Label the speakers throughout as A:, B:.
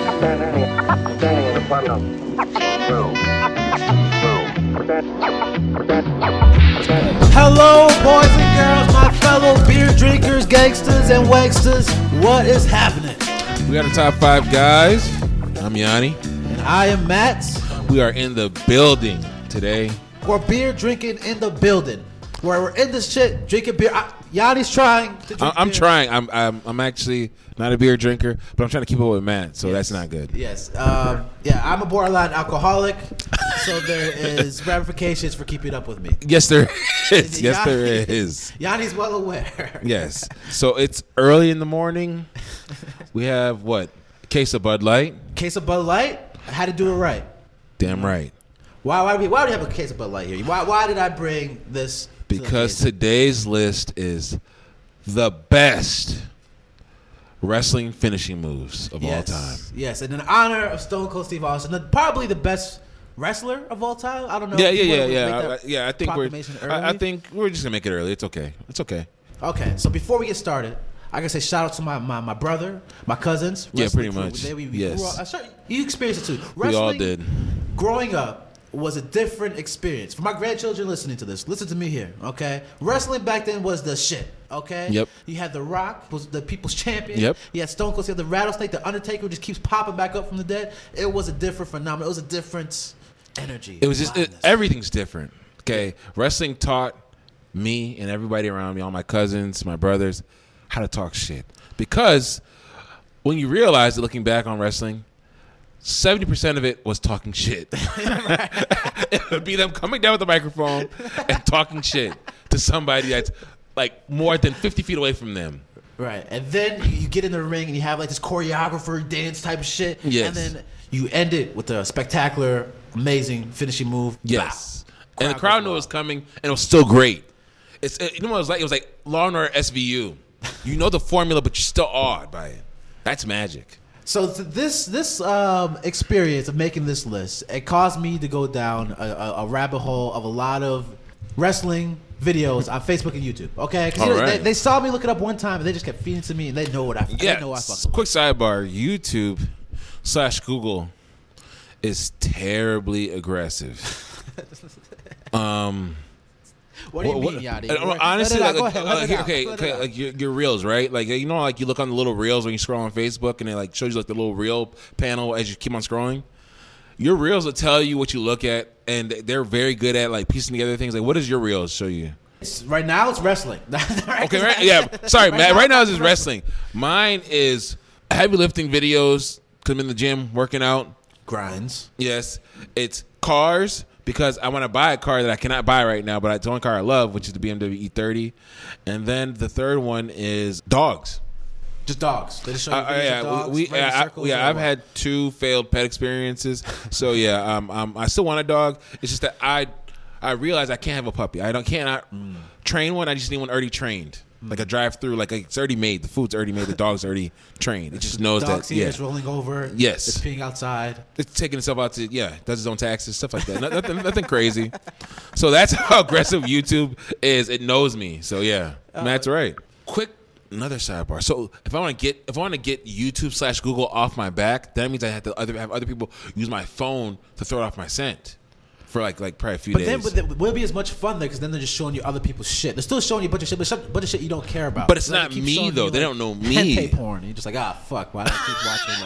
A: Standing, standing in front of room. Room. Pretend, pretend, pretend.
B: Hello, boys and girls, my fellow beer drinkers, gangsters, and wakesters. What is happening?
C: We got our top five guys. I'm Yanni.
B: And I am Matt.
C: We are in the building today.
B: We're beer drinking in the building. Where we're in this shit, drinking beer. I, Yanni's trying to drink
C: I- I'm
B: beer.
C: trying. I'm, I'm I'm actually not a beer drinker, but I'm trying to keep up with Matt, so that's not good.
B: Yes. Um, yeah, I'm a borderline alcoholic, so there is ramifications for keeping up with me.
C: Yes, there is. Yes, there
B: Yanni-
C: is.
B: Yanni's well aware.
C: Yes. So it's early in the morning. We have what? A case of Bud Light.
B: Case of Bud Light, I had to do it right.
C: Damn right.
B: Why, why, do we- why do we have a case of Bud Light here? Why, why did I bring this? to the
C: Because
B: table?
C: today's list is the best wrestling finishing moves of all time.
B: Yes, and in honor of Stone Cold Steve Austin, the- probably the best wrestler of all time. I don't know.
C: Yeah,
B: Oh, if you
C: yeah, yeah,
B: wanna
C: yeah.
B: make
C: I, I-
B: that
C: yeah, I think we're.
B: proclamation
C: I, I
B: early.
C: think we're just gonna make it early. It's okay. It's okay.
B: Okay, so before we get started, I can say shout out to my my, my brother, my cousins.
C: Yeah,
B: wrestling
C: pretty
B: crew.
C: much.
B: They- we- we
C: Yes.
B: grew up- I'm sure you experienced it too.
C: we all
B: Wrestling,
C: did.
B: Growing up was a different experience. For my grandchildren listening to this, listen to me here, okay? Wrestling back then was the shit. Okay.
C: Yep.
B: You had The Rock was the people's champion.
C: Yep.
B: You had Stone Cold, you had the Rattlesnake, the Undertaker who just keeps popping back up from the dead. It was a different phenomenon. It was a different energy.
C: It was just it,
B: Wildness.
C: everything's different. Okay, wrestling taught me and everybody around me, all my cousins, my brothers, how to talk shit. Because when you realize that looking back on wrestling, seventy percent of it was talking shit. it would be them coming down with the microphone and talking shit to somebody that's like more than fifty feet away from them.
B: Right, and then you get in the ring and you have like this choreographer dance type of shit.
C: Yes.
B: And then you end it with a spectacular, amazing finishing move.
C: Yes.
B: Bow.
C: And the crowd knew it was coming, and it was still great. It's it, you know what it was like. It was like Law and Order SVU. You know the formula, but you're still awed by it. That's magic.
B: So th- this this um, experience of making this list it caused me to go down a, a, a rabbit hole of a lot of wrestling videos on Facebook and YouTube. Okay, 'Cause, you know,
C: All right.
B: they, they saw me look it up one time and they just kept feeding it to me and they know what I they
C: Yeah.
B: know what I
C: s-
B: fucked.
C: Quick sidebar: YouTube slash Google is terribly aggressive.
B: with. What do you mean,
C: What- what-
B: Yachty?
C: uh,
B: Let it
C: Honestly,
B: out,
C: like,
B: go ahead,
C: uh,
B: let it
C: okay,
B: out,
C: okay,
B: let it
C: okay,
B: out.
C: like your, your reels, right? Like you know, like you look on the little reels when you scroll on Facebook, and it like shows you like the little reel panel as you keep on scrolling. Your reels will tell you what you look at, and they're very good at like piecing together things. Like, what does your reels show you?
B: It's- right now it's wrestling.
C: Okay, right? Yeah. Sorry, Matt. Right now it's just wrestling. Mine is heavy lifting videos. Cause I'm in the gym working out.
B: grinds.
C: Yes, it's cars because I want to buy a car that I cannot buy right now, but it's the only car I love, which is the BMW E30. E And then the third one is dogs.
B: Just dogs. They just show you
C: Uh,
B: videos
C: yeah,
B: of Oh, dogs.
C: we,
B: right in
C: yeah, I,
B: circles and
C: yeah, I've
B: all.
C: had two failed pet experiences, so yeah, um, um, I still want a dog. It's just that I, I realize I can't have a puppy. I don't cannot
B: Mm.
C: train one. I just need one already trained, like a drive-through. Like it's already made. The food's already made. The dog's already trained. It just knows
B: dog
C: that.
B: seeing
C: Yeah,
B: it's rolling over.
C: Yes.
B: it's peeing outside.
C: it's taking itself out to yeah, does its own taxes, stuff like that. No- nothing, nothing crazy. So that's how aggressive YouTube is. It knows me. So yeah, Matt's right. Uh, Quick, another sidebar. So if I want to get if I want to get YouTube slash Google off my back, that means I have to other have other people use my phone to throw it off my scent for like like probably a few
B: But
C: days.
B: then, but then it won't be as much fun there because then they're just showing you other people's shit. They're still showing you a bunch of shit, but some- bunch of shit you don't care about.
C: But it's
B: So they
C: not
B: keep
C: me,
B: showing
C: though.
B: you,
C: They
B: like,
C: don't know me.
B: hentai porn. And you're just like, ah, fuck. Why do I keep watching?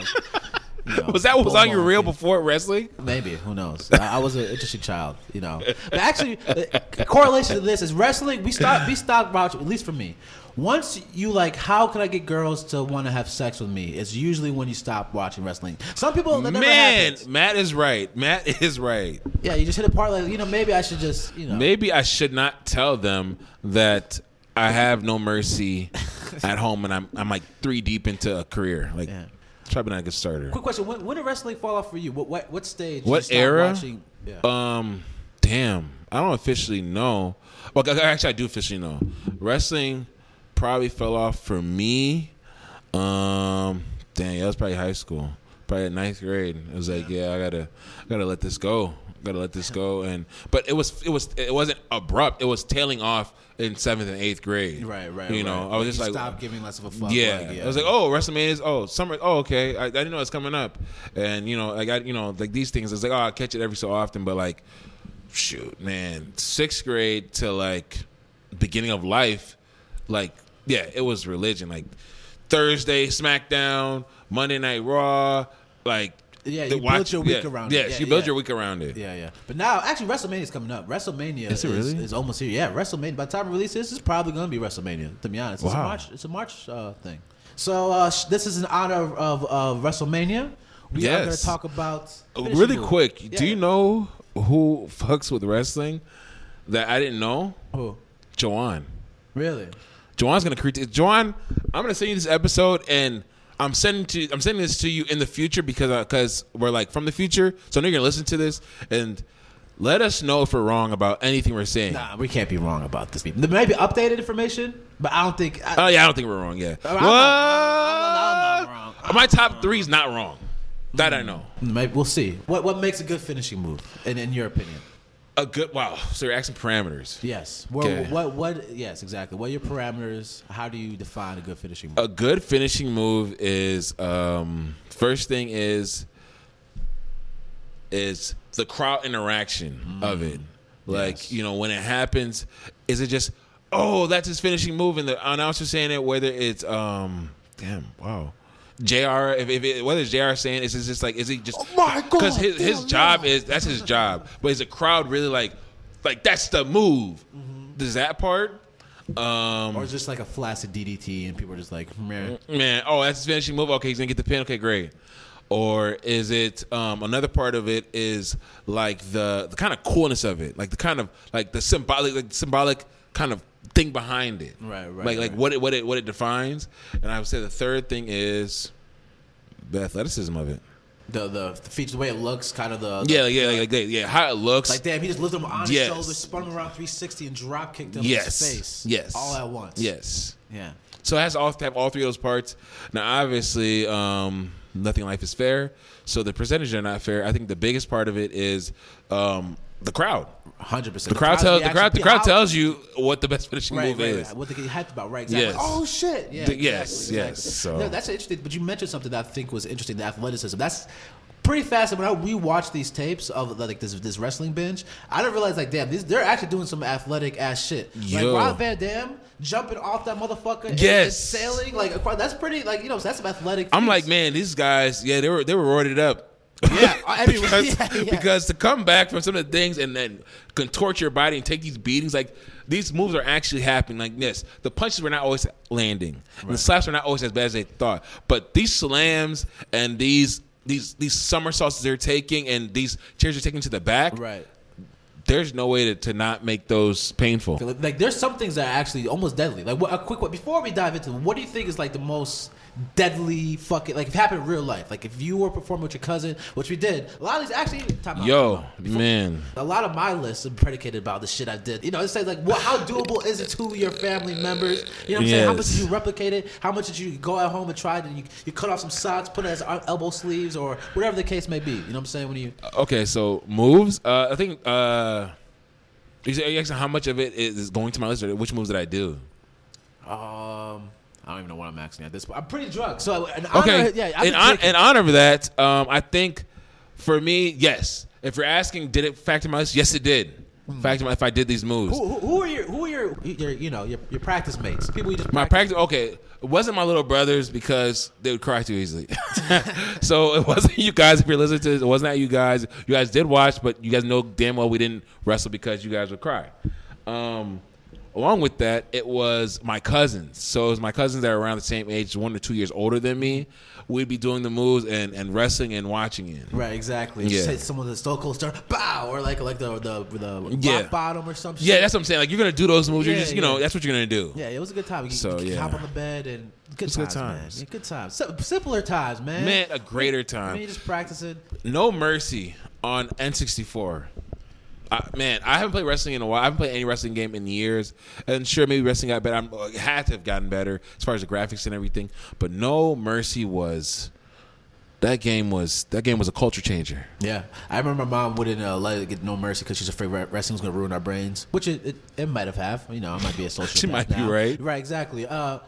B: Like, you know,
C: was that what was on your
B: porn
C: reel
B: thing?
C: before wrestling?
B: Maybe who knows? I, I was an interesting child, you know. But actually, the correlation to this is wrestling. We stopped. We stopped watching. At least for me, once you like, how can I get girls to want to have sex with me? It's usually when you stop watching wrestling. Some people that never
C: Man,
B: happens.
C: Matt is right. Matt is right.
B: Yeah, you just hit a part like you know maybe I should just you know.
C: Maybe I should not tell them that I have no mercy at home and I'm I'm like three deep into a career. Like
B: Yeah.
C: it's probably not a good starter.
B: Quick question: When, when did wrestling fall off for you? What what, what stage? did you
C: What
B: stop
C: era?
B: Watching? Yeah.
C: Um damn. I don't officially know. Well ac- actually I do officially know. Wrestling probably fell off for me. Um dang, that was probably high school. Probably ninth grade. It was like, yeah, I gotta I gotta let this go. gotta let this go. And but it was it was it wasn't abrupt. It was tailing off in seventh and eighth grade.
B: Right, right.
C: You know,
B: right.
C: I was just
B: You
C: like,
B: stop giving less of a fuck.
C: yeah.
B: like,
C: I was like, oh, WrestleMania's, oh, summer, oh, okay, I, I didn't know it's coming up, and you know, like I, you know, like these things, it's like, oh, I catch it every so often, but like, shoot, man, sixth grade to like beginning of life, like, yeah, it was religion, like Thursday SmackDown, Monday Night Raw, like,
B: Yeah,
C: the
B: you built your week
C: yeah,
B: around
C: yeah,
B: it. Yeah,
C: you built
B: yeah.
C: your week around it.
B: Yeah, yeah. But now, actually, WrestleMania's coming up. WrestleMania is,
C: Is it really?
B: is almost here. Yeah, WrestleMania. By the time we release this, it's probably going to be WrestleMania. To be honest, it's a
C: Wow.
B: March. It's a March uh, thing. So uh, sh- this is in honor of, of WrestleMania. We are going
C: Yes. Oh,
B: to talk about finishing
C: Uh, Really
B: move.
C: quick,
B: Yeah.
C: do you know who fucks with wrestling that I didn't know?
B: Who?
C: Joanne.
B: Really?
C: Joanne's gonna critique. Joanne, I'm gonna send you this episode, and I'm sending to I'm sending this to you in the future because because we're like from the future, so I know you're gonna listen to this and let us know if we're wrong about anything we're saying.
B: Nah, we can't be wrong about this. There may be updated information, but I don't think. I,
C: Oh yeah, I don't think we're wrong. Yeah,
B: I'm not- I'm not- I'm not
C: What?
B: wrong.
C: My top three is not wrong. That I know.
B: Maybe we'll see. What what makes a good finishing move, in, in your opinion?
C: A good wow. So you're asking parameters.
B: Yes. What,
C: Okay.
B: what what? Yes, exactly. What are your parameters? How do you define a good finishing move?
C: a good finishing move is um first thing is is the crowd interaction of it like
B: Mm. Yes.
C: you know when it happens is it just oh that's his finishing move and the announcer saying it whether it's um damn wow JR, if, if it, whether it's JR saying is it's just like is he just
B: Oh my God,
C: because his, his
B: damn,
C: job
B: yeah.
C: is that's his job but is the crowd really like like that's the move
B: Mm-hmm.
C: does that part um
B: Or it's just like a flaccid DDT, and people are just like, meh.
C: man, oh, that's his finishing move. Okay, he's gonna get the pin. Okay, great. Or is it um, another part of it is like the the kind of coolness of it, like the kind of like the symbolic, like symbolic kind of thing behind it,
B: Right, right,
C: Like like
B: right.
C: what it what it what it defines. And I would say the third thing is the athleticism of it.
B: the the the feature, the way it looks, kind of the
C: Yeah, yeah, like, like yeah, how it looks.
B: Like damn, he just lifted him on his
C: Yes.
B: shoulders, spun him around 360, and drop kicked him
C: yes,
B: in his face.
C: yes,
B: all at once.
C: Yes,
B: yeah.
C: So it has to all- have all three of those parts. Now, obviously, um, nothing in life is fair. So the percentages are not fair. I think the biggest part of it is um, the crowd.
B: Hundred percent.
C: The crowd tells the crowd the crowd tells you what the best finishing
B: Right,
C: move
B: right,
C: is.
B: right. What they get hyped about, right? Exactly.
C: Yes.
B: Oh shit! Yeah.
C: The- yes, yes, so-
B: No, that's interesting. But you mentioned something that I think was interesting: the athleticism. That's pretty fast. When I rewatch these tapes of like this this wrestling binge, I didn't realize like damn, these, they're actually doing some athletic ass shit. Like
C: Yo.
B: Rob Van Dam jumping off that motherfucker. and-
C: Yes.
B: And sailing like across- that's pretty. Like you know, that's some athletic.
C: I'm
B: feats.
C: like, man, these guys, yeah, they were they were roided up.
B: Yeah, I mean,
C: because,
B: yeah, yeah.
C: because to come back from some of the things and then contort your body and take these beatings, like these moves are actually happening. Like this, the punches were not always landing, and the slaps were not always as bad as they thought. But these slams and these these these somersaults they're taking and these chairs they're taking to the back,
B: right.
C: there's no way to, to not make those painful.
B: Like, like, there's some things that are actually almost deadly. Like what, a quick one before we dive into them, what do you think is like the most deadly fucking like if it happened in real life? Like if you were performing with your cousin, which we did, a lot of these actually time out,
C: Yo,
B: time out. Before-
C: man.
B: A lot of my lists are predicated about the shit I did. You know, it's like, like what, how doable is it to your family members? You know what I'm saying? How much
C: Yes.
B: did you replicate it? How much did you go at home and try it? And you, you cut off some sides, put it as ar- elbow sleeves, or whatever the case may be. You know what I'm saying? When you
C: Okay, so moves. Uh, I think uh, you said- you asking how much of it is going to my list, or which moves did I do?
B: um. I don't even know what I'm asking at this point. I'm pretty drunk, so an honor,
C: Okay,
B: yeah. I've been
C: in, hon-
B: drinking.
C: in honor of that, um, I think for me, yes. If you're asking, did it factor my list? Yes, it did.
B: Hmm.
C: Factor my if I did these moves.
B: Who, who, who are your who are your, your you know your, your practice mates? People you just
C: My practice, okay, it wasn't my little brothers because they would cry too easily. so it wasn't you guys. If you're listening to this, it wasn't at you guys. You guys did watch, but you guys know damn well we didn't wrestle because you guys would cry. Um, along with that, it was my cousins. So it was my cousins that are around the same age, one to two years older than me. We'd be doing the moves and, and wrestling and watching it.
B: Right, exactly.
C: Yeah.
B: Just hit someone with a Stone Cold Star, bow, or like like the the the rock
C: Yeah.
B: bottom or something.
C: Yeah, that's what I'm saying. Like you're gonna do those moves. you're
B: Yeah,
C: just, you know,
B: yeah.
C: that's what you're gonna do.
B: yeah. It was a good time. You,
C: So,
B: you
C: yeah.
B: hop on the bed and good
C: was good
B: times,
C: times.
B: man. Yeah, good times. Sim- simpler times, man.
C: Man, a greater time.
B: I mean, you just practicing.
C: No mercy on N64. Uh, man, I haven't played wrestling in a while. I haven't played any wrestling game in years. And sure, maybe wrestling got better. I'm, uh, had to have gotten better as far as the graphics and everything. But No Mercy was that game was that game was a culture changer.
B: Yeah, I remember my mom wouldn't uh, let it get no mercy because she's afraid re- wrestling was going to ruin our brains, which it, it, it might have have. You know, I might be a social.
C: She might be right.
B: Right, exactly. Uh,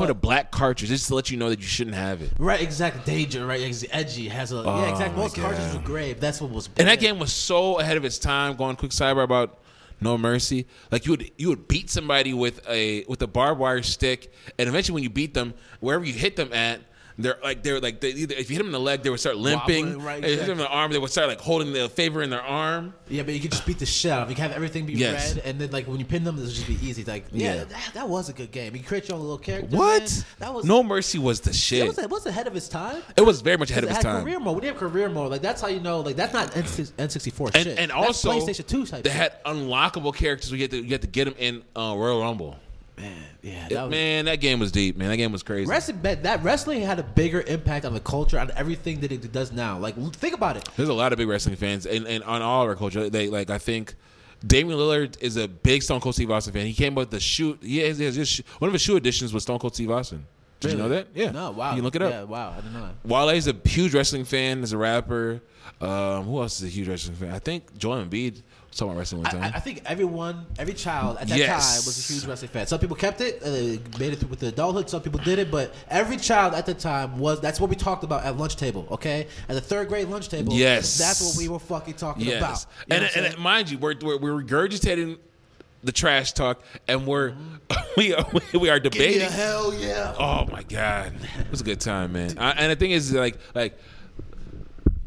B: but-
C: with a black cartridge just to let you know that you shouldn't have it.
B: right, exactly. Danger, right? ex- Edgy has a yeah, exactly.
C: Oh my
B: Most cartridges
C: God.
B: were grave. That's what was.
C: And that
B: bad.
C: game was so ahead of its time. Going quick sidebar about No Mercy, like you would you would beat somebody with a with a barbed wire stick, and eventually when you beat them, wherever you hit them at. They're like they're like they either if you hit them in the leg they would start limping.
B: Wobbling, right,
C: If you hit them in the arm they would start like holding the favor in their arm.
B: Yeah, but you could just beat the shit out of. them. You could have everything be
C: Yes.
B: red, and then like when you pin them, this would just be easy. Like, yeah,
C: Yeah.
B: That, that was a good game. You create your own little character.
C: What?
B: man. That was
C: no mercy was the shit.
B: It was, it was ahead of its time.
C: It was very much ahead of
B: It
C: its
B: had
C: time.
B: career mode. When you have career mode, like that's how you know. Like that's not N sixty four
C: and
B: shit.
C: and
B: That's
C: also
B: PlayStation two type.
C: they
B: shit.
C: had unlockable characters. We had to you had to get them in uh, Royal Rumble.
B: man, yeah, that was.
C: man, that game was deep. Man, that game was crazy.
B: Wrestling, that that wrestling had a bigger impact on the culture, on everything that it does now. Like, l- think about it.
C: There's a lot of big wrestling fans, and, and on all of our culture, they like. I think Damian Lillard is a big Stone Cold Steve Austin fan. He came up with the shoe. He has, he has his shoe- one of his shoe editions was Stone Cold Steve Austin. Did you know
B: Really?
C: that? Yeah.
B: No, wow.
C: You can look it up.
B: Yeah, wow. I didn't know that.
C: Wale is a huge wrestling fan. Is a rapper. Um, who else is a huge wrestling fan? I think Joel Embiid was talking about wrestling one time.
B: I, I think everyone, every child at that
C: Yes.
B: time was a huge wrestling fan. Some people kept it, uh, made it through with the adulthood. Some people did it, but every child at the time was. That's what we talked about at lunch table. Okay, at the third grade lunch table.
C: Yes.
B: that's what we were fucking talking about.
C: Yes.
B: You know
C: and
B: what I'm
C: and,
B: saying?
C: mind you, we're, we're we're regurgitating the trash talk, and we're we are we are debating.
B: yeah, hell yeah.
C: Oh my god, it was a good time, man. I, and the thing is, like like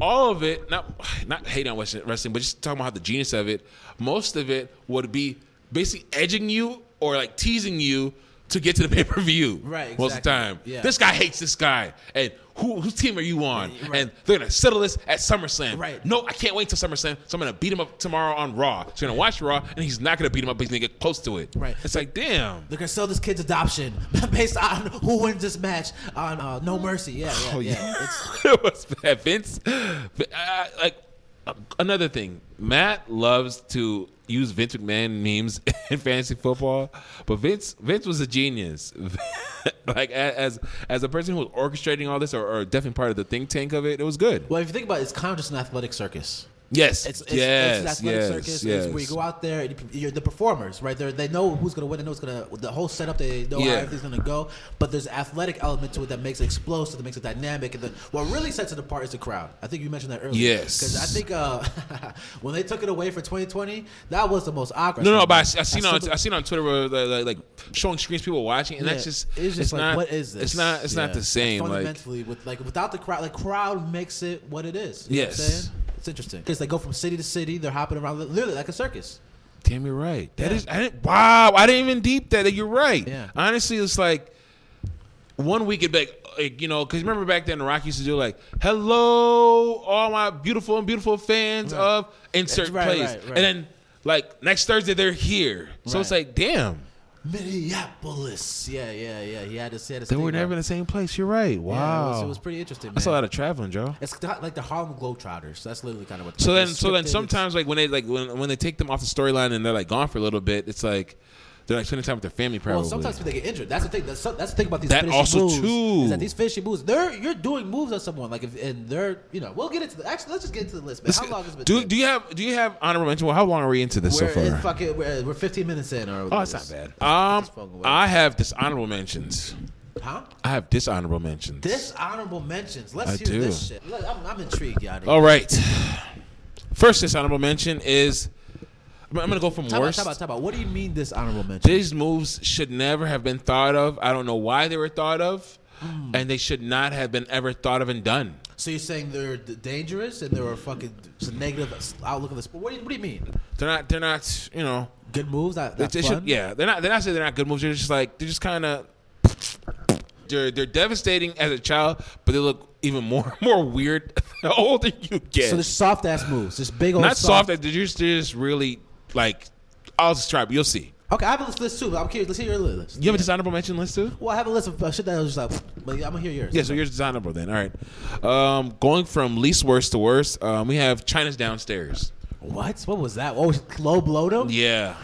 C: all of it, not not hating on Western wrestling, but just talking about how the genius of it. Most of it would be basically edging you or like teasing you. To get to the pay per view,
B: Right,
C: Most of
B: exactly.
C: the time,
B: Yeah.
C: this guy hates this guy, and who whose team are you on?
B: Right.
C: And they're gonna settle this at SummerSlam.
B: Right.
C: No, I can't wait till SummerSlam. So I'm gonna beat him up tomorrow on Raw. So you're gonna watch Raw, and he's not gonna beat him up, but he's gonna get close to it.
B: Right.
C: It's like, damn.
B: They're gonna sell this kid's adoption based on who wins this match on uh, No Mercy. Yeah, yeah,
C: Oh,
B: yeah. It's,
C: it was bad. Vince, uh, like uh, another thing, Matt loves to use Vince McMahon memes in fantasy football, but Vince Vince was a genius. like a- as as a person who was orchestrating all this, or, or definitely part of the think tank of it, it was good.
B: well, if you think about it, it's kind of just an athletic circus.
C: Yes,
B: It's, it's,
C: yes,
B: it's an athletic
C: yes,
B: circus.
C: yes.
B: It's where you go out there, and you- you're the performers, right? They're, they know who's gonna win, they know who's gonna the whole setup, they know
C: Yeah.
B: how everything's gonna go. But there's an athletic element to it that makes it explosive, that makes it dynamic, and the, what really sets it apart is the crowd. I think you mentioned that earlier.
C: Yes.
B: because I think uh, when they took it away for 2020, that was the most awkward.
C: No, no, but I, see- I seen on
B: still-
C: I seen on Twitter where they're, like, like showing screens people watching, and that's
B: Yeah.
C: just
B: it's just like
C: not
B: what is this?
C: It's not it's
B: Yeah.
C: not the same. Like
B: Fundamentally, with like without the crowd, like crowd makes it what it is. You know what I'm
C: Yes.
B: saying? it's interesting because they go from city to city. They're hopping around literally like a circus.
C: Damn, you're right. That
B: Yeah.
C: is, I didn't. Wow, I didn't even deep that. You're right.
B: Yeah.
C: Honestly, it's like one week it like, like you know, because remember back then the Rock used to do like, "Hello, all my beautiful and beautiful fans
B: Right.
C: of insert
B: Right,
C: place,"
B: right, right.
C: and then like next Thursday they're here. So it's
B: Right.
C: like, damn,
B: Minneapolis. Yeah, yeah, yeah. He had his, he had his
C: they
B: thing
C: were never in
B: going.
C: the same place. You're right. Wow,
B: Yeah, it, was, it was pretty interesting. Man.
C: that's a lot of traveling, Joe.
B: It's not like the Harlem Globetrotters. That's literally kind of what.
C: So
B: they're
C: then, so then
B: scripted.
C: sometimes like when they like when, when they take them off the storyline and they're like gone for a little bit, it's like they're like spending time with their family. Probably.
B: Well, sometimes they get injured. That's the thing. That's, so- that's the thing about these.
C: That
B: finishing
C: also
B: moves,
C: too.
B: Is that these fishy moves? They're you're doing moves on someone like if and they're you know we'll get into the, actually let's just get into the list man.
C: Let's
B: How
C: get-
B: long has it been?
C: Do, do you have do you have honorable mention? Well, how long are we into this
B: we're,
C: so
B: it's
C: far?
B: fucking, we're, we're 15 minutes in. Or
C: Oh, it's not bad. Um,
B: fucking way.
C: I have dishonorable mentions.
B: Huh?
C: I have dishonorable mentions.
B: Dishonorable mentions. Let's
C: I
B: hear this
C: do. Oh,
B: shit. Look, I'm, I'm intrigued, y'all.
C: All right. First dishonorable mention is I'm, I'm gonna go from
B: Talk about,
C: worst.
B: talk about, talk about. What do you mean dishonorable mention?
C: These moves should never have been thought of. I don't know why they were thought of,
B: Hmm.
C: and they should not have been ever thought of and done.
B: So you're saying they're d- dangerous and they're a fucking it's a negative s- outlook of the sport. What do you, what do you mean?
C: They're not. They're not. You know.
B: Good moves? That,
C: They-
B: that's
C: they
B: fun?
C: should- yeah, they're not. They're not saying they're not good moves. They're just like they're just kind of. They're they're devastating as a child, but they look even more more weird the older you get.
B: So there's soft ass moves. This big old
C: not soft. They're just they're just really like. I'll describe. You'll see.
B: Okay, I have a list- list too. But I'm curious. Let's hear your list.
C: You have a dishonorable mention list too.
B: Well, I have a list of uh, shit that I was just like, but I'm gonna hear yours.
C: Yeah, so yours is dishonorable then. All right, um, going from least worst to worst, um, we have China's downstairs.
B: What? What was that? Oh, low blowed him.
C: Yeah,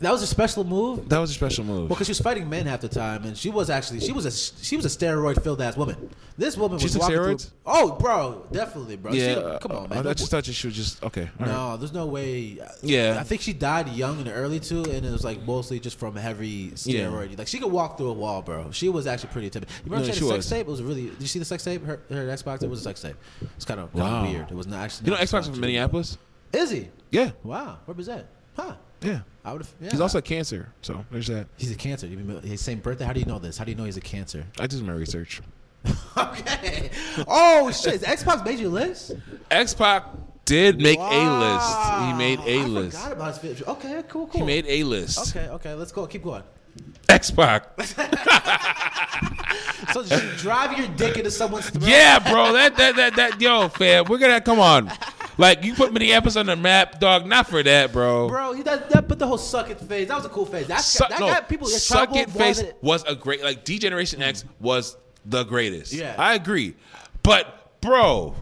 B: That was a special move.
C: That was a special move.
B: Because she was fighting men half the time, and she was actually she was a she was a steroid filled ass woman. This woman
C: She
B: was
C: took
B: walking through-
C: steroids?
B: Oh, bro, definitely, bro. She-
C: yeah, Oh,
B: come on,
C: I,
B: man.
C: I
B: No,
C: just thought she was just okay. all right.
B: no, there's no way.
C: Yeah.
B: I think she died young and early too, and it was like mostly just from heavy
C: Yeah.
B: steroid. Like she could walk through a wall, bro. She was actually pretty timid. You remember
C: No,
B: she
C: she
B: had a sex
C: was.
B: tape? It was really. Did you see the sex tape? Her, her Xbox. It was a sex tape. It's kind of
C: Wow.
B: weird. It was not actually.
C: You know,
B: not
C: Xbox from Minneapolis.
B: Is he?
C: Yeah,
B: Wow. Where was that? Huh.
C: yeah.
B: I would have. Yeah.
C: He's also a cancer, so there's that.
B: He's a cancer. You mean- His same birthday. How do you know this? How do you know he's a cancer?
C: I did my research.
B: okay. Oh shit! Is Xbox made your list?
C: X Pac did make
B: Wow.
C: a list. He made a
B: I
C: list.
B: forgot about his picture. Okay, cool, cool.
C: He made a list.
B: Okay, okay. Let's go. Keep going.
C: X Pac.
B: So just drive your dick into someone's throat.
C: Yeah, bro. That that that that yo, fam. We're gonna come on. Like you put Minneapolis on the map, dog. Not for that, bro.
B: Bro, he that, that put the whole suck it phase. That was a cool phase. That's
C: Suck,
B: that
C: no,
B: got people in
C: suck
B: trouble
C: it
B: more
C: face
B: than it- Mm.
C: was a great. Like D Generation X was the greatest.
B: Yeah.
C: I agree. But bro,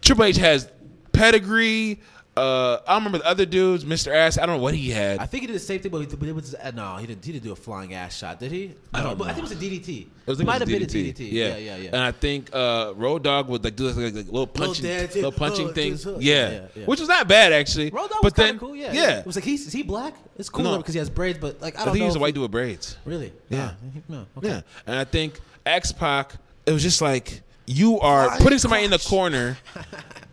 C: Triple H has pedigree. Uh, I remember the other dudes, Mr. Ass. I don't know what he had.
B: I think he did the same thing, but, he, but it was uh, no, he didn't. He didn't do a flying ass shot, did he? I
C: don't
B: but I think it was a DDT.
C: I think it
B: Might
C: was
B: have been a DDT. Yeah, yeah, yeah.
C: And I think uh, Road Dog would like do this like, like, little punching, little,
B: dance, yeah.
C: punching
B: Oh,
C: thing.
B: just, uh,
C: yeah.
B: yeah, yeah.
C: which was not bad actually.
B: Road Dogg
C: but
B: was kind
C: then
B: of cool. Yeah,
C: yeah.
B: It was like he's is he black? It's cool
C: No.
B: because he has braids, but like I
C: I
B: don't
C: think
B: know.
C: he was a
B: if
C: white dude with braids.
B: Really?
C: Yeah.
B: Nah, he- no. Okay.
C: Yeah, and I think X Pac. It was just like you are putting somebody in the corner,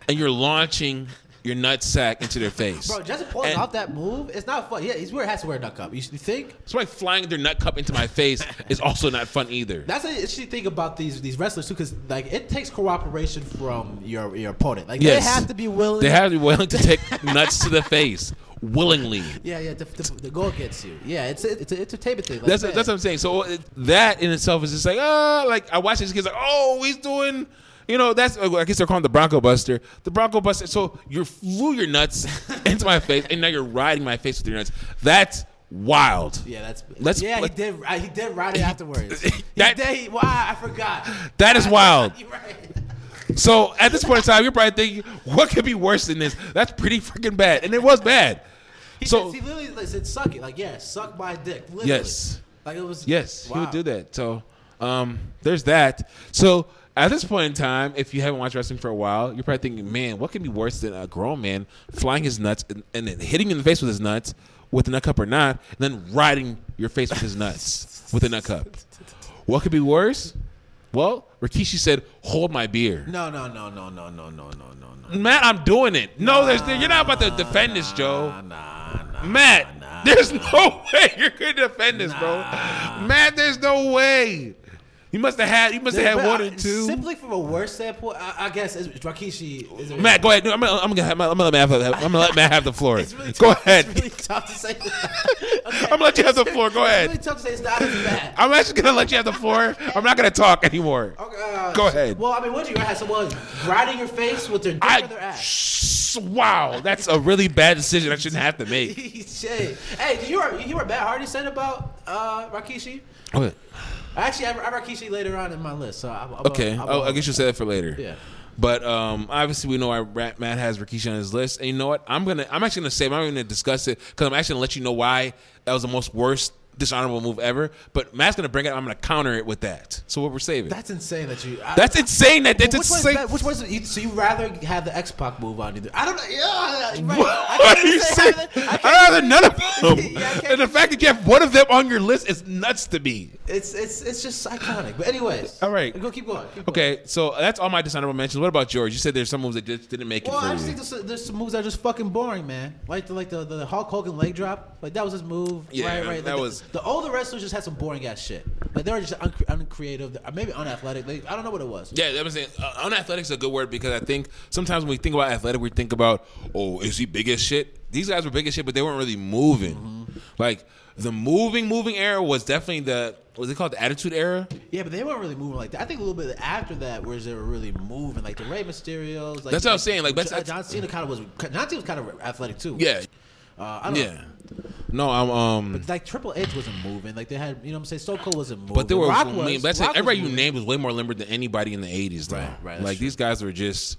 C: and you're launching your nutsack into their face.
B: Bro, just pulling
C: And-
B: off that move, it's not fun. Yeah, he's weird. Has to wear a duck up. You should think
C: Somebody flying their nut cup into my face is also not fun either.
B: that's an interesting thing about these these wrestlers too, because like it takes cooperation from your your opponent. Like
C: Yes.
B: they have to be willing.
C: They have to be willing to take nuts to the face willingly.
B: yeah, yeah. The, the, the goal gets you. Yeah, it's a, it's an entertainment thing. Like,
C: That's
B: man.
C: that's what I'm saying. So it, that in itself is just like ah, like I watch these kids like oh he's doing. You know, that's I guess they're calling the Bronco Buster. The Bronco Buster. So you flew your nuts into my face, and now you're riding my face with your nuts. That's wild.
B: yeah, that's
C: Let's-
B: yeah.
C: let's-
B: he did I- he did ride it afterwards.
C: That-
B: he did. He, wow, I forgot.
C: That is wild.
B: You're right.
C: So at this point in time, you're probably thinking, what could be worse than this? That's pretty freaking bad, and it was bad.
B: He, so,
C: So-
B: he literally like, said, "Suck it." Like yeah, suck my dick. Literally.
C: Yes.
B: Like it was.
C: Yes, he would
B: wow.
C: do that. So um, there's that. So at this point in time, if you haven't watched wrestling for a while, you're probably thinking, man, what could be worse than a grown man flying his nuts and, and then hitting you in the face with his nuts, with a nut cup or not, and then riding your face with his nuts with a nut cup? What could be worse? Well, Rikishi said, hold my beer.
B: No, no, no, no, no, no, no, no, no, no.
C: Matt, I'm doing it. No, there's you're not about to defend this, Joe. Matt, there's no way you're gonna defend this, bro. Matt, there's no way. You must have had. You must have had
B: But
C: one
B: I-
C: and two.
B: Simply from a worse standpoint, I, I guess is, Rakishi is.
C: Matt, go ahead. No, I'm, gonna, I'm, gonna, have- I'm gonna let Matt have the, I'm gonna let Matt have the floor.
B: It's really
C: go
B: tough,
C: ahead.
B: It's really tough to say.
C: I'm gonna let you have the floor. Go
B: It's
C: ahead.
B: really tough to say. It's not as bad.
C: I'm actually gonna let you have the floor. I'm not gonna talk anymore.
B: Okay, uh,
C: Go ahead.
B: Well, I mean, what you gonna have someone riding your face with their dick or their
C: I
B: ass?
C: s- wow, that's a really bad decision. I shouldn't have to make.
B: Shit. Hey, did you hear, you hear what Matt Hardy said about uh, Rakishi?
C: What?
B: Actually, I have Rakishi later on in my list. So I, I'm
C: Okay. Oh, I guess you'll say that for later.
B: Yeah.
C: But um, obviously, we know why Rat- Matt has Rikishi on his list, and you know what? I'm gonna, I'm actually gonna say, I'm not even gonna discuss it because I'm actually gonna let you know why that was the most worst dishonorable move ever. But Matt's gonna bring it. I'm gonna counter it with that. So what we're saving? That's,
B: That's insane that you. I,
C: insane. That that's
B: Well, which One's
C: insane.
B: better? which one's you, so you rather have the X Pac move on either? I don't know. Yeah, right. I
C: What
B: can't
C: are you
B: say
C: saying?
B: have it. I
C: I'd
B: can't-
C: rather none of them.
B: Yeah, I can't-
C: and the fact that you have one of them on your list is nuts to me.
B: It's it's it's just iconic. But anyways,
C: All right.
B: go keep going. Keep going.
C: Okay, so that's all my dishonorable mentions. What about George? You said there's some moves that just didn't make it
B: Well,
C: for
B: I
C: you.
B: just think there's, there's some moves that are just fucking boring, man. Like the like the, the Hulk Hogan leg drop, like that was his move.
C: Yeah,
B: right, right. Like
C: that
B: the,
C: was-
B: the older wrestlers just had some boring ass shit. Like they were just uncre- uncreative, or maybe unathletic. They, I don't know what it was.
C: Yeah, that was it. Uh, unathletic is a good word because I think sometimes when we think about athletic, we think about, oh, is he big as shit? These guys were big as shit, but they weren't really moving.
B: Mm-hmm.
C: Like the moving, moving era was definitely the was it called the attitude era?
B: Yeah, but they weren't really moving like that. I think a little bit after that, whereas they were really moving, like the Rey Mysterios. Like,
C: That's what I'm saying, like, that's-
B: John, John Cena kind of was. John Cena was kind of athletic too.
C: Yeah,
B: Uh, I don't know.
C: yeah. No, I'm um, but,
B: Like Triple H wasn't moving. Like they had, you know, what I'm saying So Cold wasn't moving.
C: they were.
B: Rock
C: I
B: was.
C: mean, that's it.
B: Rock was
C: everybody you
B: moving.
C: named was way more limber than anybody in the '80s, though.
B: Right, right, that's
C: Like
B: true.
C: these guys were just.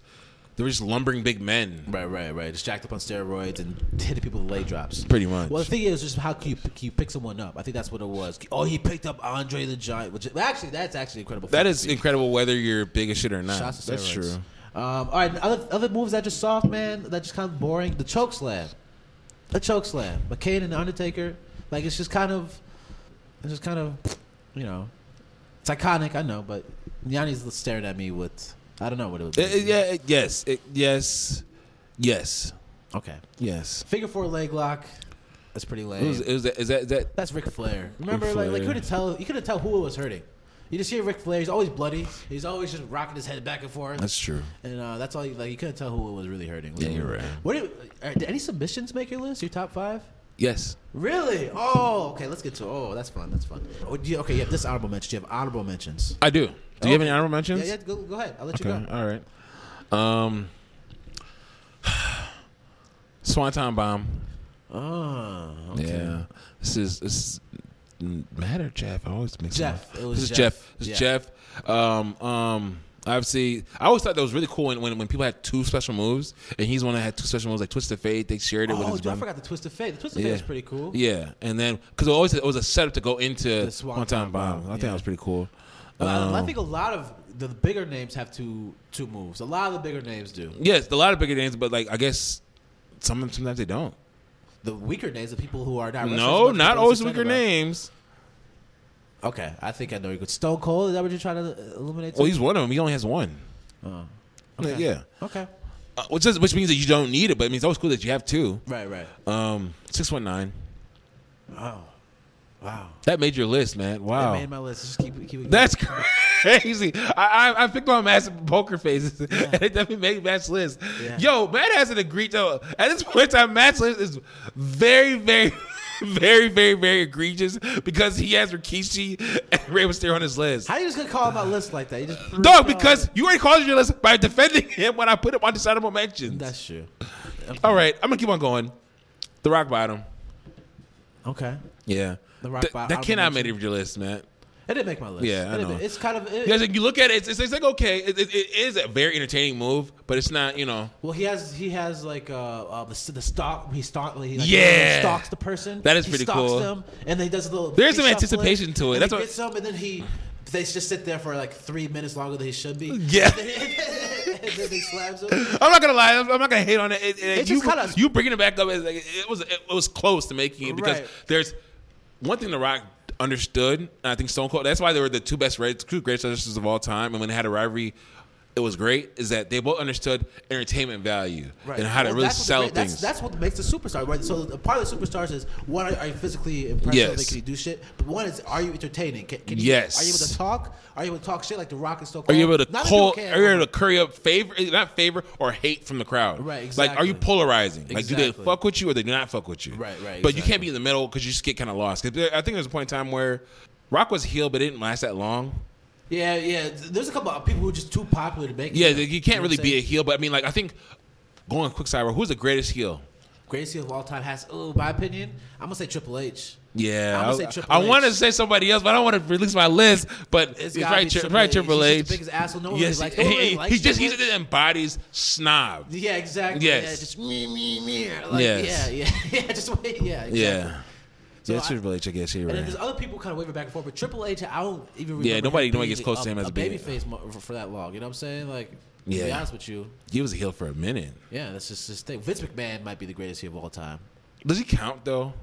C: They were just lumbering big men.
B: Right, right, right. Just jacked up on steroids and hitting people with lay drops.
C: Pretty much.
B: Well, the thing is, just how can you, can you pick someone up? I think that's what it was. Oh, he picked up Andre the Giant. Which actually, that's actually incredible.
C: That is incredible whether you're big as shit or not.
B: Shots to
C: That's
B: steroids.
C: true.
B: Um, all right, other other moves that just soft, man. That just kind of boring. The choke slam, the choke slam. McCain and the Undertaker. Like it's just kind of, it's just kind of, you know, it's iconic. I know, but Yanni's staring at me with I don't know what it would be.
C: Uh, yeah, uh, yes, it, yes, yes,
B: Okay.
C: yes.
B: Figure four leg lock. That's pretty lame.
C: It was, it was that, is that, is that
B: That's Ric Flair. Remember,
C: Ric
B: like, like you
C: Flair.
B: couldn't tell, you couldn't tell who it was hurting. You just hear Ric Flair. He's always bloody. He's always just rocking his head back and forth.
C: that's true.
B: and uh, that's all. You, like you couldn't tell who it was really hurting.
C: Yeah, you're right.
B: What do you- uh, did any submissions make your list? Your top five?
C: Yes.
B: Really? Oh, okay. Let's get to. Oh, that's fun. That's fun. Oh, do you, okay, you have this honorable mention. You have honorable mentions.
C: I do. Do you have any
B: Okay.
C: honorable mentions?
B: Yeah, yeah. Go, go ahead. I'll let you
C: Okay.
B: go.
C: All right. Um, Swanton bomb. Uh,
B: Oh, okay.
C: Yeah. This is this is matter Jeff. I always mix them
B: Jeff.
C: up.
B: It was
C: this is
B: Jeff.
C: Jeff. This is
B: Yeah.
C: Jeff. Um, um, obviously, I always thought that was really cool when, when, when people had two special moves, and he's the one that had two special moves, like Twisted Fate. They shared it with
B: Oh,
C: his
B: dude, I
C: brother.
B: forgot the twist of fate. The twist of fate is pretty cool.
C: Yeah, and then because it always it was a setup to go into
B: The Swanton
C: one time bomb.
B: Bomb,
C: I think
B: yeah.
C: that was pretty cool.
B: Well, I
C: Um,
B: think a lot of the bigger names have two two moves. A lot of the bigger names do.
C: yes, a lot of bigger names, but like I guess some sometimes they don't.
B: The weaker names, the people who are not. wrestlers,
C: No,
B: but
C: not
B: people
C: always
B: concerned
C: weaker
B: about.
C: names.
B: Okay, I think I know you could. Stone Cold. Is that what you're trying to eliminate?
C: Well, he's one of them. He only has one.
B: Oh.
C: Yeah, Yeah,
B: okay.
C: uh, which is, which means that you don't need it, but it means it's always cool that you have two.
B: Right, right.
C: Um, six one nine.
B: Wow, wow.
C: That made your list, man.
B: I
C: Wow,
B: made my list. Just keep, keep it going.
C: Oh. that's crazy. I, I I picked my massive poker faces, and it definitely made Matt's list.
B: Yeah.
C: Yo, Matt hasn't agreed to. At this point in time, Matt's list is very, very, very, very, very egregious because he has Rikishi and Rey Mysterio on his list.
B: How you just gonna call my list like that? You just
C: Dog, because you already called your list by defending him when I put him on dishonorable mentions.
B: that's true.
C: All right, I'm gonna keep on going. The rock bottom.
B: Okay,
C: Yeah.
B: The Rock
C: Th-
B: Bottom.
C: That cannot made
B: Mention.
C: it your list, man.
B: it didn't make my list.
C: Yeah, I
B: It didn't
C: know.
B: make- It's kind of. It,
C: Because like, you look at it, it's, it's, it's like okay, it, it, it is a very entertaining move, but it's not, you know,
B: Well, he has he has like uh, uh the, the stalk he stalk he like,
C: Yeah.
B: stalks the person.
C: That is
B: he
C: pretty
B: stalks
C: cool.
B: Them, and then he does a little.
C: There's
B: feet
C: some
B: shuffling,
C: anticipation to it.
B: and
C: That's
B: he
C: what-
B: gets them, and then he they just sit there for like three minutes longer than he should be.
C: yeah.
B: and then he slaps him.
C: I'm not gonna lie, I'm I'm not gonna hate on it. it, it-
B: It's
C: you,
B: just kinda-
C: you bringing it back up is like it was it was close to making it because
B: Right.
C: there's one thing The Rock understood, and I think Stone Cold. That's why they were the two best, ra- two greatest wrestlers of all time, and when they had a rivalry. It was great, is that they both understood entertainment value and how to
B: Well,
C: really
B: that's what
C: sell
B: the great-
C: things.
B: That's, that's what makes a superstar. Right. So the part of the superstars is one are, are you physically impressive?
C: Yes.
B: Like, can you do shit? But one is are you entertaining? Can, can you,
C: Yes.
B: Are you able to talk? Are you able to talk shit like The Rock and Stone
C: Are
B: Cold?
C: you able to
B: Not that
C: call?
B: people
C: Are
B: can't,
C: you
B: but-
C: able to curry up favor, not favor or hate from the crowd?
B: Right,
C: Like, are you
B: exactly.
C: polarizing? Like, do they
B: Exactly.
C: fuck with you or they do not fuck with you?
B: Right, right,
C: But you
B: exactly.
C: can't be in the middle because you just get kind of lost. 'Cause there- I think there's a point in time where Rock was healed, but it didn't last that long.
B: Yeah, yeah. There's a couple of people who are just too popular to make. it.
C: Yeah, you can't
B: know
C: really
B: what I'm
C: be a
B: saying?
C: heel. But I mean, like, I think going quick cyber, who's the greatest heel?
B: Gracie of all time has. Oh, my opinion, I'm gonna say Triple H.
C: Yeah,
B: I'm gonna say
C: I-
B: Triple
C: I, want to
B: H.
C: say somebody else, but I don't want to release my list. But
B: It's
C: it's,
B: gotta
C: right,
B: be
C: Tri-
B: Triple
C: right,
B: H.
C: Triple
B: He's
C: H.
B: just the biggest asshole. No one really
C: yes,
B: likes-
C: he,
B: no one really
C: he-
B: likes
C: he just he
B: Triple H.
C: just embodies snob.
B: Yeah, exactly.
C: Yes.
B: Yeah, just me, me, me. Like,
C: Yes.
B: Yeah, yeah, yeah. Just wait. Yeah. Exactly.
C: Yeah.
B: So
C: yeah,
B: I-
C: Triple H, I guess you're
B: And then
C: right.
B: there's other people kind of waver back and forth, but Triple H, I don't even remember.
C: Yeah, nobody-
B: him
C: nobody
B: being
C: gets close to him as
B: a
C: being-
B: baby face for that long. You know what I'm saying? Like, to be
C: Yeah.
B: honest with you,
C: He was a heel for a minute.
B: yeah, that's just his thing. Vince McMahon might be the greatest heel of all time.
C: Does he count though?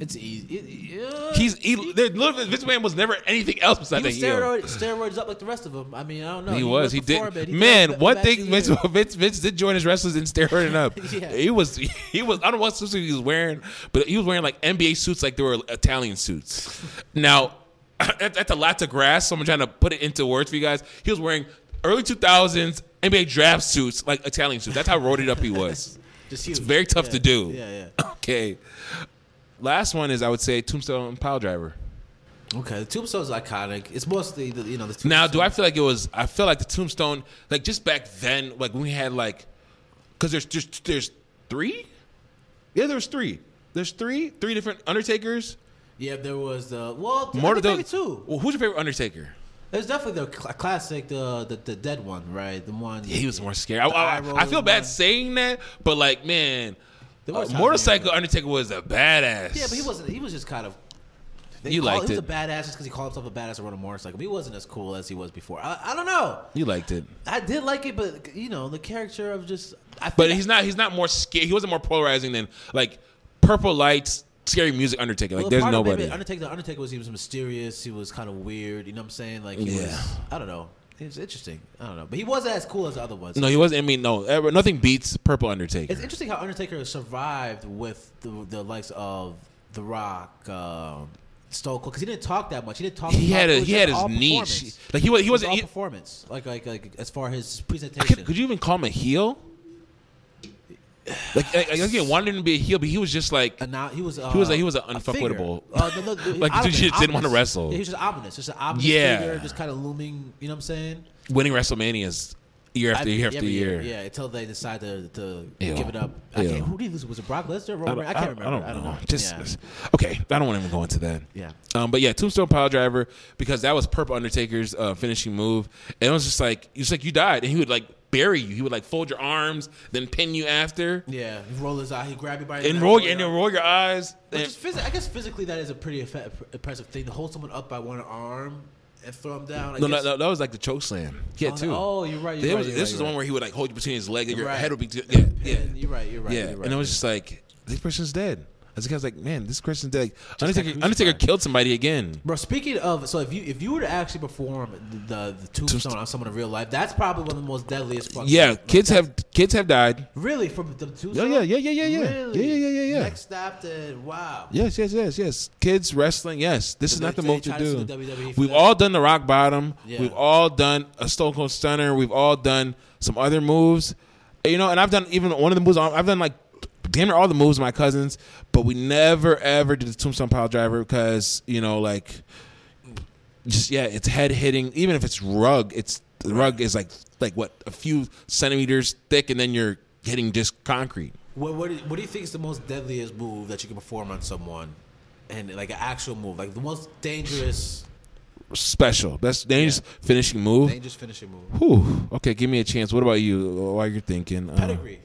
B: It's e, easy. it- yeah.
C: He's he, there- literally, Vince McMahon was never anything else besides
B: he
C: a
B: was
C: heel.
B: steroid, steroids up like the rest of them. I mean, I don't know.
C: He, was. He
B: before,
C: did.
B: but he
C: Man,
B: came
C: one
B: back
C: thing
B: to
C: Vince,
B: you.
C: Vince Vince did join his wrestlers in steroiding up.
B: Yeah.
C: He was he was. I don't know what suits he was wearing, but he was wearing like NBA suits, like they were Italian suits. now that- that's a lot to grasp. So I'm trying to put it into words for you guys. He was wearing early 2000s NBA draft suits, like Italian suits. That's how roided up he was.
B: Just huge.
C: very tough
B: Yeah.
C: to do.
B: Yeah,
C: Okay. Last one is I would say Tombstone Pile Driver.
B: yeah. Okay, the tombstone's iconic. It's mostly the you know the.
C: Now, do I feel like it was? I feel like the Tombstone, like just back then, like when we had like, because there's just there's three. Yeah, there was three. There's three, three different Undertakers.
B: Yeah, there was the well,
C: More
B: Undertaker
C: those-
B: too.
C: Well, who's your favorite Undertaker?
B: It's definitely the cl- classic, the, the the dead one, right? The one.
C: Yeah, he was more scary. I,
B: The
C: I-
B: eye roll
C: I feel
B: was
C: bad
B: mine.
C: saying that, but like, man,
B: There
C: uh,
B: was times
C: motorcycle Undertaker was a badass.
B: Yeah, but he wasn't. He was just kind of. they
C: You
B: call-
C: liked
B: he was
C: it.
B: a badass just because he called himself a badass and rode a motorcycle. He wasn't as cool as he was before. I, I don't know.
C: You liked it,
B: I did like it, but you know the character of just. I
C: but
B: think-
C: he's not. He's not more scary. He wasn't more polarizing than like purple lights, scary music Undertaker. Like,
B: Well,
C: there's
B: part of
C: nobody.
B: maybe Undertaker, the Undertaker was he was mysterious. He was kind of weird. You know what I'm saying? Like he
C: Yeah.
B: was. I don't know. It was interesting. I don't know, but he wasn't as cool as the other ones.
C: No, he wasn't. I mean, no, ever, nothing beats purple Undertaker.
B: It's interesting how Undertaker survived with the, the likes of The Rock, um, Stone Cold, because he didn't talk that much. He didn't talk.
C: He
B: a lot.
C: had a-
B: It was
C: he
B: just
C: had his
B: all
C: niche.
B: performance.
C: Like, he wa- he
B: It was
C: wasn't-
B: all
C: he-
B: performance. Like like like as far as his
C: I could,
B: presentation.
C: could you even call him a heel? Like, I, I again, wanted him to be a heel, but he was just like
B: And now he was. Uh,
C: He was a- he was an
B: a
C: unfuckwittable.
B: figure. Uh, no, no,
C: Like,
B: I don't
C: dude,
B: know,
C: you just didn't wanna
B: ominous.
C: wrestle.
B: Yeah, he was just ominous. Just an ominous
C: Yeah.
B: figure, just kind of looming. You know what I'm saying?
C: winning WrestleManias year after
B: I-
C: year after
B: every
C: year.
B: Yeah, until they decide to, to
C: Ew.
B: give it up. I
C: Ew.
B: can't, who did he lose? Was it Brock Lesnar? Roman? Reigns? I, can't remember.
C: I don't, know. Just
B: yeah.
C: okay. I don't want to even go into that.
B: Yeah.
C: Um, but yeah, Tombstone Pile Driver because that was Purple Undertaker's uh, finishing move, and it was just like it's like you died, and he would like bury you. He would like fold your arms, then pin you after,
B: yeah. He rolled his eye. He grabbed you by the
C: and
B: neck,
C: roll
B: rolled
C: your and
B: you
C: then
B: up.
C: roll your eyes.
B: Which
C: and-
B: is phys- I guess physically that is a pretty effe- impressive thing to hold someone up by one arm and throw them down. I
C: no, no,
B: guess,
C: no, that was like the choke slam. Yeah,
B: Oh,
C: too.
B: oh, you're right, you're
C: There
B: right,
C: was-
B: you're
C: this
B: right,
C: is
B: you're
C: the one
B: right.
C: where he would like hold you between his leg, and your
B: Right.
C: head would be. Yeah, yeah.
B: And You're right. You're right.
C: Yeah,
B: You're right
C: and it was just like this person's dead. I was like, I was like, man, this person's dead. Like, Undertaker,
B: got
C: Undertaker
B: crucified.
C: killed somebody again.
B: Bro, speaking of, so if you if you were to actually perform the the tombstone on someone in real life, that's probably one of the most deadliest. Fucking
C: Yeah, kids have kids have died.
B: really from the tombstone.
C: yeah, yeah, yeah, yeah, yeah.
B: Really?
C: Yeah, yeah, yeah, yeah, yeah.
B: Next stop to wow.
C: Yes, yes, yes, yes. Kids wrestling. Yes, this is
B: they-
C: not the
B: they
C: move to
B: try to
C: do.
B: sue WWE E for
C: We've
B: that?
C: all done the rock bottom.
B: Yeah.
C: We've all done a Stone Cold Stunner. We've all done some other moves. You know, and I've done even one of the moves. I've done like damn near all the moves. With my cousins, but we never ever did the Tombstone Pile Driver because you know, like, just yeah, it's head hitting. Even if it's rug, it's the rug is like like what a few centimeters thick, and then you're hitting just concrete.
B: What what do, you- what do you think is the most deadliest move that you can perform on someone, and like an actual move, like the most dangerous
C: Special. That's dangerous finishing move.
B: dangerous finishing move?
C: Whew. Okay, give me a chance. What about you? While you're thinking, uh,
B: pedigree.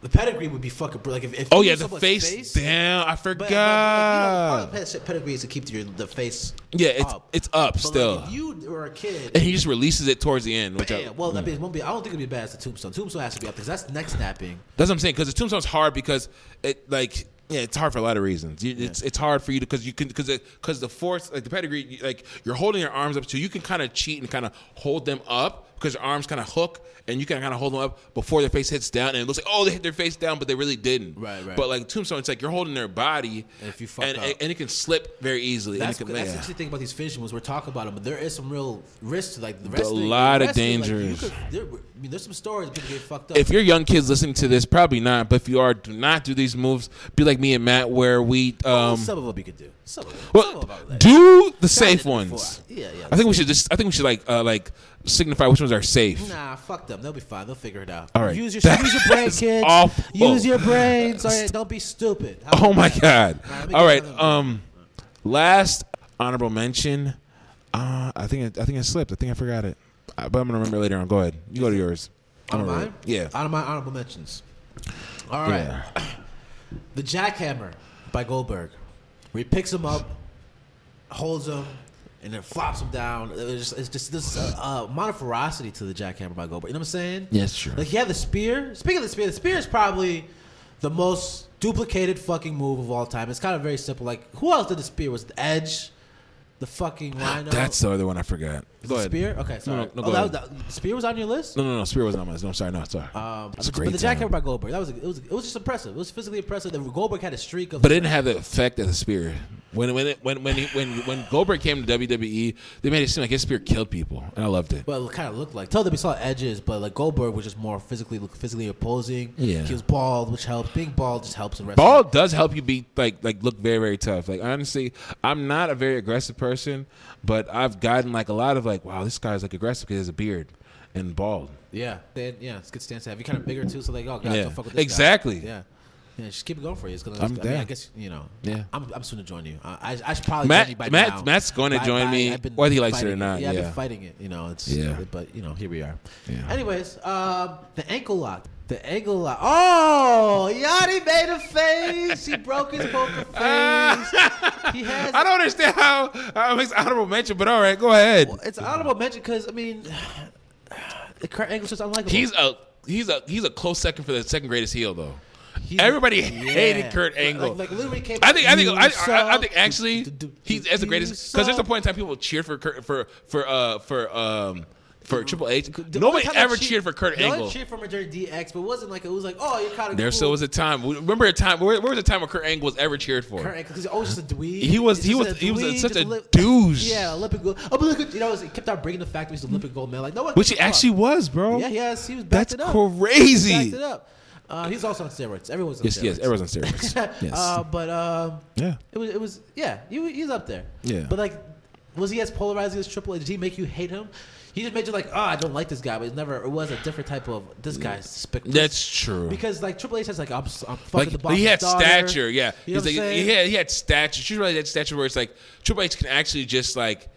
B: The pedigree would be fucking br- like if, if
C: Oh
B: you
C: yeah,
B: use
C: the
B: someone's
C: face, down. I
B: But,
C: forgot.
B: but, like, you know, part of the ped- pedigree is to keep your the face.
C: yeah, it's
B: up.
C: it's up
B: But, like,
C: still,
B: if you were a kid,
C: and he just releases it towards the end. Which I,
B: bam, well, I mean, it won't be. I don't think it'd be bad as the tombstone. Tombstone has to be up because that's neck snapping.
C: that's what I'm saying. Because the tombstone's hard because it like yeah, it's hard for a lot of reasons. You, It's it's hard for you because you can because because the force like the pedigree you- like you're holding your arms up so you can kind of cheat and kind of hold them up because your arms kind of hook and you can kind of hold them up before their face hits down and it looks like oh they hit their face down but they really didn't.
B: Right, right.
C: But like tombstone, it's like you're holding their body
B: And if you fuck
C: and,
B: up-
C: and it can slip very easily. and
B: That's,
C: it can,
B: that's
C: yeah.
B: the interesting thing about these finishing moves. We're talking about them, but there is some real risk to like the wrestling.
C: lot of
B: wrestling, like, you
C: dangers.
B: could- there, I mean, there's some stories people get fucked up.
C: if you're young kids listening to this, probably not. But if you are, do not do these moves. Be like me and Matt, where we
B: Well,
C: um,
B: some of them you could do. Some of them. some
C: well,
B: of them I would like.
C: do the
B: I did
C: safe
B: it before.
C: ones.
B: Yeah, yeah.
C: I think we should just. I think we should like uh, like signify which ones are safe.
B: Nah, fuck them. They'll be fine. They'll figure it out.
C: All right.
B: Use your
C: That
B: use your brain,
C: is
B: kids.
C: awful.
B: Use your brains. All right, don't be stupid. How
C: Oh
B: about
C: my
B: that?
C: god!
B: Nah, let me
C: All
B: get
C: right.
B: another one.
C: Um, last honorable mention. Uh, I think I think I slipped. I think I forgot it. Uh, But I'm gonna remember later on. Go ahead. You go to yours.
B: out of
C: I'm gonna
B: Oh, mine.
C: re- Yeah.
B: out of my honorable mentions. All right,
C: Yeah.
B: the Jackhammer by Goldberg, where he picks him up, holds him, and then flops him down. It's just, it's just this uh, uh, amount of ferocity to the Jackhammer by Goldberg. You know what I'm saying?
C: Yes, sure.
B: Like he had the spear. Speaking of the spear, the spear is probably the most duplicated fucking move of all time. It's kind of very simple. Like who else did the spear? Was it Edge, the fucking Rhino?
C: That's the other one I forgot. Go
B: the
C: ahead.
B: spear. Okay, sorry.
C: no,
B: oh,
C: go
B: that was, that, the spear was on your list.
C: No, no, no. Spear wasn't on my list. No, I'm sorry. No, sorry.
B: Um,
C: It's a
B: but
C: great
B: the
C: time.
B: jackhammer by Goldberg, that was it was it was just impressive. It was physically impressive. That Goldberg had a streak of.
C: But it didn't have the effect of the spear. When when it, when when he, when when Goldberg came to WWE, they made it seem like his spear killed people, and I loved it.
B: well, it kind of looked like. Tell that we saw edges, but like Goldberg was just more physically physically opposing.
C: Yeah.
B: he was bald, which helps. Being bald just helps in wrestling.
C: Ball does help you be like like look very very tough. Like honestly, I'm not a very aggressive person, but I've gotten like a lot of like, wow, this guy's like aggressive because he has a beard and bald.
B: Yeah, then yeah, it's a good stance to have. You're kind of bigger too, so like, oh god,
C: yeah,
B: don't fuck with this guy.
C: exactly.
B: Yeah, Yeah, just keep it going for you. It's gonna.
C: I'm
B: I, mean, I
C: down. guess,
B: guess you know.
C: Yeah.
B: I'm, I'm soon to join you. I, I, I should probably
C: Matt-
B: join you by
C: Matt-
B: now.
C: Matt's going to
B: But I-
C: join
B: I-
C: me,
B: I've been
C: whether he likes it or
B: fighting
C: not,
B: Yeah, I've
C: yeah.
B: been fighting it. You know, it's
C: Yeah.
B: But you know, here we are.
C: Yeah.
B: Anyways, um, the ankle lock. The ankle lock. Oh, Yachty made a face. He broke his poker face. he has.
C: I don't understand how, how it makes honorable mention, but all right, go ahead.
B: It's an honorable mention because I mean, the Kurt Angle's just unlikable.
C: He's a he's a he's a close second for the second greatest heel though.
B: He's-
C: Everybody
B: yeah.
C: hated Kurt Angle.
B: Like, like literally came.
C: I think I think
B: "You
C: I, I, I
B: suck.
C: think actually
B: Do- do- do-
C: he's as the
B: you
C: greatest because there's a
B: suck."
C: point in time people cheered for Kurt, for for uh for um for Triple H.
B: The only
C: Nobody
B: time I
C: ever
B: cheer-
C: cheered for Kurt
B: the only
C: Angle.
B: cheered for him during DX, but it wasn't like it was like, oh, you're kind of
C: There
B: cool.
C: still was a time. Remember a time? Where, where was a time where Kurt Angle was ever cheered for?
B: Kurt Angle, 'cause he's always just a dweeb.
C: He was-
B: He's
C: he
B: just
C: was- he was
B: dweeb,
C: such
B: just
C: a
B: lip-
C: douche.
B: Yeah, Olympic gold. Oh, but look, at- you know, he kept on bringing the fact that he's an Olympic gold medal. Like no one,
C: Which he
B: gives a fuck.
C: actually was, bro.
B: yeah, yes, he was backed
C: That's
B: it up. He backed
C: crazy.
B: it up. Uh, he's also on steroids. Everyone's on
C: Yes,
B: steroids.
C: yes, everyone's on steroids. yes.
B: Uh, but um,
C: yeah.
B: it was it was yeah, he, was- he's up there.
C: Yeah.
B: But like, was he as polarizing as Triple H? Did he make you hate him? He just made you like, oh, I don't like this guy. But it never it was a different type of this guy's spectacular.
C: That's true.
B: Because like Triple H has like I'm, s- I'm fucking the
C: Like
B: boss.
C: he had stature, yeah.
B: You know
C: He's
B: what I'm
C: like-
B: saying?
C: he had he had stature. She really had stature where it's like Triple H can actually just like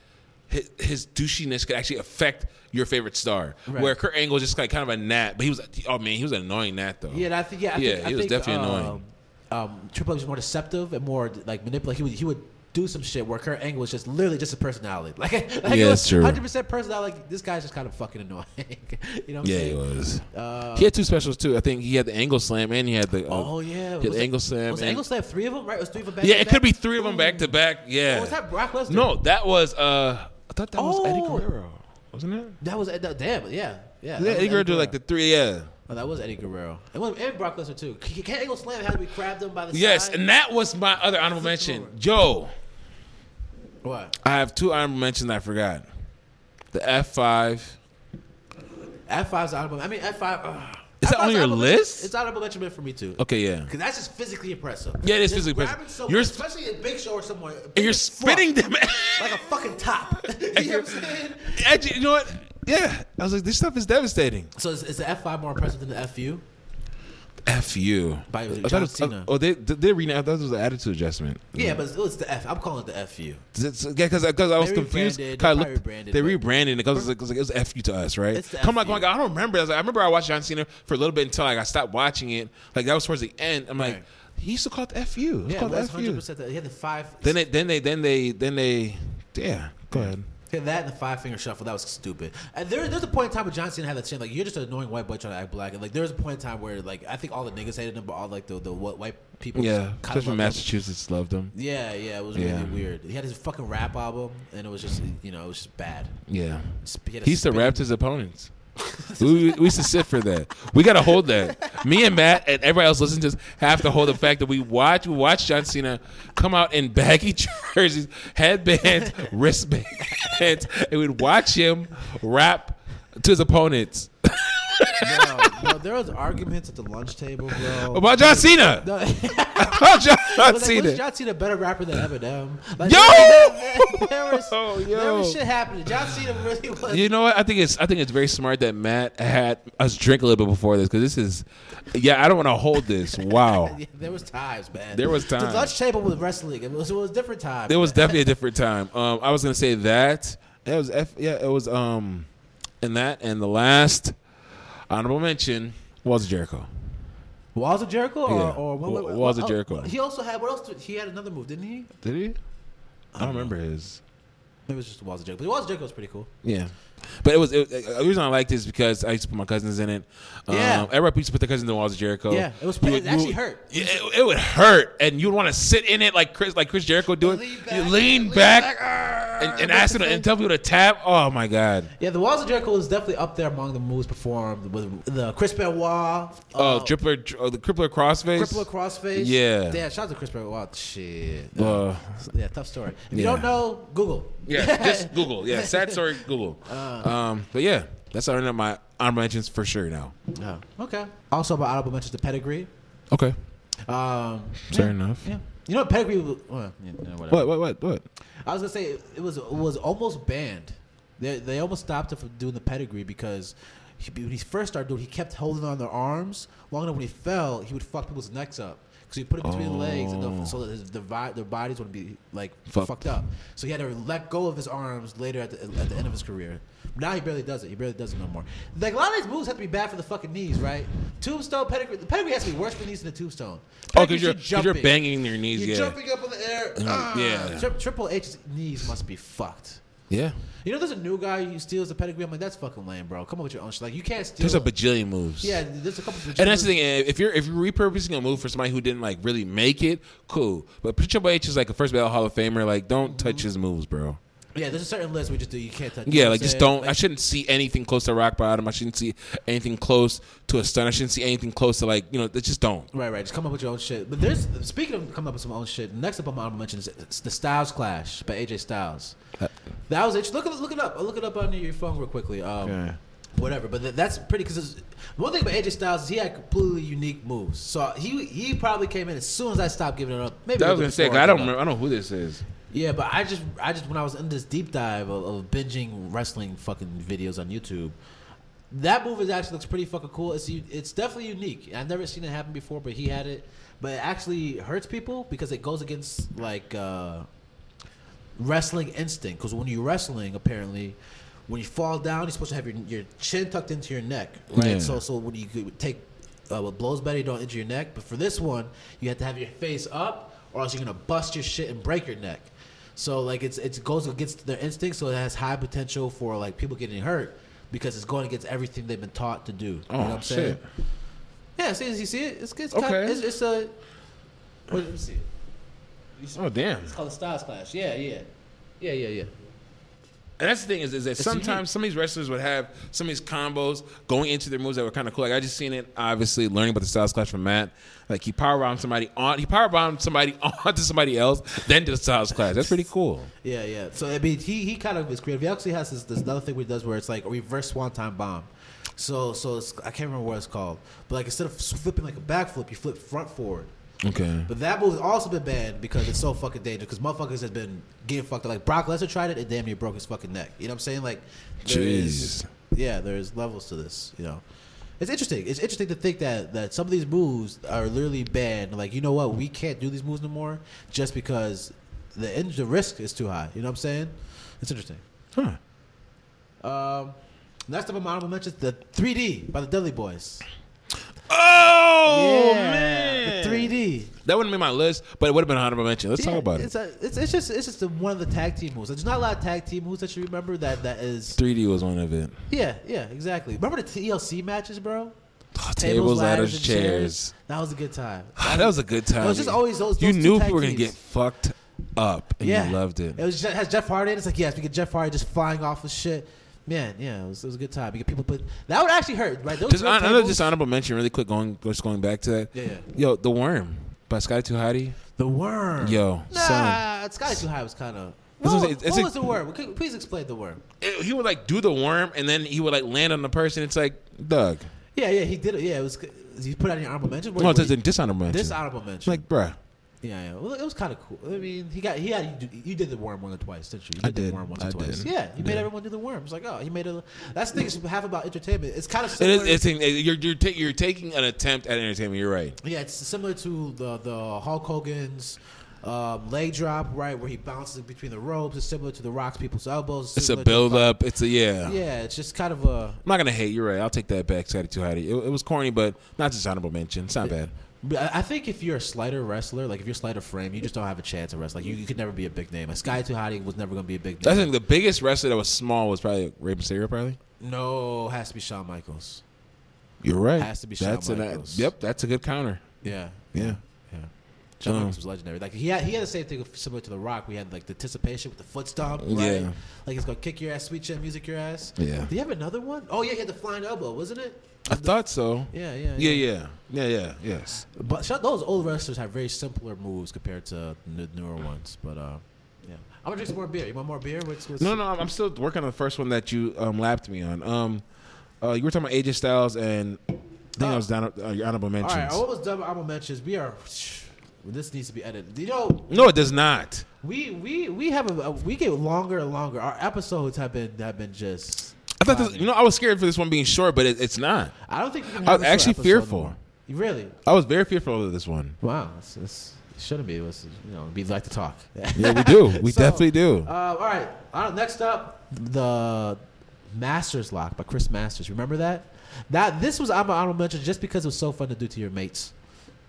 C: his, his douchiness could actually affect your favorite star.
B: Right.
C: Where Kurt Angle was just like kind of a gnat, but he was oh man, he was an annoying gnat though.
B: Yeah, and I think yeah, I
C: Yeah,
B: think,
C: he
B: I
C: was
B: think,
C: definitely
B: um,
C: annoying.
B: Um, Triple H was more deceptive and more like manipulative. He would he would do some shit where Kurt Angle was just literally just a personality. Like, like
C: Yeah, that's true.
B: Hundred percent personality. Like this guy's just kind of fucking annoying. you know? What
C: Yeah,
B: I'm
C: he
B: saying?
C: was. he had two specials too. I think he had the angle slam and he had the uh,
B: Uh, Oh yeah,
C: he had
B: Was
C: the
B: it-
C: angle slam.
B: Was
C: and-
B: the angle slam three of them? Right, it was three of them. Back
C: yeah,
B: to
C: it
B: back?
C: could be three of them back to back.
B: Oh,
C: Yeah.
B: was that Brock Lesnar?
C: no, that was uh I thought that was Eddie
B: Oh.
C: Guerrero, wasn't it?
B: that was that, damn. Yeah, yeah.
C: Yeah,
B: that was
C: Eddie Guerrero did like the three. Yeah.
B: Oh, that was Eddie Guerrero. It was and Brock Lesnar too. K- Kurt Angle slam had to be grabbed him by the
C: Yes,
B: side.
C: and that was my other honorable mention. Joe,
B: what?
C: I have two honorable mentions I forgot. The F five.
B: F five's honorable. I mean, F five. ugh.
C: Is that
B: F5's
C: on your
B: honorable-
C: list?
B: It's honorable mention for me too.
C: Okay, yeah.
B: Because that's just physically impressive.
C: Yeah, it is
B: Just
C: physically impressive.
B: grabbing someone,
C: You're-
B: especially in Big Show or somewhere.
C: And you're
B: as fuck,
C: spitting them.
B: like a fucking top. you know what I'm saying?
C: Actually, you know what? Yeah, I was like, this stuff is devastating.
B: So is, is the F five more impressive than the FU?
C: Mm-hmm. F you.
B: By
C: I
B: John
C: thought it was-
B: Cena.
C: oh, they they renamed. I thought it was an attitude adjustment.
B: Yeah, but it's, it's the F. I'm calling it the FU.
C: because because I was
B: They
C: confused.
B: rebranded,
C: 'cause I
B: they
C: looked-
B: rebranded,
C: they
B: but-
C: rebranded it because it was like it was F you to us, right?
B: It's the
C: Come like,
B: F you.
C: like I don't remember. I, was like, I remember I watched John Cena for a little bit until like I stopped watching it. Like that was towards the end. I'm like,
B: Right.
C: he used to call it the F you. It's
B: Yeah,
C: called
B: well,
C: the
B: that's
C: F you.
B: 100%. That. He had the five.
C: Then they then they then they then they yeah. Go ahead.
B: Yeah, that and the five finger shuffle, that was stupid. And there, there's a point in time where John Cena had that shit, like, you're just an annoying white boy trying to act black. And, like, there was a point in time where, like, I think all the niggas hated him, but all, like, the, the wh- white people.
C: Yeah,
B: just kinda
C: especially from
B: loved him.
C: Massachusetts loved him.
B: Yeah, yeah, it was
C: Yeah.
B: really weird. He had his fucking rap album, and it was just, you know, it was just bad.
C: Yeah,
B: Sp- had a
C: he used to
B: spit-
C: rap to his opponents. we, we used to sit for that. We gotta hold that. Me and Matt and everybody else listening to us have to hold the fact that we watch we watch John Cena come out in baggy jerseys, headbands, wristbands, and we'd watch him rap to his opponents
B: No, no, there was arguments at the lunch table, bro.
C: about John Cena.
B: No,
C: About John,
B: I was like,
C: Cena.
B: was John Cena a better rapper than Eminem? Like,
C: Yo!
B: There, there- there was,
C: Yo!
B: there was shit happening. John Cena really was.
C: You know what? I think it's I think it's very smart that Matt had us drink a little bit before this because this is, yeah. I don't want to hold this. Wow,
B: Yeah, there was times, man.
C: There was
B: The
C: times.
B: lunch table was wrestling. It was, it was a different time.
C: it was definitely a different time. Um, I was gonna say that it was F, yeah, it was um, and that and the last honorable mention was Jericho.
B: Walls of Jericho, or,
C: Yeah.
B: or what, what,
C: Wa- Walls of
B: oh,
C: Jericho.
B: He also had what else? Did, he had another move, didn't he? Maybe
C: Did he? I don't remember his.
B: it was just Walls of Jericho. But Walls of Jericho was pretty cool.
C: Yeah. But it was it, the reason I liked this is because I used to put my cousins in it. Um,
B: Yeah.
C: Everybody used to put their cousins in the walls of Jericho.
B: Yeah, it was-
C: We
B: it
C: would- we
B: actually
C: would-
B: hurt.
C: Yeah, It, it would hurt, and you'd want to sit in it like Chris, like Chris Jericho doing.
B: Lean
C: you
B: back,
C: lean,
B: lean
C: back,
B: back,
C: and, and
B: ah,
C: ask them to- and tell people to tap. Oh my god.
B: Yeah, the Walls of Jericho was definitely up there among the moves performed with the Chris Benoit.
C: Oh,
B: uh,
C: tripler, oh, the crippler crossface.
B: Crippler crossface.
C: Yeah.
B: Yeah, shout out to Chris Benoit. Shit.
C: Uh,
B: yeah, tough story. If you
C: yeah.
B: don't know, Google.
C: yeah, just Google. Yeah, sad story. Google.
B: Uh.
C: Um, but yeah, that's already my honorable mentions for sure now.
B: Yeah. Okay. Also, about honorable mentions, the pedigree.
C: Okay,
B: Um,
C: fair
B: yeah,
C: enough.
B: Yeah. You know, pedigree. was- Well, yeah, no, whatever.
C: What? What? What? What?
B: I was gonna say it was it was almost banned. They they almost stopped it from doing the pedigree because he, when he first started doing, it, he kept holding on their arms long enough. When he fell, he would fuck people's necks up because he put it between the legs, and the, so that his, their, vi- their bodies would be like
C: Oh. Fucked.
B: fucked. up. So he had to let go of his arms later at the, at the end of his career. Now he barely does it. He barely does it no more. Like a lot of these moves have to be bad for the fucking knees, right? Tombstone pedigree. The pedigree has to be worse for the knees than the tombstone.
C: Oh,
B: Pedigree
C: because you're,
B: should
C: 'cause
B: jump
C: you're
B: it.
C: banging your knees.
B: You're
C: yeah.
B: jumping up in the air. Ah.
C: yeah.
B: Tri- Triple H's knees must be fucked.
C: Yeah.
B: You know, there's a new guy who steals the pedigree. I'm like, that's fucking lame, bro. Come on with your own shit. Like, you can't steal.
C: There's a bajillion moves.
B: yeah, there's a couple.
C: And that's the thing. eh, If you're if you're repurposing a move for somebody who didn't like really make it, cool. But Triple H is like a first ballot Hall of Famer. Like,
B: Mm-hmm.
C: don't touch his moves, bro.
B: Yeah, there's a certain list we just do. You can't touch. you know
C: Yeah,
B: what
C: like
B: I'm
C: just
B: saying?
C: don't. I shouldn't see anything close to rock bottom. I shouldn't see anything close to a stun. I shouldn't see anything close to like you know. Just don't.
B: Right, right. Just come up with your own shit. But there's speaking of coming up with some own shit. Next up on my honorable mention is the Styles Clash by AJ Styles. That was it. Look, it- look it up. Look it up on your phone real quickly. Um,
C: Okay.
B: Whatever. But th- that's pretty because one thing about AJ Styles is he had completely unique moves. So he he probably came in as soon as I stopped giving it up. Maybe
C: That
B: a little
C: was gonna
B: bit
C: say.
B: before
C: 'cause I don't.
B: gave up.
C: Remember, I don't know who this is.
B: Yeah, but I just, I just when I was in this deep dive of, of binging wrestling fucking videos on YouTube, that move is actually looks pretty fucking cool. It's u- it's definitely unique. I've never seen it happen before, but he had it. But it actually hurts people because it goes against like uh, wrestling instinct. Because when you're wrestling, apparently. When you fall down, you're supposed to have your, your chin tucked into your neck, right?
C: Yeah.
B: So, so when you could take uh, what blows better, you don't injure your neck. But for this one, you have to have your face up, or else you're gonna bust your shit and break your neck. So like it's it goes against their instincts, so it has high potential for like people getting hurt because it's going against everything they've been taught to do.
C: Oh shit.
B: Yeah, see, you see it? It's it's
C: Okay.
B: kind of, it's, it's a. Wait, let me see. It's
C: Oh damn.
B: called a Styles Clash. Yeah, yeah, yeah, yeah, yeah.
C: And that's the thing is, is that sometimes some of these wrestlers would have some of these combos going into their moves that were kind of cool. Like I just seen it, obviously learning about the Styles Clash from Matt. Like he power bombed somebody on, he power bombed somebody onto somebody else, then did the Styles Clash. That's pretty cool.
B: Yeah, yeah. So I mean, he he kind of is creative. He actually has this, this another thing he does where it's like a reverse swanton bomb. So so it's, I can't remember what it's called, but like instead of flipping like a backflip, you flip front forward.
C: Okay.
B: But that move has also been banned because it's so fucking dangerous. Because motherfuckers have been getting fucked up. Like Brock Lesnar tried it, it damn near broke his fucking neck. You know what I'm saying? Like, there is-
C: Jeez.
B: yeah, there is levels to this. You know, it's interesting. It's interesting to think that that some of these moves are literally banned. Like, you know what? We can't do these moves no more just because the in- the risk is too high. You know what I'm saying? It's interesting.
C: Huh.
B: Um, next up, on my honorable mentions the 3D by the Dudley Boys.
C: Oh
B: Yeah,
C: man,
B: the 3D.
C: that wouldn't be my list, but it would have been an honorable mention. Let's
B: Yeah,
C: talk about it.
B: it's A, it's, it's just it's just the, one of the tag team moves. There's not a lot of tag team moves that you remember that that is.
C: 3D was one of it.
B: Yeah, yeah, exactly. Remember the TLC matches, bro?
C: Oh, tables, ladders, chairs. Oh,
B: That was a good time.
C: that was a good time.
B: just always those-
C: You
B: those two
C: knew
B: tag
C: people were gonna
B: teams.
C: get fucked up, and
B: yeah,
C: you loved it.
B: It was just, has Jeff Hardy. In. it. It's like yes, we get Jeff Hardy just flying off of shit. Man, yeah, it was, it was a good time. You get people put that would actually hurt, right? Those
C: Just
B: real
C: on, another
B: tables-
C: dishonorable mention, really quick. Going just going back to that.
B: Yeah, yeah.
C: Yo, the worm by Sky Tuhati.
B: the worm.
C: Yo, son,
B: nah, Sky Too High was kind of. What,
C: That's what I'm
B: what,
C: saying. It's a-
B: was the worm? Could- Please explain the worm.
C: It- he would like do the worm, and then he would like land on the person. It's like Doug.
B: Yeah, yeah, he did it. Yeah, it was. You put out in your honorable mention.
C: No, it's a dishonorable mention.
B: This honorable mention.
C: like, bruh.
B: yeah, yeah. Well, it was kind of cool. I mean, he got he had you, do, you did the worm once or twice, didn't you? you
C: I did.
B: The worm once
C: I
B: or twice.
C: did.
B: Yeah, you made everyone do the worm. It's like, oh, he made a. That's the thing. It's half about entertainment. It's kind of
C: It
B: similar.
C: is. It's, you're you're, ta- you're taking an attempt at entertainment. You're right.
B: yeah, it's similar to the the Hulk Hogan's. Um, leg drop, right where he bounces between the ropes, It's similar to the Rock's people's elbows.
C: It's a
B: similar to-
C: build up. It's a yeah.
B: Yeah, it's just kind of a
C: I'm not gonna hate. You're right. I'll take that back. Sky Tuhati. It, it was corny, but not dishonorable mention. It's not bad.
B: But I I think if you're a slighter wrestler, like if you're slighter frame, you just don't have a chance at wrestling. You, you could never be a big name. Like Sky Tuhati was never going to be a big
C: I
B: name.
C: think the biggest wrestler that was small was probably Rey Mysterio. Probably.
B: no, has to be Shawn Michaels.
C: You're right.
B: Has to be Shawn
C: that's an,
B: Michaels.
C: Yep. That's a good counter.
B: Yeah,
C: Yeah.
B: yeah. Shawn
C: Um,
B: Michaels was legendary. Like he had, he had the same thing with- similar to The Rock. We had like the anticipation with the foot stomp. Right?
C: Yeah.
B: Like it's gonna kick your ass, sweet chin music your ass.
C: Yeah.
B: Do you have another one? Oh yeah, he had the flying elbow, wasn't it?
C: I thought so.
B: Yeah, yeah,
C: Yeah, yeah, yeah, yeah. Yes.
B: But sh- those old wrestlers have very simpler moves compared to the newer ones. But uh, yeah, I'm gonna drink some more beer. You want more beer? What's, what's
C: No, no. I'm I'm still working on the first one that you um, lapped me on. Um, uh, you were talking about AJ Styles and I think I was down uh, your honorable
B: All right, oh.
C: mentions.
B: what was double honorable mentions? We are. This needs to be edited. You know,
C: no, it does not.
B: we we we have a, we get longer and longer. Our episodes have been have been just
C: I thought this, you know I was scared for this one being short, but it, it's not.
B: I don't think you can
C: I
B: have
C: was
B: a short
C: actually
B: episode
C: fearful.
B: anymore. You really?
C: I was very fearful of this one.
B: Wow, it's, it's, it shouldn't be. It was, you know, we like to talk.
C: Yeah, we do. We
B: So,
C: definitely do.
B: Uh, all right. Uh, next up, the Masters Lock by Chris Masters. Remember that? That this was I'm honorable mention just because it was so fun to do to your mates.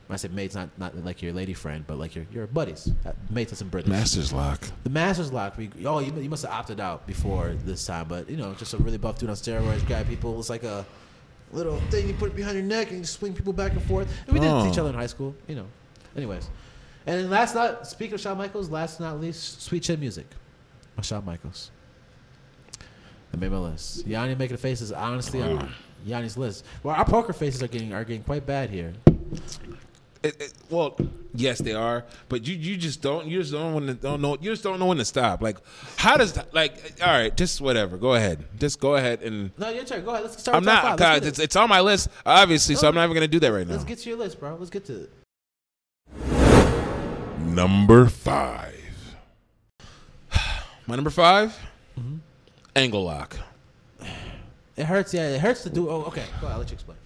B: When I say mates, not not like your lady friend, but like your your buddies, Uh, mates and brothers.
C: Masters lock.
B: The Masters Lock. We, oh, you, you must have opted out before this time, but you know, just a really buff dude on steroids guy. People, it's like a little thing you put behind your neck and you swing people back and forth. And we did it
C: Oh.
B: to each other in high school, you know. Anyways, and then last not speaking of Shawn Michaels, last but not least, Sweet Chin Music, by Shawn Michaels. I made my list. Yanni making faces, honestly, on Yanni's list. Well, our poker faces are getting are getting quite bad here.
C: It, it, well, yes, they are, but you you just don't you just don't want to don't know you just don't know when to stop. Like, how does like all right, just whatever. Go ahead, just go ahead and
B: No, your turn. Go ahead. Let's start.
C: I'm
B: with top five.
C: not
B: Let's
C: guys.
B: do
C: It's
B: this.
C: it's on my list obviously, so
B: No.
C: I'm not even gonna do that right
B: Let's
C: now.
B: get to your list, bro. Let's get to it.
C: Number five. My number 5
B: Mm-hmm.
C: angle lock.
B: It hurts. Yeah, it hurts to do. Oh, okay. Go ahead. I'll let you explain.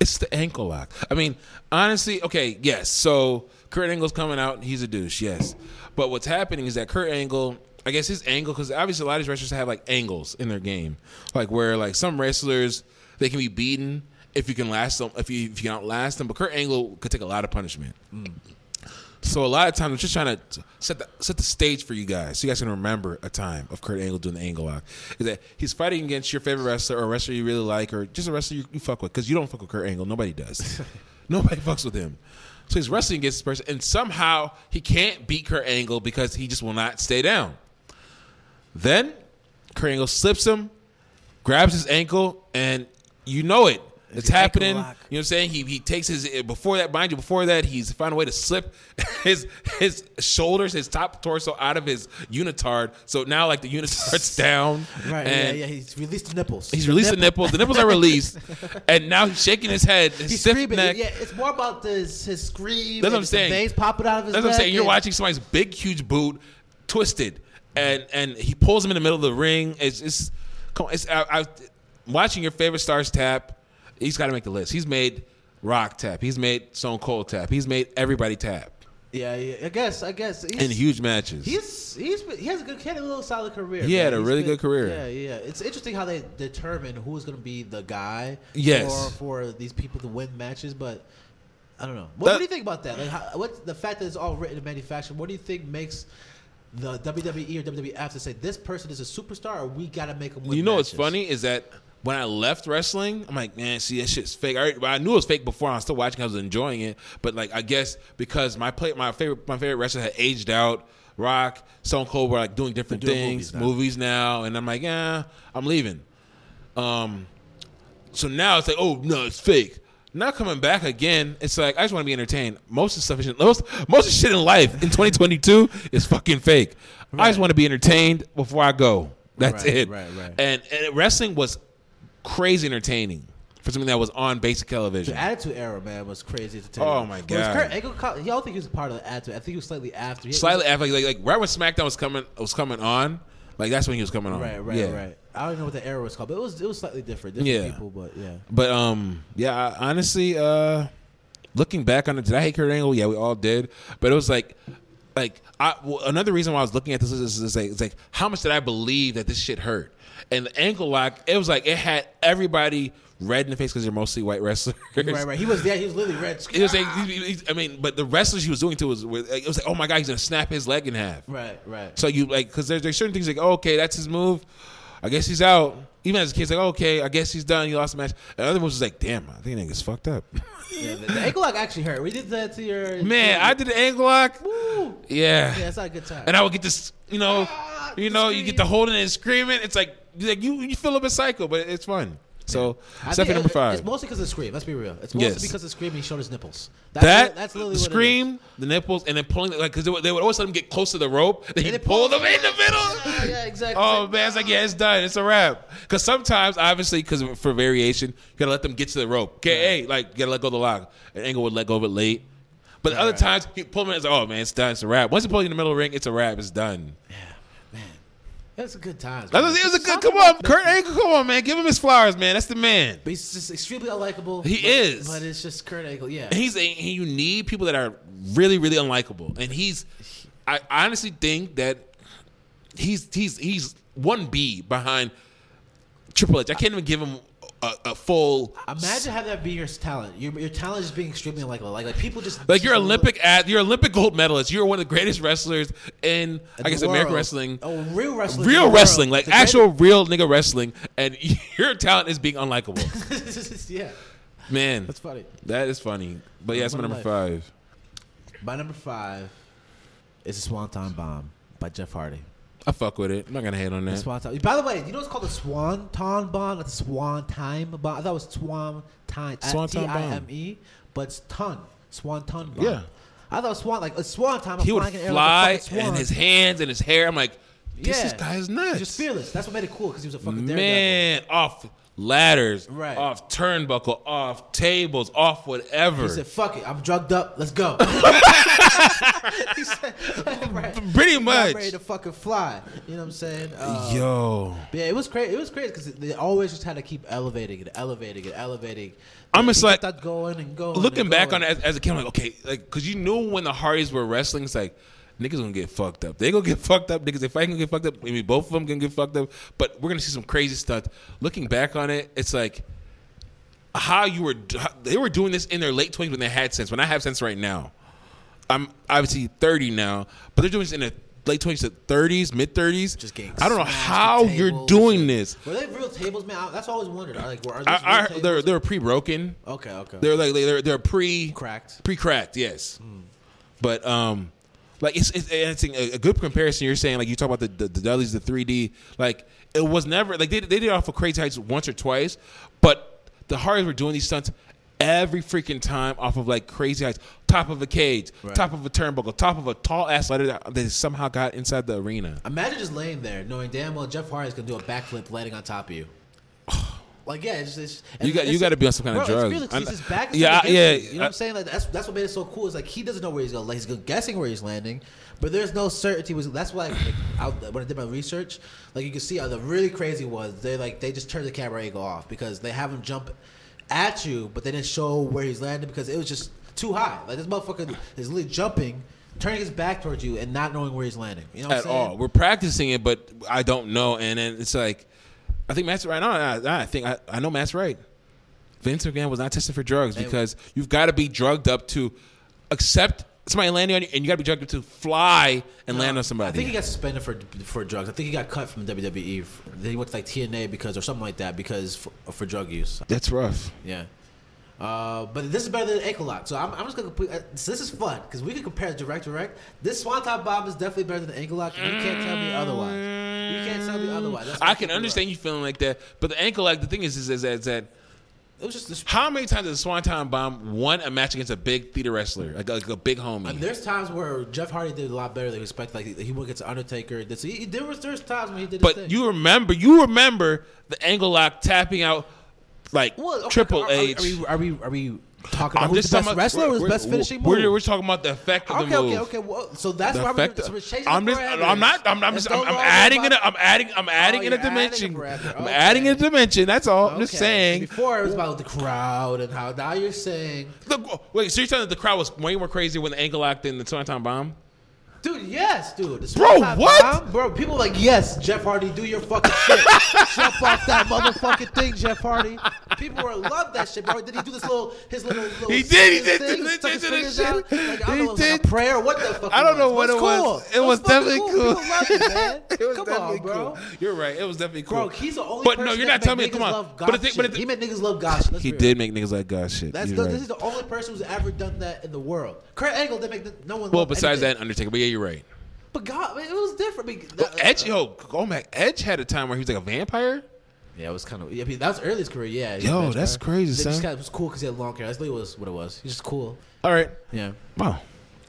C: It's the ankle lock. I mean, honestly, okay, yes. So Kurt Angle's coming out. He's a douche, yes. But what's happening is that Kurt Angle, I guess his angle, because obviously a lot of these wrestlers have like angles in their game, like where like some wrestlers they can be beaten if you can last them, if you if you can outlast them. But Kurt Angle could take a lot of punishment. So a lot of times, I'm just trying to set the set the stage for you guys, so you guys can remember a time of Kurt Angle doing the angle lock. Is that he's fighting against your favorite wrestler or a wrestler you really like, or just a wrestler you, you fuck with? Because you don't fuck with Kurt Angle, nobody does. nobody fucks with him. So he's wrestling against this person, and somehow he can't beat Kurt Angle because he just will not stay down. Then Kurt Angle slips him, grabs his ankle, and you know it. It's
B: your ankle
C: happening. You know
B: lock.
C: what I'm saying? He he takes his before that, mind you, before that, he's found a way to slip his his shoulders, his top torso out of his unitard. So now like the unitard's down.
B: Right.
C: and
B: yeah, yeah. He's released the nipples.
C: He's released the nipples. The nipples are released, and now he's shaking his head. His
B: He's
C: stiff
B: screaming.
C: neck.
B: Yeah, it's more about this, his scream.
C: That's
B: and
C: what I'm
B: the
C: saying.
B: Veins popping out of his.
C: That's what I'm
B: neck
C: saying. You're
B: and-
C: watching somebody's big, huge boot twisted, and and he pulls him in the middle of the ring. It's it's, come on, it's I, I, watching your favorite stars tap. He's got to make the list. He's made Rock tap. He's made Stone Cold tap. He's made everybody tap
B: Yeah, yeah. I guess. I guess. He's,
C: in huge matches.
B: He's he's been, he has a good he had a little solid career.
C: He
B: man.
C: had a
B: He's
C: really
B: been-
C: good career.
B: Yeah, yeah. It's interesting how they determine who is going to be the guy.
C: Yes.
B: For, for these people to win matches, but I don't know. What,
C: That-
B: what do you think about that? Like, how, what the fact that it's all written and manufactured? What do you think makes the WWE or WWF to say this person is a superstar, or we got to make him win?
C: you know what's
B: matches?
C: funny is that when I left wrestling, I'm like, man, see that shit's fake. I, already- well, I knew it was fake before. I was still watching. I was enjoying it, but like I guess because my play, my favorite, my favorite wrestler had aged out. Rock, Stone Cold were like doing different
B: They're doing
C: things,
B: movies now.
C: movies now, and I'm like, yeah, I'm leaving. Um, so now it's like, oh no, it's fake. Not coming back again. It's like I just want to be entertained. Most of the stuff, is, most most of the shit in life in 2022 is fucking fake. I just want to be entertained before I go. That's
B: Right,
C: it.
B: right, right.
C: And, and wrestling was crazy entertaining for something that was on basic television.
B: The Attitude Era, man, was crazy to tell
C: Oh,
B: you.
C: my
B: Well, it's
C: God.
B: Kurt Angle, co- he, I don't think he was part of the Attitude. I think he was slightly after. He-
C: Slightly after, like, like, like right when SmackDown was coming was coming on, like that's when he was coming on.
B: Right, right,
C: Yeah.
B: right. I don't even know what the era was called, but it was it was slightly different. Different
C: Yeah.
B: people, but yeah.
C: But um, yeah, I, honestly, uh, looking back on it, did I hate Kurt Angle? Yeah, we all did. But it was like, like I, well, another reason why I was looking at this is, is, is like, it's like how much did I believe that this shit hurt? And the ankle lock, it was like it had everybody red in the face because they're mostly white wrestlers.
B: Right, right. He was yeah, he was literally red.
C: It was like, he- he- I mean, but the wrestlers he was doing to was, was like, it was like, oh my god, he's gonna snap his leg in half.
B: Right, right.
C: So you like because there's, there's certain things like oh, okay that's his move, I guess he's out. Even as a kid's like oh, okay I guess he's done. He lost the match. And other moves was like damn I think nigga's fucked up.
B: Yeah, the, the ankle lock actually hurt. We did that to your
C: Man I did the angle lock.
B: Woo.
C: Yeah.
B: Yeah, that's not a good time.
C: And I would get this you know
B: Ah,
C: you know you get
B: scream.
C: the holding and screaming. It's like like you you feel a bit psycho but it's fun. So
B: I
C: step
B: think
C: number
B: it-
C: five.
B: It's mostly because of the scream. Let's be real. It's mostly
C: Yes.
B: because of scream. He showed his nipples. That's
C: That
B: that's literally
C: the
B: what it is.
C: scream, the nipples, and then pulling it like because they, would- they would always let him get close to the rope. Then he
B: they
C: pull
B: pulled
C: them in the
B: Yeah,
C: middle.
B: yeah, exactly.
C: Oh man, it's like yeah, it's done. It's a wrap. Because sometimes, obviously, because for variation, you gotta let them get to the rope. Okay, hey, like you gotta let go of the lock. And Angle would let go of it late. But other times, he pull him in. It's like, oh man, it's done. It's a wrap. Once he pull you in the middle of the ring, it's a wrap. It's done.
B: Man, That's a good time.
C: That was, it was a good. Come on, Kurt Angle. Come on, man. Give him his flowers, man. That's the man.
B: But he's just extremely unlikable.
C: He
B: but,
C: is.
B: But it's just Kurt Angle. Yeah.
C: And he's a, he, you need people that are really really unlikable, and he's. I honestly think that he's he's he's one B behind Triple H. I can't even give him a, a full.
B: Imagine how that being your talent. Your, your talent is being extremely unlikable. Like, like people just
C: Like you're Olympic at you're Olympic gold medalist. You're one of the greatest wrestlers in, I guess
B: the
C: American
B: world.
C: wrestling.
B: Oh, real wrestling. in
C: Real
B: the
C: wrestling,
B: world.
C: like
B: The
C: actual real nigga wrestling, and your talent is being unlikable.
B: greatest- yeah.
C: Man,
B: That's funny.
C: that is funny. But yeah, that's my
B: One
C: number
B: life.
C: five.
B: My number five is the Swanton Bomb by Jeff Hardy.
C: I fuck with it. I'm not gonna hate on
B: The
C: that.
B: Swanton. By the way, you know it's called the Swanton Bomb, not the Swan Time Bomb. I thought it was Swan Time.
C: Swanton
B: T
C: Bomb.
B: I M E, but it's ton. Swanton Bomb.
C: Yeah.
B: I thought Swan like a Swan Time. I'm
C: he would
B: flying in the air
C: fly
B: like a fucking swan.
C: and his hands and his hair. I'm like, this is guy is nuts.
B: He's just fearless. That's what made it cool because he was a fucking daredevil.
C: Man, off ladders,
B: Right.
C: off turnbuckle, off tables, off whatever.
B: He said, "Fuck it, I'm drugged up. Let's go." he said, right.
C: Pretty
B: I'm
C: much.
B: ready to fucking fly. You know what I'm saying? Uh,
C: Yo,
B: but yeah, it was crazy. It was crazy because they always just had to keep elevating it, elevating it, elevating.
C: I'm just
B: They
C: like-
B: kept that going and going.
C: looking
B: and
C: back on
B: going.
C: it as, as a kid, I'm like, okay, like, cause you knew when the Hardys were wrestling, it's like. Niggas gonna get fucked up. They gonna get fucked up. Niggas, if I can get fucked up, maybe both of them gonna get fucked up. But we're gonna see some crazy stunts. Looking back on it, it's like how you were. They were doing this in their late twenties when they had sense. When I have sense right now, I'm obviously 30 now, but they're doing this in the late 20s to 30s, mid 30s.
B: Just getting
C: I don't know
B: smashed
C: how
B: to
C: you're
B: tables
C: doing
B: and-
C: this.
B: Were they real tables, man? I, that's what I always wondered. I, like, were, are these real
C: I, I,
B: tables?
C: they're they're pre-broken.
B: okay, okay.
C: They're like they're they're pre
B: Cracked. Hmm.
C: pre-cracked. Yes, but um, like it's it's, it's a, a good comparison. You're saying like you talk about the the, the Dudleys, the 3D. Like it was never like they they did it off of Crazy Heights once or twice, but the Hardys were doing these stunts. Every freaking time off of like crazy heights, top of a cage, top of a turnbuckle, top of a tall ass ladder that they somehow got inside the arena.
B: Imagine just laying there knowing damn well Jeff Hardy's gonna do a backflip landing on top of you. Like yeah, it's just
C: You got- you gotta be on some kind of
B: bro,
C: drugs.
B: It's weird, 'cause
C: I'm-
B: his back is
C: Yeah,
B: yeah,
C: yeah,
B: yeah. You, know what
C: I-
B: I'm saying? Like that's that's what made it so cool. Is like he doesn't know where he's going. Like he's guessing where he's landing, but there's no certainty. Was that's why like, I, when I did my research, like you can see uh, the really crazy ones. They like they just turned the camera angle off because they have him jump at you, but they didn't show where he's landing because it was just too high. Like this motherfucker is literally jumping, turning his back towards you, and not knowing where he's landing. You know what
C: at
B: I'm saying?
C: all. We're practicing it, but I don't know. And then it's like, I think Matt's right. No, I, I think I, I know Matt's right. Vince McMahon was not tested for drugs because you've got to be drugged up to accept somebody landing on you, and you got to be drugged up to fly and
B: I think
C: land on
B: he
C: somebody.
B: got suspended for for drugs. I think he got cut from WWE. Then he went to like TNA because or something like that because for, for drug use.
C: That's rough.
B: Yeah. Uh, but this is better than Ankle Lock, so I'm, I'm just gonna. Complete, uh, so this is fun because we can compare direct direct. This Swanton Bomb is definitely better than Ankle Lock, and you can't tell me otherwise. You can't tell me otherwise. That's
C: I
B: what
C: can
B: keep it
C: understand
B: right.
C: you feeling like that, but the ankle, like the thing is, is, is, that- is that
B: It was just. This,
C: how many times has the Swanton Bomb won a match against a big theater wrestler, like, like a big homie?
B: and there's times where Jeff Hardy did a lot better than we expected. Like he, he went against Undertaker. This, he, there was there's times when he did. his
C: But
B: thing.
C: you remember, you remember the angle lock tapping out like
B: Well, okay,
C: Triple
B: are- are-
C: H.
B: Are, we, are we are we talking about
C: I'm
B: who's
C: just
B: the
C: talking
B: best wrestler
C: about-
B: or his
C: we're-
B: best finishing
C: we're,
B: move?
C: We're, talking about the effect of the
B: Okay,
C: move.
B: okay, okay. Well, so that's
C: The
B: why we're,
C: effect.
B: so we're changing
C: I'm
B: the
C: just.
B: parameters.
C: I'm not. I'm, I'm
B: It's
C: just.
B: no
C: I'm, I'm
B: longer
C: adding it.
B: about-
C: I'm adding. I'm adding in a
B: you're Oh, adding a
C: dimension.
B: parameter.
C: I'm
B: Okay.
C: adding a dimension. That's all. I'm just
B: Okay,
C: saying.
B: Before it was about the crowd and how now you're saying,
C: The- wait, so you're telling that the crowd was way more crazy when the angle lock than the Swanton bomb?
B: dude, yes, dude. This
C: Bro,
B: one time,
C: what?
B: Tom, bro, people like, yes, Jeff Hardy, do your fucking shit. Jump off that motherfucking thing, Jeff Hardy. People were love that shit, bro. Did he do this little his little? little
C: He did, he
B: his
C: did, he did,
B: stuck his
C: he did this
B: fingers out?
C: shit.
B: Like, I don't
C: He
B: know, it was like
C: did.
B: a prayer. What the fuck?
C: I don't know
B: was.
C: what it was.
B: Cool.
C: It was
B: fucking
C: definitely cool.
B: cool. People loved it, man.
C: It was
B: Come
C: definitely
B: on, bro.
C: cool. You're right. It was definitely cool.
B: Bro, he's the only.
C: But
B: person
C: no, you're
B: that
C: not telling me.
B: made
C: Come
B: niggas
C: on.
B: Love
C: But the
B: goth
C: thing, but
B: shit.
C: the
B: he
C: thing,
B: made niggas love gossip.
C: he did make niggas like God shit.
B: That's
C: You're
B: the,
C: right.
B: this is the only person who's ever done that in the world. Kurt Angle didn't make the, no one.
C: Well,
B: love
C: besides
B: anything.
C: that, Undertaker. But yeah, you're right.
B: but God, it was different. I mean,
C: Well,
B: that-
C: Edge, yo, go back. Edge had a time where he was like a vampire.
B: yeah, it was kind of. I mean, that was early his career. Yeah,
C: Yo,
B: yeah,
C: that's
B: bro.
C: crazy,
B: They
C: son.
B: Just kind of was cool because he had long hair. That's literally was what it was. He's just cool.
C: All right.
B: Yeah,
C: Wow.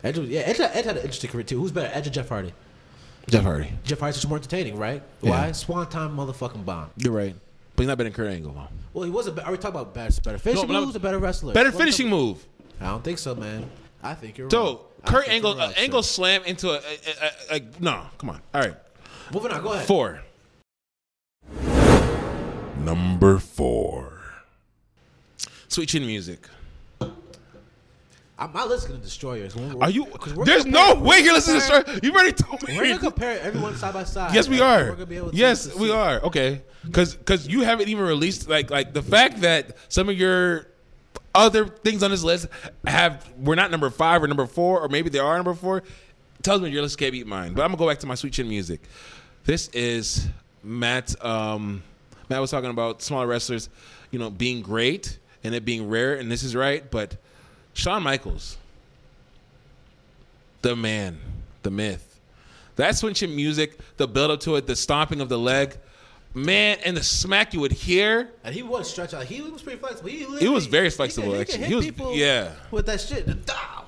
B: Edge. Was, yeah, Edge, Edge had an interesting career too. Who's better, Edge or Jeff Hardy?
C: Jeff Hardy.
B: Jeff Hardy's just more entertaining, right?
C: Yeah.
B: Why? Swan time motherfucking bomb.
C: You're right. But he's not better than Kurt Angle. though.
B: Well, he was a. be- Are we talking about better, better finishing
C: but I'm-
B: moves or better wrestler?
C: Better
B: What are we
C: finishing move.
B: talking- I don't think so, man. I think you're.
C: So
B: wrong. I
C: Kurt
B: think
C: Angle,
B: you're wrong,
C: uh,
B: sir.
C: Angle slam into a, a, a, a- a- no. Come on. All right.
B: Moving on. Go ahead.
C: Four. Number four. Sweet Chin Music.
B: I, my list is gonna destroy yours.
C: Are you?
B: we're
C: There's no
B: comparing-
C: way you're listening to this story. You've already told me.
B: We're gonna compare everyone side by side.
C: Yes, we
B: We're
C: are.
B: gonna be able to-
C: yes,
B: to
C: we
B: see.
C: are. Okay, because you haven't even released like like the fact that some of your other things on this list have were not number five or number four or maybe they are number four tells me your list can't beat mine. But I'm gonna go back to my sweet chin music. This is Matt. Um, Matt was talking about smaller wrestlers, you know, being great and it being rare, and this is right. But Shawn Michaels, the man, the myth. That's when your music, the build up to it, the stomping of the leg, man, and the smack you would hear.
B: And he was stretched out. He was pretty flexible. He,
C: He was very
B: he could-
C: flexible,
B: could
C: actually.
B: hit
C: He was-
B: people
C: yeah.
B: With that shit, Dow!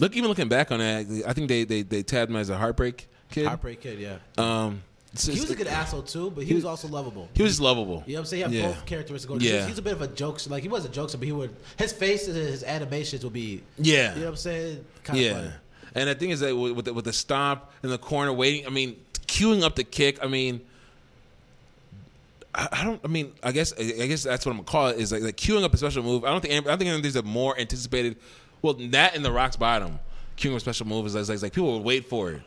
C: Look, even looking back on that, I think they they, they tabbed him as a heartbreak kid.
B: heartbreak kid. Yeah,
C: Um,
B: he was a good asshole too, but he was also lovable.
C: He was lovable.
B: You know what I'm saying? He had
C: Yeah.
B: both characteristics. Going.
C: Yeah.
B: Yeah. He's a bit of a jokester. Like he was a jokester, but he would his face and his animations would be.
C: Yeah.
B: You know what I'm saying? Kind
C: yeah.
B: of funny.
C: And the thing is that with with the, with the stomp in the corner, waiting. I mean, queuing up the kick. I mean, I, I don't. I mean, I guess I I guess that's what I'm gonna call it. Is like, like queuing up a special move. I don't think. any- I don't think there's a more anticipated. Well, that and the Rock's bottom queuing up a special move is like, like, like people would wait for it.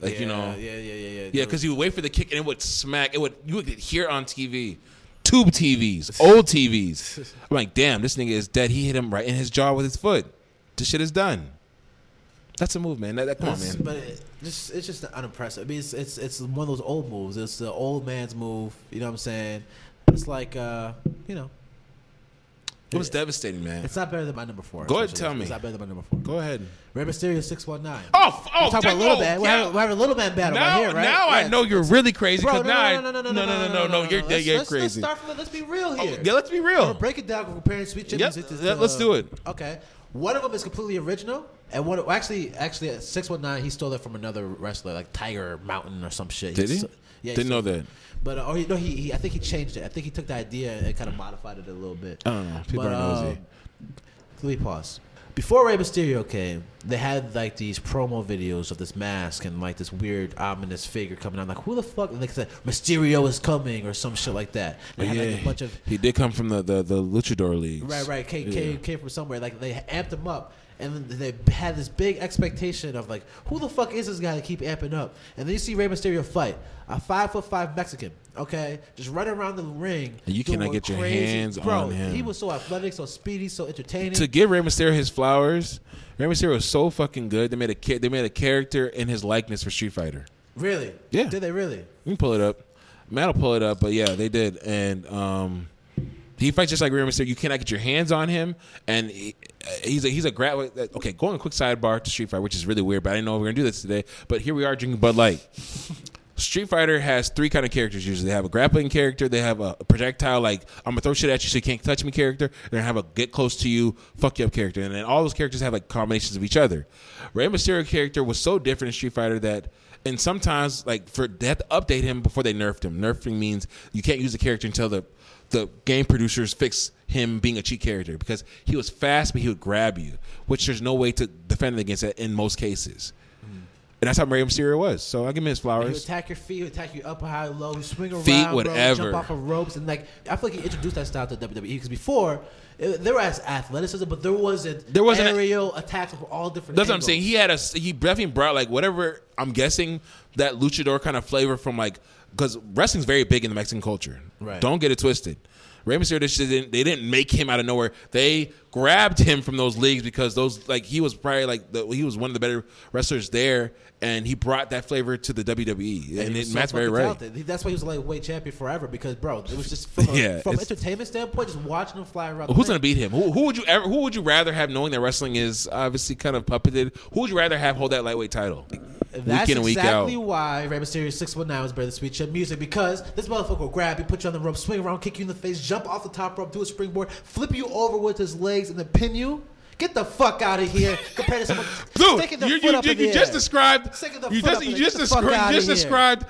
C: Like you know,
B: Yeah, yeah, yeah, yeah.
C: yeah, because you would wait for the kick and it would smack. It would you would hear it on TV, tube TVs, old TVs. I'm like, damn, this nigga is dead. He hit him right in his jaw with his foot. This shit is done. That's a move, man. That, that- come on,
B: It's-
C: man.
B: But it, just, it's just unimpressive. I mean, it's, it's it's one of those old moves. It's the old man's move. You know what I'm saying? It's like uh, you know,
C: It was devastating, man.
B: it's not better than my number four.
C: Go ahead,
B: essentially.
C: tell me.
B: It's not better than my number four.
C: Go ahead.
B: Red Mysterio six one nine.
C: Oh, f- oh,
B: We're talking about
C: Django,
B: little man. We're,
C: yeah.
B: having, we're having a little man battle
C: Now,
B: right here, right?
C: now I
B: Yeah.
C: know you're really crazy.
B: Bro,
C: 'cause now I-
B: no, no, no, no, no, no, no, no, no,
C: You're,
B: Let's-
C: you're
B: let's-
C: crazy. Oh,
B: Let's start from. Let's be real here.
C: yeah, let's be
B: We're
C: real.
B: break it down. We're comparing sweet chip
C: Yep,
B: music to,
C: let- let's do it.
B: Okay, one of them is completely original, and one well, actually, actually, six one nine. He stole that from another wrestler, like Tiger Mountain or some shit.
C: Did he?
B: Yeah,
C: Didn't know
B: stole-
C: that.
B: But uh, oh he- no, he, he I think he changed it. I think he took the idea and kind of modified it a little bit.
C: I don't know. People
B: But,
C: are
B: um,
C: nosy.
B: let me pause. Before Rey Mysterio came, they had like these promo videos of this mask and like this weird ominous figure coming out. Like, who the fuck? And they said Mysterio is coming or some shit like that. They had like a bunch of
C: he did come from the the, the luchador leagues.
B: Right, right. Came,
C: Yeah.
B: came, came from somewhere. Like they amped him up, and then they had this big expectation of like, who the fuck is this guy to keep amping up? And then you see Rey Mysterio fight a five foot five Mexican. Okay, just running around the ring.
C: And you
B: doing
C: cannot get your hands
B: Bro,
C: on him.
B: He was so athletic, so speedy, so entertaining.
C: to give Rey Mysterio his flowers, Rey Mysterio was so fucking good. They made a cha- they made a character in his likeness for Street Fighter.
B: really?
C: Yeah.
B: Did they really?
C: You can pull it up. Matt'll pull it up, but yeah, they did. And um, he fights just like Rey Mysterio. You cannot get your hands on him, and he, he's a he's a grad. Okay, going a quick sidebar to Street Fighter, which is really weird, but I didn't know we were gonna do this today. But here we are drinking Bud Light. Street Fighter has three kind of characters usually. They have a grappling character, they have a projectile like I'm gonna throw shit at you so you can't touch me character, and they have a get close to you, fuck you up character. And then all those characters have like combinations of each other. Rey Mysterio character was so different in Street Fighter that and sometimes like for they had to update him before they nerfed him. Nerfing means you can't use the character until the the game producers fix him being a cheat character because he was fast but he would grab you, which there's no way to defend against that in most cases. And that's how Rey Mysterio was. So I give him his
B: He would
C: flowers.
B: attack your feet, he would attack you up high, low, he would swing around,
C: Feet,
B: bro,
C: whatever.
B: jump off of ropes, and like I feel like he introduced that style to WWE because before it, there was athleticism, but there wasn't
C: There wasn't a-
B: aerial attacks from all different.
C: That's what I'm
B: angles.
C: saying. He had a he definitely brought like whatever I'm guessing that luchador kind of flavor from like because wrestling's very big in the Mexican culture.
B: Right.
C: Don't get it twisted. Rey Mysterio, this shit didn't, they didn't make him out of nowhere. They grabbed him from those leagues because those like he was probably like the, he was one of the better wrestlers there, and he brought that flavor to the WWE. And,
B: He
C: it
B: was so
C: Matt's very
B: fucking
C: right.
B: talented. He- That's why he was a lightweight champion forever because, bro, it was just from, a,
C: Yeah,
B: from an
C: it's-
B: entertainment standpoint, just watching him fly around. the
C: Who's
B: ring.
C: gonna beat him? Who, who would you ever? Who would you rather have knowing that wrestling is obviously kind of puppeted? Who would you rather have hold that lightweight title?
B: That's
C: week in and week
B: exactly
C: out.
B: why Rey Mysterio 619 was better than Sweet Chip Music because this motherfucker will grab you, put you on the rope, swing around, kick you in the face, jump off the top rope, do a springboard, flip you over with his legs, and then pin you. Get the fuck out of here compared to someone
C: Dude,
B: sticking their
C: you,
B: foot
C: you,
B: up
C: you,
B: in the
C: you just
B: air.
C: described.
B: Sticking the
C: You
B: foot
C: just
B: up in
C: you
B: the-
C: just
B: get the fuck
C: described.
B: outta
C: You just
B: here.
C: described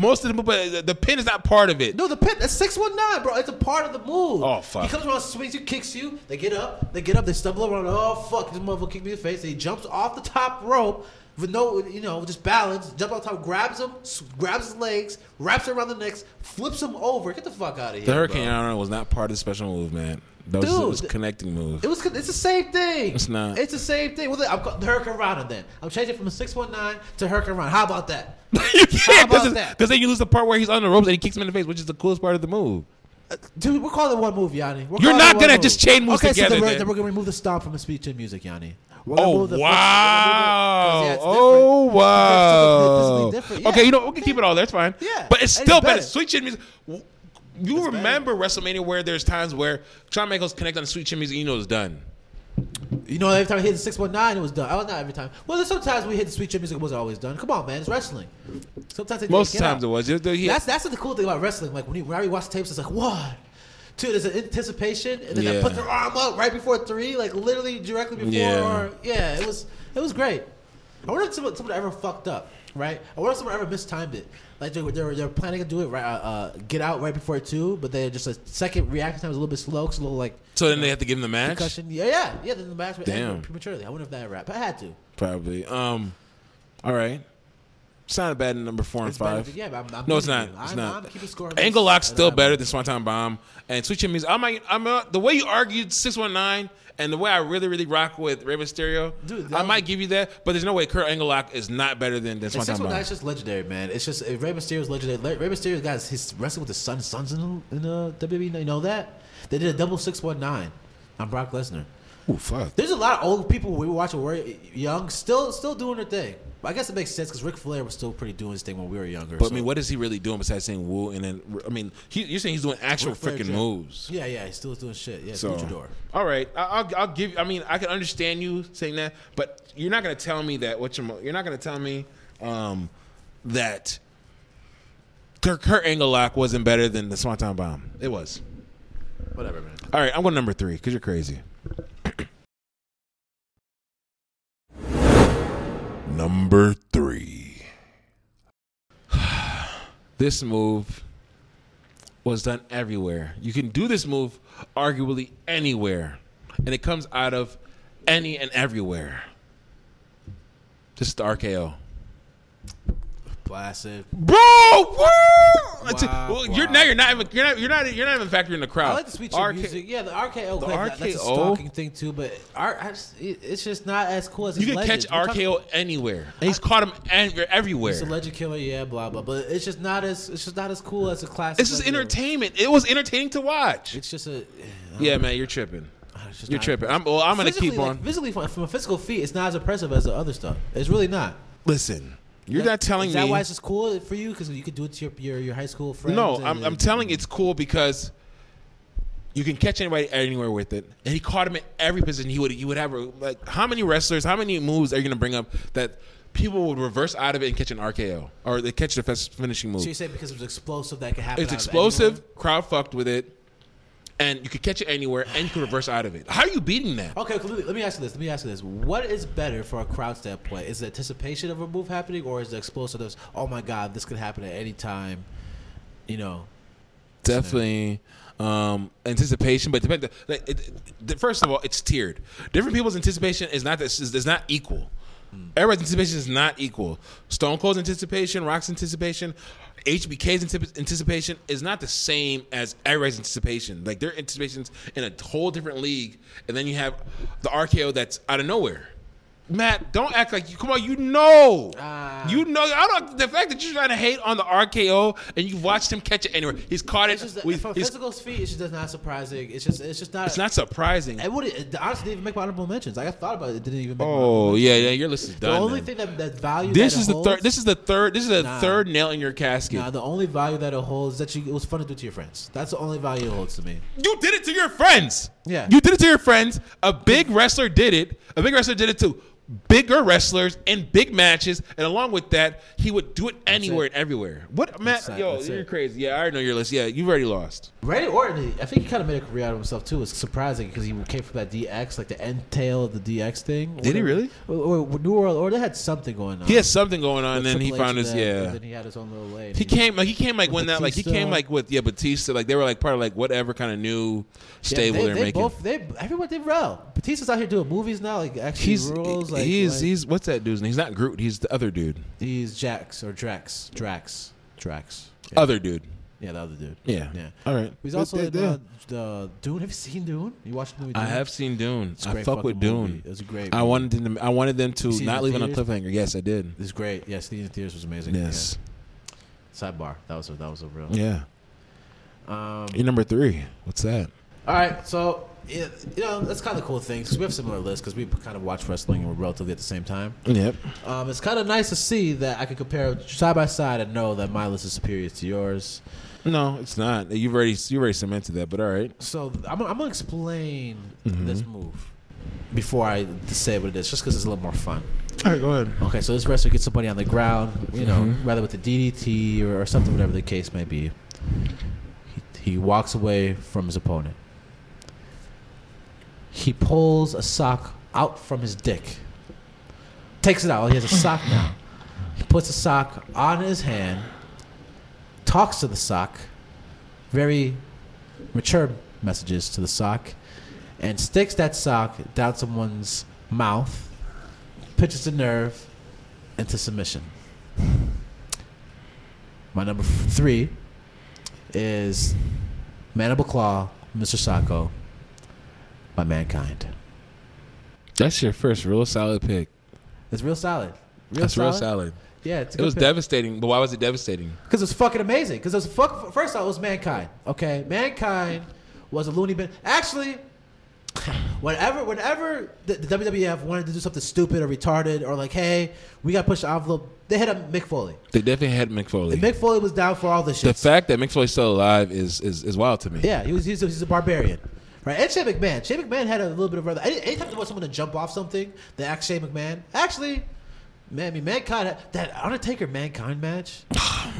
C: most of the move, but the- the pin is not part of it.
B: No, the pit. That's six one nine, bro. It's a part of the move.
C: Oh, fuck.
B: He comes around, swings you, kicks you. They get up. They get up. They stumble around. Oh fuck! This motherfucker kicked me in the face. He jumps off the top rope with no, you know, just balance. Jumps off top, grabs him, s- grabs his legs, wraps it around the necks, flips him over. Get the fuck out of here.
C: The Hurricane
B: bro.
C: Iron was not part of the special move, man. That was, it
B: Dude,
C: was a
B: th-
C: connecting move.
B: It was. It's the same thing.
C: It's not.
B: It's the same thing. Well, then, I'm ca- the Hurricane Rana. Then I'm changing from a six one nine to Hurricane Rana. How about that?
C: you
B: How
C: can't
B: about that?
C: because then you lose the part where he's on the ropes and he kicks him in the face, which is the coolest part of the move.
B: Uh, Dude, we're calling it one move, Yanni. We're
C: You're
B: calling
C: not
B: it one
C: good at
B: move.
C: just chain moves
B: okay,
C: together,
B: so then we're,
C: then.
B: then we're gonna remove the stomp from a speech to music, Yanni. We're gonna
C: Oh
B: move the- we're
C: wow!
B: gonna move the- 'cause, yeah, it's
C: Oh
B: different.
C: wow!
B: It's physically different,
C: Okay,
B: yeah.
C: you know we can keep it all. That's fine.
B: Yeah,
C: but it's
B: and
C: still
B: it's
C: better.
B: better.
C: Sweet chin music. w- You remember WrestleMania where there's times where Shawn Michaels connect on the sweet chin music, you know it's done.
B: You know, every time I hit the six one nine, it was done. Oh, not every time. Well, there's sometimes we hit the sweet chip music, it wasn't always done. Come on, man, it's wrestling. Sometimes they
C: Most
B: get
C: times
B: out.
C: it was. You- you-
B: That's that's the cool thing about wrestling. Like when, you, when I rewatch tapes, it's like one, two. There's an anticipation, and then
C: Yeah.
B: they put their arm up right before three, like literally directly before.
C: Yeah.
B: Yeah, yeah it was it was great. I wonder if someone, someone ever fucked up, right? I wonder if someone ever mistimed it. Like they were they were, they were planning to do it right, uh, uh, get out right before two, but they just a second reaction time was a little bit slow, 'cause a little like
C: so then they have to give him the match.
B: concussion. Yeah, yeah, yeah. Then the match would
C: Damn.
B: end prematurely. I wonder if that rap. I had to.
C: Probably. Um. All right. It's not a bad number four and
B: It's better
C: five.
B: than- yeah, but I'm, I'm
C: No, it's not.
B: doing it.
C: It's
B: I'm,
C: not.
B: I'm keeping score. of
C: Angle
B: this.
C: lock's
B: And
C: still
B: I'm-
C: better than Swanton Bomb and switching music. I'm like, I'm uh, the way you argued six one nine and the way I really really rock with Rey Mysterio.
B: Dude, that
C: I
B: was-
C: might give you that, but there's no way Kurt Angle lock is not better than than
B: And
C: Swanton
B: Six One
C: Bomb.
B: Nine is just legendary, man. It's just uh, Rey Mysterio's legendary. Le- Rey Mysterio, guys, he's wrestling with his son. His Son's in, in uh, WWE. You know that they did a double six one nine on Brock Lesnar.
C: Ooh, fuck.
B: There's a lot of old people we were watching were young, still still doing their thing. But I guess it makes sense because Ric Flair was still pretty doing his thing when we were younger.
C: But
B: so-
C: I mean, what is he really doing besides saying woo? And then I mean, he, you're saying he's doing actual
B: Ric Flair
C: freaking
B: did.
C: moves.
B: yeah, yeah, he's still doing shit. Yeah,
C: So,
B: Luchador.
C: all right, I, I'll, I'll give. I mean, I can understand you saying that, but you're not gonna tell me that what you're. You're not gonna tell me um, that Kurt, Kurt Angle lock wasn't better than the Swanton Bomb. It was.
B: Whatever, man.
C: All right, I'm going number three because you're crazy. number three. this move was done everywhere. You can do this move arguably anywhere, and it comes out of any and everywhere. This is the RKO.
B: Blasted.
C: Bro, woo! That's it.
B: Wow,
C: Well, you're
B: wow.
C: now you're not even you're not you're not you're not even factoring the crowd.
B: I like the sweet chin
C: RK
B: music. Yeah, the RKO.
C: The
B: like, that- That's a
C: RKO?
B: stalking thing too, but R- I just, it- it's just not as cool as
C: You
B: his
C: can
B: legend.
C: catch
B: We're talking-
C: RKO anywhere. And he's caught him en- everywhere.
B: It's a legend killer, yeah, blah blah. But it's just not as it's just not as cool as a classic.
C: This is
B: like, you know,
C: entertainment. It was entertaining to watch.
B: It's just a
C: Yeah, man, you're tripping.
B: it's just
C: You're
B: not-
C: tripping. I'm, well, I'm gonna
B: Physically,
C: keep
B: like,
C: on.
B: physically from, from a physical feat, it's not as impressive as the other stuff. It's really not.
C: Listen, you're not telling
B: is that
C: me.
B: why it's just cool for you because you could do it to your your, your high school friends.
C: No,
B: and-
C: I'm, I'm telling it's cool because you can catch anybody anywhere with it, and he caught him in every position. He would he would have a, like how many wrestlers, how many moves are you gonna bring up that people would reverse out of it and catch an RKO or they catch the fest- finishing move?
B: So you say because it was explosive that could happen.
C: It's
B: out of
C: explosive.
B: anyone?
C: Crowd fucked with it, and you could catch it anywhere, and you could reverse out of it. How are you beating that?
B: Okay, okay, let me- let me ask you this. Let me ask you this. What is better for a crowd standpoint? Is the anticipation of a move happening, or is the explosiveness? Oh my god, this could happen at any time. You know,
C: Definitely um, anticipation, but depend. Like, it, it- first of all, it's tiered. Different people's anticipation is not is, is not equal. Everybody's anticipation is not equal. Stone Cold's anticipation, Rock's anticipation, HBK's antip- anticipation is not the same as everybody's anticipation. Like their anticipations in a whole different league, and then you have the RKO that's out of nowhere. Matt, don't act like you. Come on, you know,
B: Ah.
C: you know. I don't. The fact that you're trying to hate on the RKO and you've watched him catch it anywhere, he's caught it.
B: it's just
C: with-
B: from a
C: he's-
B: physical feat. It's just not surprising. It's just it's just not.
C: it's not surprising.
B: It would it honestly didn't even make my honorable mentions. Like, I thought about it. It didn't even. Make my
C: Oh yeah, yeah. Your list is
B: The
C: done.
B: only
C: man.
B: thing that, that value
C: this
B: that it
C: is the
B: holds-
C: third. This is the third. This is the
B: Nah.
C: third nail in your casket.
B: nah, the only value that it holds is that you, it was fun to do to your friends. That's the only value it holds to me.
C: You did it to your friends.
B: Yeah.
C: You did it to your friends. A big wrestler did it. A big wrestler did it to bigger wrestlers in big matches, and along with that, he would do it anywhere and everywhere. What Matt?
B: That's it,
C: yo,
B: that's
C: you're
B: it.
C: crazy. Yeah, I already know your list. Yeah, you've already lost.
B: Randy Orton, I think he kind of made a career out of himself too. It's surprising because he came from that DX, like the end tail of the DX thing.
C: Did he really?
B: Or, or New World, or they had something going on.
C: He had something going
B: Like
C: on, and then he
B: Triple H
C: found his
B: then,
C: yeah.
B: and then he had his own little lane.
C: He came like he came like
B: With
C: when that like he came
B: Batista.
C: like with yeah Batista like they were like part of like whatever kind of new
B: Yeah,
C: stable
B: they,
C: are
B: they
C: making.
B: Both, they everyone did well. Batista's out here doing movies now, like actually
C: he's
B: rules. Like
C: he's
B: like-
C: he's what's that dude's name? He's not Groot. He's the other dude.
B: he's Jax or Drax, Drax, Drax. Yeah.
C: Other dude.
B: yeah, the other dude.
C: Yeah. Uh,
B: yeah.
C: All right.
B: He's also
C: Yeah,
B: in
C: yeah.
B: uh, the Dune. Have you seen Dune? You watched the movie? Dune?
C: I have seen Dune.
B: It's a
C: I
B: great
C: fuck with
B: fucking
C: Dune.
B: movie. It was a great
C: I
B: movie.
C: wanted them. I wanted them to
B: You seen it
C: not
B: in
C: leave on a
B: theaters?
C: cliffhanger. Yes, I did.
B: It's great. Yes, the theaters was amazing.
C: Yes.
B: Yeah. Sidebar. That was a, that was a real.
C: Yeah.
B: Um,
C: You're number three. What's that?
B: All right, so yeah, you know that's kind of cool thing because we have similar lists because we kind of watch wrestling and we're relatively at the same time.
C: Yep.
B: Um, it's kind of nice to see that I can compare side by side and know that my list is superior to yours.
C: No, it's not. You've already you already cemented that. But all right.
B: So th- I'm, gonna- I'm gonna explain this move before I say what it is, just because it's a little more fun.
C: All right. Go ahead.
B: Okay, so this wrestler gets somebody on the ground, you know, rather with the DDT or, or something, whatever the case may be. He, he walks away from his opponent. He pulls a sock out from his dick, takes it out. He has a sock now. He puts a sock on his hand, talks to the sock, very mature messages to the sock, and sticks that sock down someone's mouth pitches the nerve into submission. My number f- three is Mandible Claw, Mr. Sacco by Mankind.
C: That's your first real solid pick.
B: It's real solid. Real
C: That's
B: solid.
C: real solid.
B: Yeah, it's a
C: It was
B: good pick.
C: devastating. But why was it devastating?
B: Because it's fucking amazing. Because it's fuck. First off, it was mankind. Okay, mankind was a loony bin. Actually, whenever whenever the, the WWF wanted to do something stupid or retarded or like, hey, we got to push the envelope, they hit up Mick Foley.
C: They definitely had Mick Foley.
B: And Mick Foley was down for all this
C: the
B: shit.
C: fact that Mick Foley's still alive is is, is wild to me.
B: yeah, he was he's a, he's a barbarian. Right, and Shane McMahon. Shane McMahon had a little bit of rather. Any, anytime you want someone to jump off something, they ask Shane McMahon. Actually, man, I mean, mankind had- that Undertaker mankind match.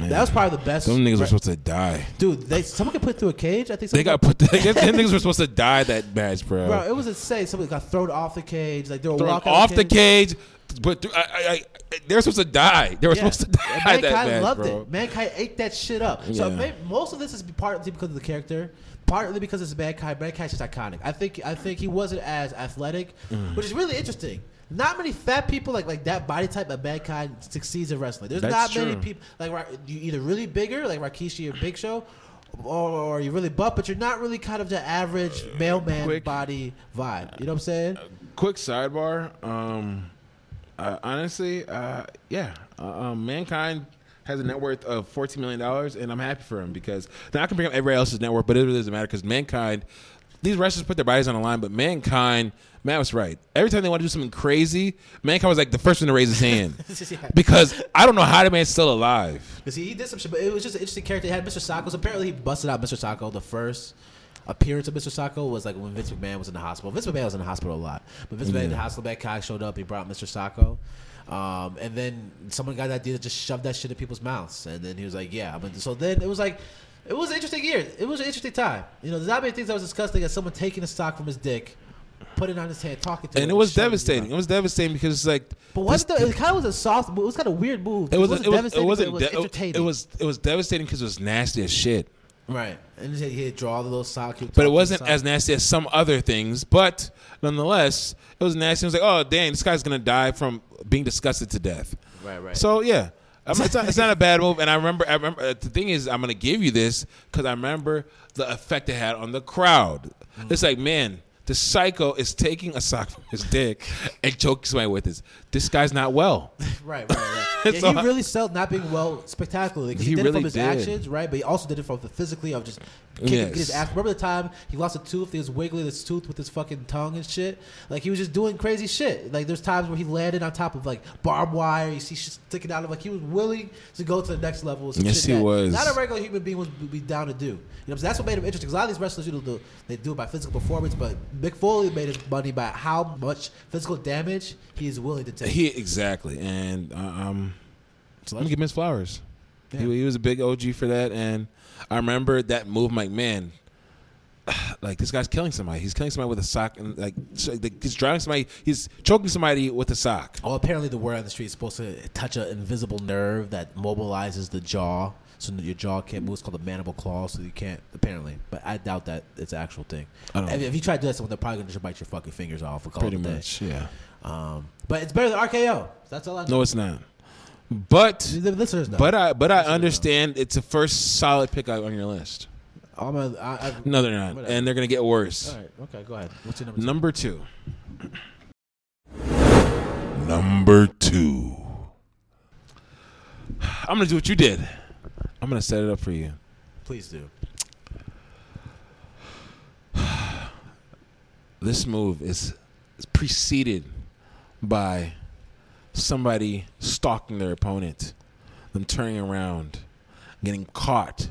B: That was probably the best.
C: Them niggas were supposed to die.
B: dude. They, someone got put through a cage. I think
C: They
B: someone
C: got put. I guess them niggas were supposed to die that match, bro.
B: Bro, it was insane. Somebody got thrown off the cage. Like they were
C: Thrown
B: walking
C: off the cage, but through, I, I, I, they're supposed to die. They were
B: Yeah.
C: supposed to die.
B: And
C: that
B: Mankind
C: match,
B: loved
C: bro.
B: it. Mankind ate that shit up. So
C: Yeah.
B: may- most of this is partly because of the character, partly because it's Mankind. Mankind's just iconic. I think I think he wasn't as athletic,
C: Mm.
B: which is really interesting. Not many fat people like like that body type of Mankind succeeds in wrestling. There's
C: That's
B: not
C: true.
B: many people like Ra- you either really bigger like Rakishi or Big Show. Or, or you're really buff, but you're not really kind of the average mailman
C: Uh, Quick. Uh,
B: body vibe. You know what I'm saying?
C: Quick sidebar. Um, uh, honestly, uh, yeah, uh, um, mankind has a net worth of fourteen million dollars, and I'm happy for him because now I can bring up everybody else's net worth, but it really doesn't matter because mankind. These wrestlers put their bodies on the line, but mankind, Matt was right. Every time they want to do something crazy, mankind was like the first one to raise his hand
B: Yeah.
C: because I don't know how the man's still alive.
B: Because he, he did some shit, but it was just an interesting character. He had Mr. Sacco. So apparently, he busted out Mr. Sacco. The first appearance of Mr. Sacco was like when Vince McMahon was in the hospital. Vince McMahon was in the hospital a lot, but Vince McMahon in the hospital, bad cock showed up. He brought Mr. Sacco. Um, and then someone got that idea to just shove that shit in people's mouths. And then he was like, yeah. But so then it was like, it was an interesting year. It was an interesting time. You know, there's not many things I was discussing as someone taking a sock from his dick, putting it on his hand, talking to him.
C: And it was
B: shoving his
C: devastating. It
B: mouth.
C: was devastating because it's like
B: But
C: this-
B: what the, it kind of was a soft move. It was kind of a weird move.
C: It was
B: wasn't
C: it was it
B: devastating, but
C: wasn't
B: was
C: de-
B: entertaining.
C: it was it was devastating because it was nasty as shit.
B: Right. And he he'd draw the little sock.
C: But it wasn't as nasty as some other things. But nonetheless, it was nasty. It was like, oh dang, this guy's gonna die from being disgusted to death.
B: Right, right.
C: So yeah, I mean, it's, not, it's not a bad move. And I remember, I remember. Uh, the thing is, I'm gonna give you this because I remember the effect it had on the crowd.
B: Mm.
C: It's like, man, the psycho is taking a sock from his dick and choking somebody with this. This guy's not well.
B: Right, right, right. Yeah,
C: So
B: he
C: I-
B: really sold not being well spectacularly. 'cause He,
C: He
B: did it
C: really
B: from his
C: did.
B: actions, right? But he also did it from the physically of just kicking
C: Yes.
B: his ass. Remember the time he lost a tooth? He was wiggling his tooth with his fucking tongue and shit. Like he was just doing crazy shit. Like there's times where he landed on top of like barbed wire. You see shit sticking out of like he was willing to go to the next level. some
C: Yes,
B: shit
C: he
B: that
C: was.
B: Not a regular human being would be down to do. You know, so that's what made him interesting. 'Cause a lot of these wrestlers, you know, do, they do it by physical performance, but Mick Foley made his money by how much physical damage he is willing to take.
C: He exactly, and uh, um, so let me give him his flowers.
B: Yeah.
C: He, he was a big OG for that, and I remember that move. I'm like, man, like this guy's killing somebody. He's killing somebody with a sock, and like so, like, he's driving somebody. He's choking somebody with a sock.
B: Oh, apparently the word on the street is supposed to touch an invisible nerve that mobilizes the jaw, so that your jaw can't move. It's called the mandible claw, so you can't apparently. But I doubt that it's an actual thing.
C: I don't know.
B: If, if you try to do that, to someone they're probably gonna just bite your fucking fingers off. And call
C: Pretty
B: it a day.
C: much, yeah.
B: Um, but it's better than RKO. That's all I know.
C: No, it's not. But
B: The listeners know.
C: but I but I understand it's the first solid pickup on your list.
B: I'm a, I, I,
C: No, they're not,
B: Whatever.
C: and they're gonna get worse.
B: all right, okay, go ahead. What's your number? two?
C: Number two. Number two. I'm gonna do what you did. I'm gonna set it up for you.
B: Please do.
C: This move is, is preceded by somebody stalking their opponent, them turning around, getting caught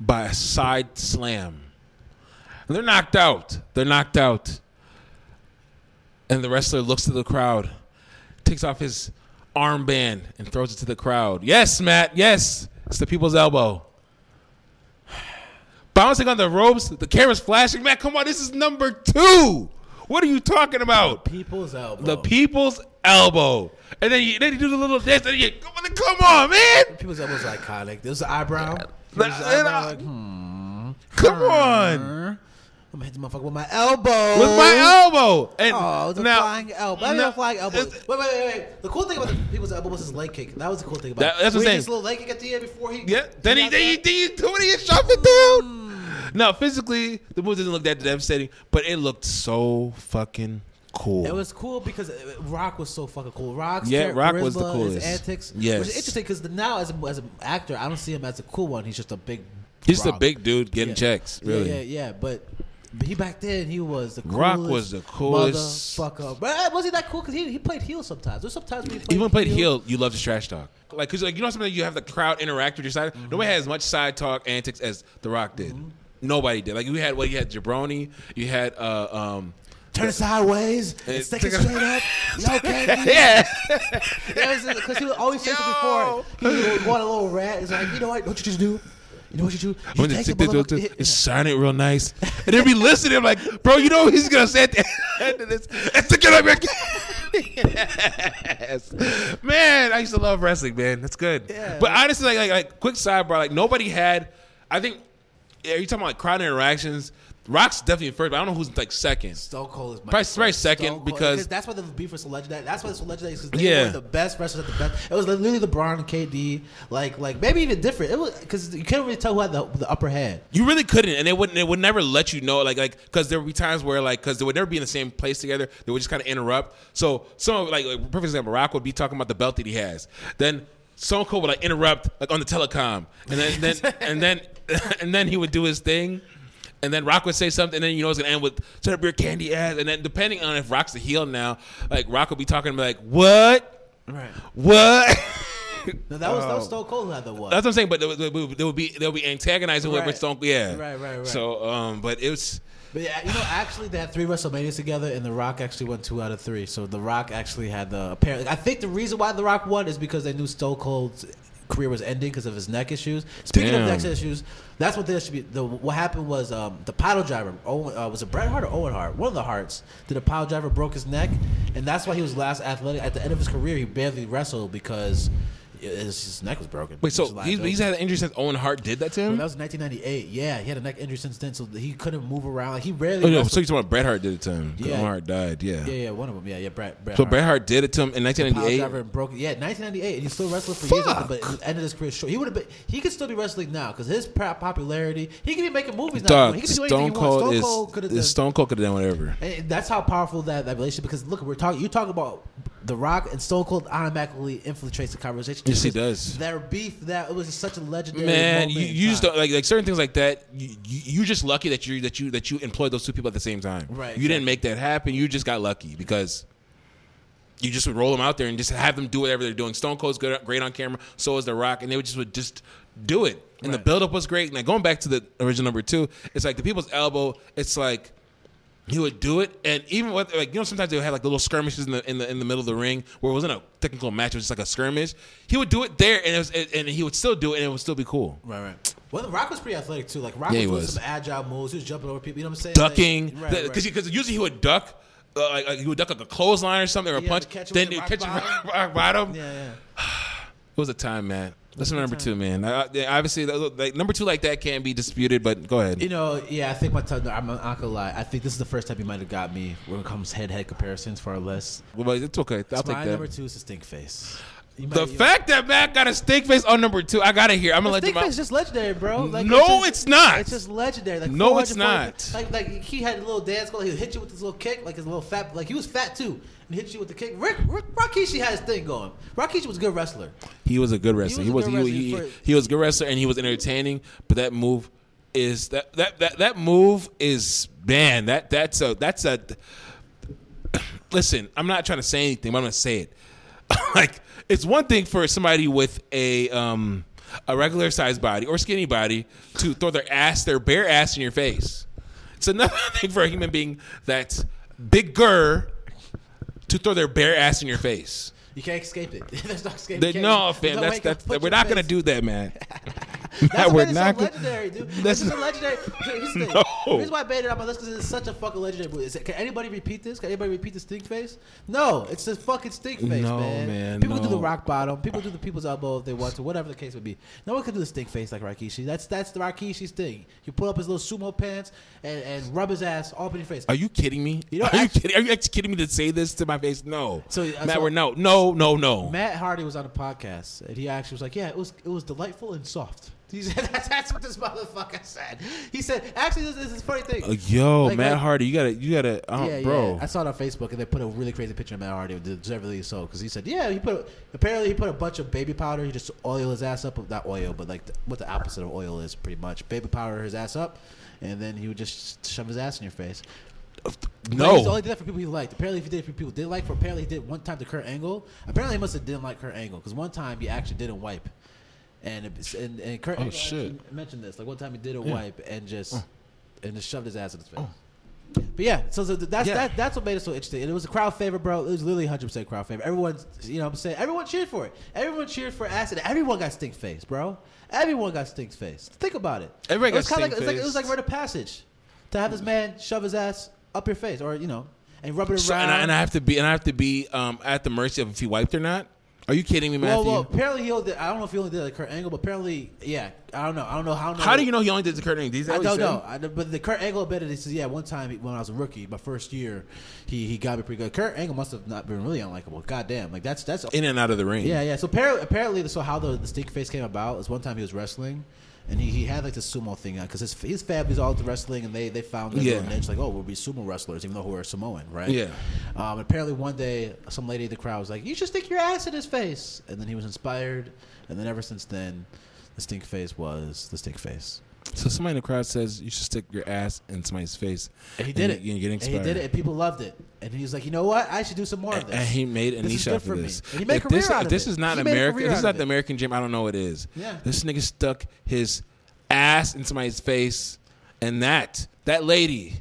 C: by a side slam. And they're knocked out. They're knocked out. And the wrestler looks to the crowd, takes off his armband, and throws it to the crowd. Yes, Matt, yes. It's the people's elbow. Bouncing on the ropes, the camera's flashing. Matt, come on, this is number two. What are you talking about?
B: People's elbow.
C: The people's elbow. And then you, then you do the little dance. And you come on, come on, man.
B: people's elbow is iconic. There's the eyebrow.
C: That-
B: There's the
C: that-
B: eyebrow. Like, hmm,
C: Come on.
B: I'm gonna hit the motherfucker with my elbow.
C: With my elbow. And
B: Oh, the
C: now-
B: flying elbow. I mean,
C: now-
B: the flying elbow.
C: it's-
B: Wait, wait, wait, wait. The cool thing about the people's elbow was his leg kick. That was the cool thing about
C: That-
B: it.
C: that's what I'm
B: Where he
C: saying.
B: gets a little leg kick at the end before he.
C: Yeah. Then he,
B: got
C: then he,
B: that.
C: then he do it. He shot it down.
B: Hmm.
C: Now, physically, the move didn't look that devastating, but it looked so fucking cool.
B: It was cool because uh, Rock was so fucking cool. Rock's
C: Yeah,
B: char-
C: Rock was the
B: charisma,
C: coolest.
B: His antics.
C: Yes.
B: Which is interesting because now, as, a, as an actor, I don't see him as a cool one. He's just a big.
C: He's just a
B: Rock.
C: big dude getting checks, really.
B: Yeah, yeah, yeah. But but he back then he was the coolest
C: Rock was the coolest.
B: motherfucker. But uh, was he that cool? Because he, he played heel sometimes. There's sometimes when he played
C: Even when played heel, you love to trash talk. Mm-hmm. Like, cause like you know something you have the crowd interact with your side. Nobody had as much side talk antics as The Rock did. Nobody did. Like you had, well, you had Jabroni, you had, uh, um,
B: Turn it sideways.
C: Eh,
B: It's sticking
C: take a-
B: straight up. No, can't be.
C: yeah,
B: Because he would always say something
C: Yo.
B: before. He would go on a little rant. It's like, you know what? Don't you just do? You know what you do? You just
C: when the
B: take
C: stick
B: the
C: they do it
B: motherfucker-
C: to-
B: hit-
C: and sign it real nice, and then be listening. I'm like, bro, you know what he's gonna say at the end of this. It's to get up your yes. man. I used to love wrestling, man. That's good.
B: Yeah.
C: But honestly, like, like, like, quick sidebar, like nobody had. I think are you talking about crowd interactions? Rock's definitely first, but I don't know who's like second.
B: Stone Cold is my
C: Probably-
B: Stone
C: probably second
B: Cold-
C: because-
B: that's why the beef was so legendary. That's why it's so legendary because they
C: Yeah.
B: were the best wrestlers at the best. It was literally LeBron, and KD, like like maybe even different. It was because you couldn't really tell who had the, the upper hand.
C: You really couldn't, and they wouldn't. They would never let you know, like, like, because there would be times where, like, because they would never be in the same place together. They would just kind of interrupt. So some, of, like, like, perfect example, Rock would be talking about the belt that he has. Then Stone Cold would like interrupt, like on the telecom, and then, then and then and then he would do his thing, and then Rock would say something, and then you know it's gonna end with "Shut up your candy ass," and then depending on if Rock's a heel now, like Rock would be talking like, "What?
B: Right.
C: What?"
B: No, that was that was Stone Cold who had the one.
C: Oh. That's what I'm saying. But they would, they would- they would be they would be antagonizing whoever
B: Right.
C: Stone. Yeah.
B: Right, right, right.
C: So, um, but it was.
B: But yeah, you know, actually, they had three WrestleManias together, and The Rock actually won two out of three. So The Rock actually had the apparently. I think the reason why The Rock won is because they knew Stone Cold's career was ending because of his neck issues. Speaking
C: Damn.
B: of neck issues, that's what there should be. The, what happened was um, the pile driver. Owen, uh, was it Bret Hart or Owen Hart? One of the Harts did a pile driver, broke his neck, and that's why he was last athletic at the end of his career. He barely wrestled because his, his neck was broken.
C: Wait, so
B: It was a
C: he's, he's had an injury since Owen Hart did that to
B: well,
C: him?
B: that was 1998. Yeah, he had a neck injury since then, so he couldn't move around. Like, he rarely.
C: Oh, no,
B: wrestled.
C: so you're talking about Bret Hart did it to him. 'cause
B: Yeah.
C: Owen Hart died, yeah.
B: yeah, yeah, one of them. Yeah, yeah, Brett. Brett
C: So
B: Hart.
C: Bret Hart did it to him in
B: Pile driver
C: 1998.
B: and broke. Yeah, 1998, and he still wrestled for years, after, but it ended his career short. He would have been. He could still be wrestling now because his pro- popularity. He could be making movies now. he could do
C: Dog,
B: anything
C: Stone
B: he wants.
C: Cold,
B: Stone
C: is,
B: Cold could have
C: is
B: done.
C: Stone Cold could have done whatever.
B: and that's how powerful that, that relationship. Because look, we're talking. You're talking about The Rock and Stone Cold automatically infiltrates the conversation.
C: Yes, he
B: because
C: does.
B: Their beef that it was such a legendary.
C: Man,
B: moment in
C: you, you just
B: time.
C: don't, like like certain things like that. You, you you're just lucky that you that you that you employed those two people at the same time.
B: Right,
C: You didn't make that happen. You just got lucky because you just would roll them out there and just have them do whatever they're doing. Stone Cold's good, great on camera. So is The Rock, and they would just would just do it. And the
B: Right.
C: buildup was great. Now going back to the original number two, it's like the people's elbow. It's like he would do it, and even with like you know sometimes they would have like the little skirmishes in the in the in the middle of the ring where it wasn't a technical match, it was just like a skirmish. He would do it there, and it was and, and he would still do it, and it would still be cool.
B: Right, right. Well, Rock was pretty athletic too. Like Rock
C: Yeah, he
B: was doing
C: was.
B: some agile moves. He was jumping over people. You know what I'm saying?
C: Ducking,
B: Like,
C: because
B: right, right.
C: usually he would duck, uh, like, like, he would duck like a clothesline or something or a
B: Yeah,
C: punch,
B: to catch him
C: then
B: with the
C: he would
B: rock
C: catch him rock,
B: bottom.
C: rock bottom.
B: Yeah, yeah.
C: It was a time, man. That's number two, man. I, I- obviously, that- like, number two like that can't be disputed, but go ahead.
B: You know, yeah, I think my time. I'm not gonna lie. I think this is the first time you might have got me when it comes head head comparisons for our list.
C: Well, it's okay. I'll
B: My
C: take
B: number
C: that.
B: two is the stink face. You
C: The
B: might-
C: fact that Matt got a steak face on number two, I gotta hear. I'm gonna let you.
B: Stink
C: my-
B: face is just legendary, bro. Like,
C: No, it's not.
B: It's just legendary. Like
C: No, it's
B: 440 Like, like he had a little dance going. He would hit you with his little kick, like his little fat. Like he was fat too, and hit you with the kick. Rick, Rick Rakishi had his thing going. Rakishi was a good wrestler.
C: He was a good wrestler. He
B: He
C: was
B: was a
C: he was,
B: good
C: he, he,
B: wrestler for-
C: he was a good wrestler and he was entertaining. But that move is that that that, that move is man that that's a that's a. Listen, I'm not trying to say anything, but I'm gonna say it. like it's one thing for somebody with a um a regular sized body or skinny body to throw their ass their bare ass in your face. It's another thing for a human being that's bigger to throw their bare ass in your face.
B: You can't escape it. There's no escape.
C: They-
B: You can't-
C: no,
B: there's
C: fam,
B: no way
C: that's,
B: you can
C: that's,
B: put
C: we're
B: your
C: not gonna
B: face-
C: do that, man.
B: That's
C: we're
B: why it's
C: not
B: so
C: gonna-
B: legendary, dude.
C: That's
B: This is a legendary. Here's the, thing.
C: No.
B: the reason why I made it on my list because it's such a fucking legendary movie. Is it- Can anybody repeat this? Can anybody repeat the stink face? No, it's the fucking stink face,
C: No,
B: man.
C: man,
B: People do
C: no.
B: the rock bottom. People do the people's elbow if they want to. Whatever the case would be. No one can do the stink face like Rakishi. That's that's the Rakishi's thing. You pull up his little sumo pants and, and rub his ass all up in your face.
C: Are you kidding me?
B: You know,
C: are you
B: actually-
C: kidding? Are you actually kidding me to say this to my face? No,
B: So, uh,
C: Matt,
B: so-
C: we're no, no, no, no.
B: Matt Hardy was on a podcast and he actually was like, "Yeah, it was it was delightful and soft." He said, "That's, that's what this motherfucker said." He said, "Actually, this, this is a funny thing."
C: Uh, yo,
B: Like,
C: Matt
B: like-
C: Hardy, you gotta, you gotta, I don't-
B: yeah,
C: Oh, bro.
B: Yeah. I saw it on Facebook, and they put a really crazy picture of Matt Hardy, deservedly so, because he said, yeah, he put apparently he put a bunch of baby powder. He just oil his ass up, not oil, but like the, what the opposite of oil is, pretty much. Baby powder his ass up, and then he would just shove his ass in your face. Like, he's only
C: no,
B: did that for people he liked. Apparently, if he did it for people he didn't like, for apparently he did one time to Kurt Angle. Apparently, he must have didn't like Kurt Angle because one time he actually didn't wipe, and it, and, and Kurt Angle
C: Oh, shit. Oh.
B: actually mentioned this. Like one time he did a wipe and just and just shoved his ass in his face. But yeah, so, so that's
C: Yeah.
B: that, that's what made it so interesting. And it was a crowd favorite, bro. It was literally 100 percent crowd favorite. Everyone, you know, what I'm saying everyone cheered for it. Everyone cheered for acid. Everyone got stink face, bro. Everyone got stink face. Think about it.
C: Everybody
B: It was
C: got
B: kinda like,
C: stink
B: it was like it was like
C: faced.
B: rite of passage to have this man shove his ass up your face, or you know, and rub it around.
C: So- and, I, and I have to be, and I have to be um, at the mercy of if he wiped or not. Are you kidding me,
B: well,
C: Matthew?
B: well, apparently he only did. I don't know if he only did like Kurt Angle, but apparently, yeah, I don't know. I don't know how.
C: How do you know he only did the Kurt Angle? Is that
B: I
C: what he
B: don't
C: said?
B: know. I, but the Kurt Angle bit it. He says, yeah, one time he- when I was a rookie, my first year, he he got me pretty good. Kurt Angle must have not been really unlikable. Goddamn, like that's that's
C: In and out of the ring.
B: Yeah, yeah. So apparently, apparently so how the, the stink face came about is one time he was wrestling, and he, he had like the sumo thing on because his his family's all into wrestling, and they they found their
C: Yeah.
B: little niche like, oh, we'll be sumo wrestlers, even though we're Samoan, right?
C: Yeah.
B: Um, apparently, one day, some lady in the crowd was like, "You should stick your ass in his face," and then he was inspired, and then ever since then, the stink face was the stink face.
C: So somebody in the crowd says you should stick your ass in somebody's face.
B: And he did
C: you-
B: it.
C: You're getting
B: and he
C: inspired.
B: did it, and people loved it. And he was like, you know what? I should do some more of this.
C: And he made a
B: This is
C: niche
B: good
C: out
B: for
C: of
B: me.
C: this.
B: And he made a
C: If
B: career
C: this,
B: out
C: if
B: of
C: this
B: it.
C: is not
B: He made a
C: America.
B: career
C: This
B: out
C: is
B: of
C: not the
B: it.
C: American dream. I don't know what it is.
B: Yeah.
C: This nigga stuck his ass in somebody's face, and that that lady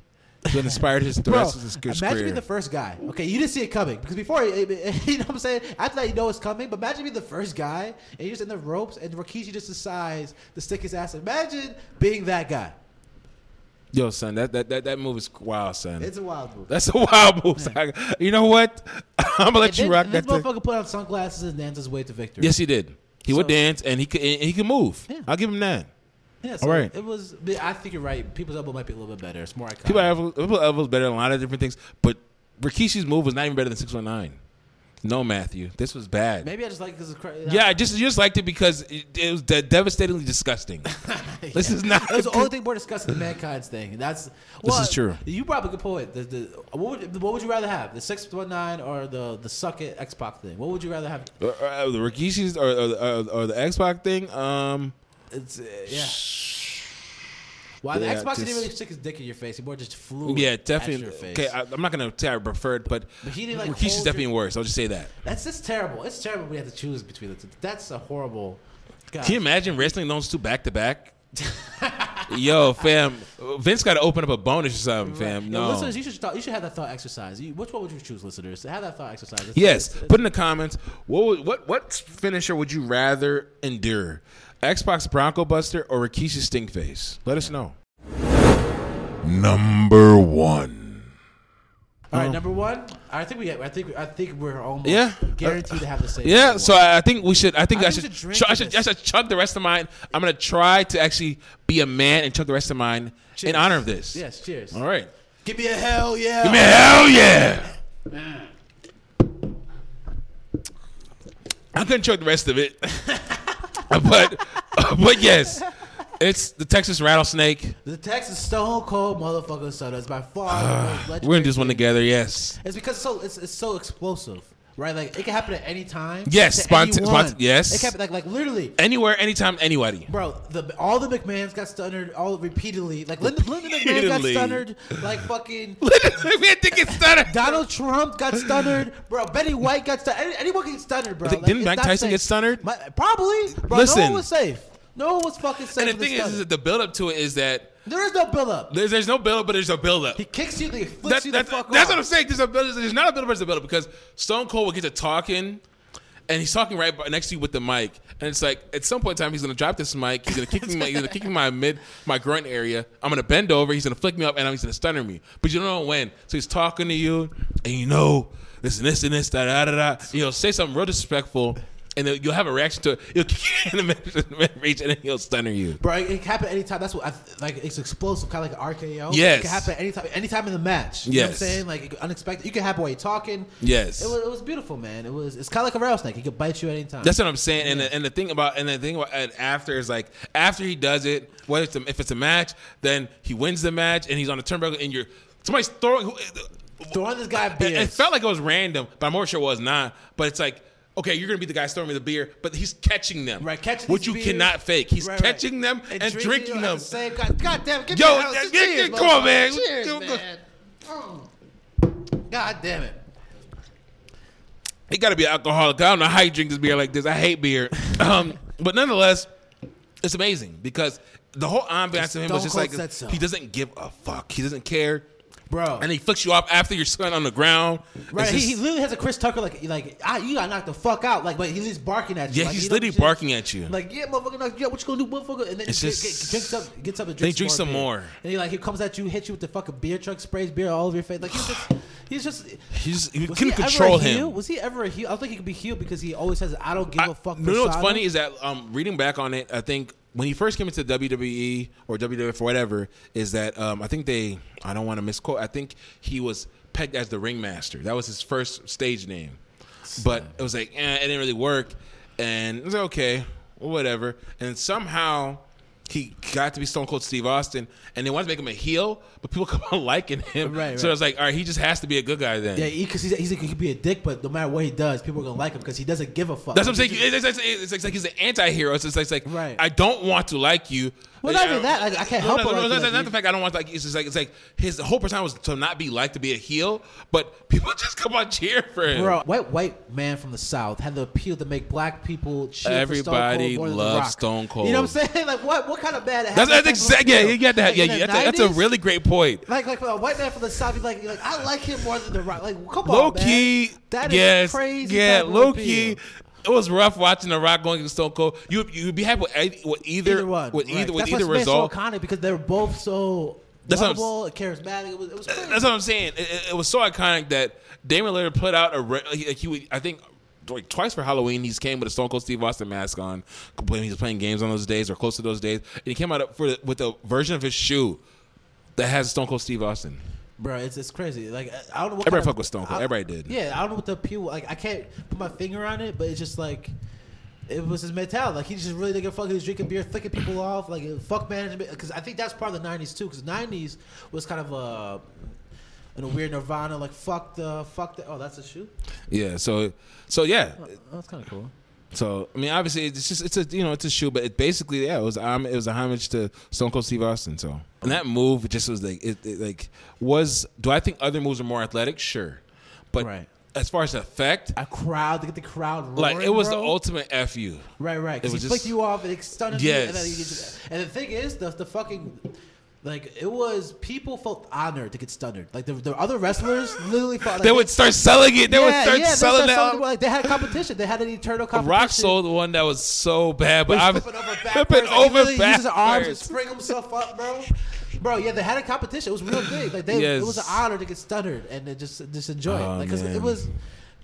C: who inspired his the
B: Bro,
C: rest of his, his
B: imagine
C: career.
B: being the first guy. Okay, you didn't see it coming because before you know what I'm saying. After that, you know it's coming. But imagine being the first guy and you're just in the ropes, and Rikishi just decides to stick his ass. in. Imagine being that guy.
C: Yo, son, that, that that that move is wild, son.
B: It's a wild move.
C: That's a wild move. son. You know what? I'm gonna let
B: And
C: you rock
B: and
C: that.
B: This
C: thing.
B: motherfucker put on sunglasses and dances his way to victory.
C: Yes, he did. He would
B: So-
C: dance, and he could and he could move.
B: Yeah.
C: I'll give him that.
B: Yeah, so
C: All right.
B: It was. I think you're right. People's elbow might be a little bit better. It's more iconic.
C: People elbow, people elbows better than a lot of different things, but Rikishi's move was not even better than six one nine. No, Matthew, this was bad.
B: Maybe I just like because it's cra-
C: Yeah, I just you just liked it because it, it was de- devastatingly disgusting. This is not.
B: It was the only thing we're discussing the mankind's thing. That's well,
C: is true.
B: You brought up a good point. The, the, what, would, what would you rather have, the six one nine or the the suck it X Pac thing? What would you rather have?
C: Uh, uh, the Rikishi's or, or, or, or the Xbox thing. Um,
B: It's uh, yeah. Why
C: Yeah,
B: the Xbox didn't
C: just-
B: really stick his dick in your face? He more just flew.
C: yeah,
B: at
C: definitely.
B: your face.
C: Okay, I, I'm not gonna say I preferred, but,
B: But he didn't, like,
C: Rikishi's
B: hold
C: definitely
B: your-
C: worse. I'll just say that.
B: that's just terrible. It's terrible. We have to choose between the two. That's a horrible. God.
C: Can you imagine wrestling those two back to back? Yo, fam, Vince got to open up a bonus or something, fam.
B: Yo,
C: No.
B: listeners, you should thought, you should have that thought exercise. You, which one would you choose, listeners? Have that thought exercise. It's-
C: Yes,
B: it's- it's-
C: put in the comments what would- what what finisher would you rather endure, Xbox Bronco Buster or Rikishi Stinkface? Let us know. Number one.
B: all right, number one. I think we. I think. I think we're almost
C: um, Yeah. uh,
B: guaranteed to have the same.
C: Yeah,
B: number
C: so
B: one.
C: I I think we should. I think I,
B: I
C: should.
B: need to drink
C: chu- I
B: to
C: should. I
B: this.
C: should chug the rest of mine. I'm gonna try to actually be a man and chug the rest of mine in
B: Cheers.
C: honor of this.
B: yes. Cheers.
C: All right.
B: Give me a hell yeah.
C: Give me a hell yeah. I couldn't chug the rest of it, but but yes, it's the Texas rattlesnake.
B: The Texas Stone Cold Motherfucker Soda is by far the most
C: We're
B: legendary.
C: gonna do this one together. Yes,
B: It's because it's so it's, it's so explosive, right? Like it can happen at any time.
C: Yes,
B: to
C: sponta-
B: anyone.
C: sponta- yes.
B: It can happen like like literally.
C: anywhere, anytime, anybody.
B: Bro, the all the McMahons got stunned all repeatedly. Like Linda, Linda McMahon got
C: Repeatedly.
B: stunned. Like fucking
C: we had to get started.
B: Donald Trump got stunned, bro. Betty White got stunned. Any- Anyone can get stunned, bro.
C: Didn't
B: Like, it's
C: Mike
B: not
C: Tyson
B: safe.
C: get stunned?
B: My, probably, bro. No
C: Listen.
B: one was safe. No one was fucking safe.
C: And the
B: with
C: thing is, is
B: stunner.
C: that the build up to it is that
B: there is no buildup.
C: there's there's no build up, but there's a build up.
B: He kicks you, he flips
C: That-
B: you
C: that-
B: the fuck
C: that's
B: off.
C: what I'm saying. There's, a build, there's not a build up, there's a build up because Stone Cold will get to talking, and he's talking right by- next to you with the mic, and it's like at some point in time he's gonna drop this mic, he's gonna kick me, he's gonna kick me in my mid my grunt area. I'm gonna bend over, he's gonna flick me up, and he's gonna stunner me. But you don't know when. So he's talking to you, and you know this and this and this da da da da. You know, say something real disrespectful. And then you'll have a reaction to it. He'll kick you in the rage, and then he'll stunner you.
B: Bro, it can happen anytime. That's what I th- like. It's explosive, kind of like an RKO.
C: Yes.
B: it can happen anytime, anytime in the match. You know what I'm
C: Yes.
B: saying like it- unexpected. You can happen while you're talking.
C: Yes.
B: it was, it was beautiful, man. It was. It's kind of like a rattlesnake. It could bite you at any time.
C: That's what I'm saying. And, the, and the thing about and the thing about and after is like after he does it, whether it's a, if it's a match, then he wins the match and he's on the turnbuckle and you're somebody's throwing. Who,
B: throwing this guy
C: it,
B: beer.
C: it felt like it was random, but I'm more sure it was not. But it's like. Okay, you're gonna be the guy throwing me the beer, but he's catching them.
B: Right, catching
C: What
B: these
C: you
B: beers.
C: cannot fake. He's
B: Right, right.
C: catching them and, drinking
B: at
C: them.
B: the same God, God damn! Give
C: Yo,
B: me a house.
C: that-
B: Just
C: yeah,
B: cheers,
C: come on, man.
B: motherfucker. Cheers,
C: Go- go.
B: man. Mm. God damn it!
C: He got to be an alcoholic. I don't know how you drink this beer like this. I hate beer. Um, but nonetheless, it's amazing because the whole ambiance of him
B: Stone
C: was
B: Cold
C: just like
B: said so.
C: he doesn't give a fuck. He doesn't care,
B: Bro.
C: And he flicks you off after you're sitting on the ground. It's
B: Right,
C: just-
B: he, he literally has a Chris Tucker like like ah, you got knocked the fuck out like, but he's just barking at you.
C: yeah,
B: like,
C: he's
B: you know
C: literally
B: what I'm saying?
C: barking at you.
B: Like, yeah, motherfucker, like, yeah, what you gonna do, motherfucker? And then
C: It's
B: he
C: just-
B: get, get, drinks up, gets up and
C: Then he
B: drinks,
C: drinks some
B: beer.
C: more.
B: And he like he comes at you, hits you with the fucking beer truck, sprays beer all over your face. Like he's just, he's just.
C: he's you
B: was
C: couldn't
B: he ever a
C: control
B: heel?
C: him.
B: Was he ever a heel? I don't think he could be heel because he always has. I don't give
C: I-
B: a fuck.
C: you know what's
B: persona.
C: funny is that um, reading back on it, I think when he first came into WWE or WWF or whatever, is that um, I think they I don't want to misquote. I think he was pegged as the ringmaster. That was his first stage name, but it was like eh, it didn't really work, and it was like, okay, well, whatever. And somehow. He got to be Stone Cold Steve Austin, and they wanted to make him a heel, but people come on liking him.
B: Right,
C: So
B: right.
C: I was like, all right, he just has to be a good guy then.
B: Yeah, because he's, he's he could be a dick, but no matter what he does, people are gonna like him because he doesn't give a fuck.
C: That's what I'm
B: He
C: saying. It's, it's, it's, it's like he's an anti-hero. It's just like, it's like
B: Right.
C: I don't want to like you.
B: Well,
C: Like,
B: not even that. I- I can't
C: No,
B: help
C: no,
B: but
C: no,
B: like
C: no,
B: you.
C: that's not the fact I don't want to like. you. It's just like it's like his whole persona was to not be liked, to be a heel. But people just come on cheer for him.
B: Bro, white white man from the south had the appeal to make black people cheer
C: Everybody
B: for Stone Cold more than The
C: loves
B: Rock.
C: Stone Cold.
B: You know what I'm saying? Like what what kind of bad?
C: that's that's exactly. Yeah, you got to have. Yeah, yeah, that's, a, that's a really great point.
B: like like for a white man from the south. You're like you're like I like him more than the Rock. Like come on,
C: Low
B: man.
C: key,
B: That is
C: yes,
B: crazy.
C: yeah,
B: type of
C: low
B: appeal.
C: key. It was rough watching The Rock going against Stone Cold. You you would be happy with, ei- with either,
B: Either one.
C: with either
B: right.
C: with
B: That's what's
C: either
B: made it so
C: result.
B: iconic because they were both so
C: That's what I'm-
B: lovable, and charismatic. It was, it was crazy.
C: That's what I'm saying. It- It, it was so iconic that Damon Lillard put out a re- he, he would- I think like twice for Halloween he's came with a Stone Cold Steve Austin mask on, complaining he was playing games on those days or close to those days, and he came out for the, with a version of his shoe that has Stone Cold Steve Austin.
B: Bro, it's it's crazy. Like I don't know. What
C: Everybody
B: kind of-
C: fuck with Stone Cold.
B: I-
C: Everybody did.
B: Yeah, I don't know what the appeal. Like I can't put my finger on it, but it's just like it was his mentality. Like he just really didn't give a fuck. He was drinking beer, flicking people off. Like fuck management. Because I think that's part of the '90s too. Because '90s was kind of a in a weird Nirvana. Like fuck the fuck the. Oh, that's a shoe.
C: Yeah, so so yeah,
B: Oh, that's kind of cool.
C: so I mean obviously it's just it's a you know it's a shoe, but it basically yeah it was um, it was a homage to Stone Cold Steve Austin. So and that move just was like it, it like was do I think other moves are more athletic? Sure, but
B: Right.
C: as far as effect,
B: a crowd to get the crowd roaring.
C: like it was
B: bro.
C: the ultimate f you.
B: Right, right.
C: It
B: Because
C: was
B: he
C: just-
B: flicked you off and it stunned you. And, then you
C: Yes.
B: just, and the thing is, the, the fucking. Like, it was. People felt honored to get stunned. Like, the, the other wrestlers literally felt like.
C: They would start selling it. They would start
B: they
C: selling
B: started
C: that.
B: selling- Like, they had competition. They had an eternal competition.
C: Rock sold the one that was so bad, but
B: He's
C: I'm
B: flipping over backwards.
C: flipping
B: like, he
C: over
B: literally uses his arms and
C: backwards.
B: spring himself up, bro. Bro, yeah, they had a competition. It was real big. Like they,
C: Yes.
B: it was an honor to get stuttered and to just just enjoy
C: Oh,
B: it. Like, cause
C: man.
B: it was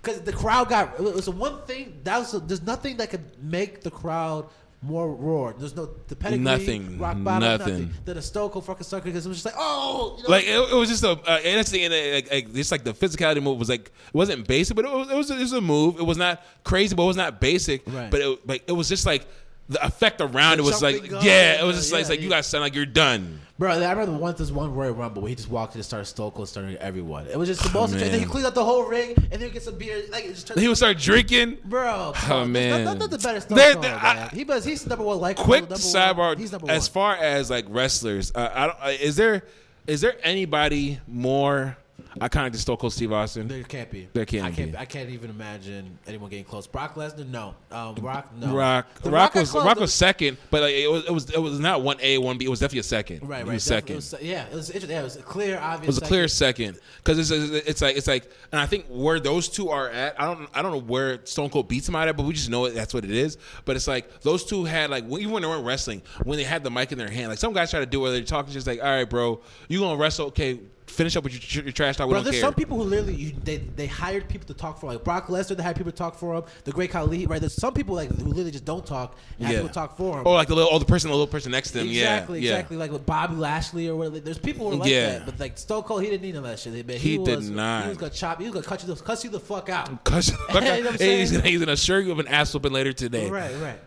B: because the crowd got it was the one thing that was there's nothing that could make the crowd. More roar. There's no the pedigree,
C: Nothing.
B: rock bottom, nothing.
C: Nothing.
B: That a stoical fucking sucker because it was just like, oh, you know,
C: Like it, it was just a uh, and that's the and uh, like, like just like the physicality move was like it wasn't basic, but it was it was, it was a move. It was not crazy, but it was not basic.
B: Right.
C: But it, like it was just like the effect around it was like
B: Something going
C: yeah, it
B: on,
C: was just like, it's
B: yeah,
C: like you
B: yeah.
C: guys sound like you're done.
B: Bro, I remember once this one Royal Rumble where he just walked in and started Stokel starting everyone. It was just the most. and then he
C: man.
B: cleaned up the whole ring, and then he gets some beer. Like it just turned
C: He would start drinking.
B: Bro,
C: Oh, man.
B: not, the better Stone
C: They're-
B: Cold,
C: they're-
B: man.
C: I-
B: he was he's number one like
C: Quick
B: number
C: sidebar.
B: One. He's number
C: as
B: one.
C: far as like wrestlers, uh, I don't, uh, is there is there anybody more iconic than Stone Cold Steve Austin?
B: there can't be.
C: There can't
B: I can't.
C: be.
B: I can't even imagine anyone getting close. Brock Lesnar, no. Um, Rock, no.
C: Rock,
B: The
C: Rock
B: got
C: was
B: close.
C: Rock was second, but like, it was it was it was not one A one B. It was definitely a second.
B: right,
C: He
B: right.
C: was
B: definitely.
C: second.
B: It was, yeah, it was interesting. Yeah, it was a clear, obvious.
C: It was a clear second because it's it's like it's like, and I think where those two are at, I don't I don't know where Stone Cold beats him out at, but we just know it, that's what it is. But it's like those two had like when- even when they weren't wrestling, when they had the mic in their hand, like some guys try to do where they're talking, just like, all right, bro, you gonna wrestle? Okay, finish up with your, your trash talk. We
B: Bro,
C: don't
B: there's
C: care.
B: some people who literally you, they they hired people to talk for like Brock Lesnar. They hired people to talk for him. The Great Khali, right? There's some people like who literally just don't talk and have people talk for him.
C: Or like the little, oh, the person, the little person next to them.
B: Exactly,
C: yeah,
B: exactly. Like with Bobby Lashley or whatever. There's people who are like
C: Yeah.
B: that, but like Stone Cold, he didn't need none of that shit. Man, he,
C: He
B: was,
C: did not.
B: He was gonna chop. He was gonna cut you, the, cuss you the fuck out.
C: Yeah.
B: know what I'm
C: Hey, he's,
B: saying?
C: gonna, he's gonna assure you of an ass whooping later today.
B: Right, right.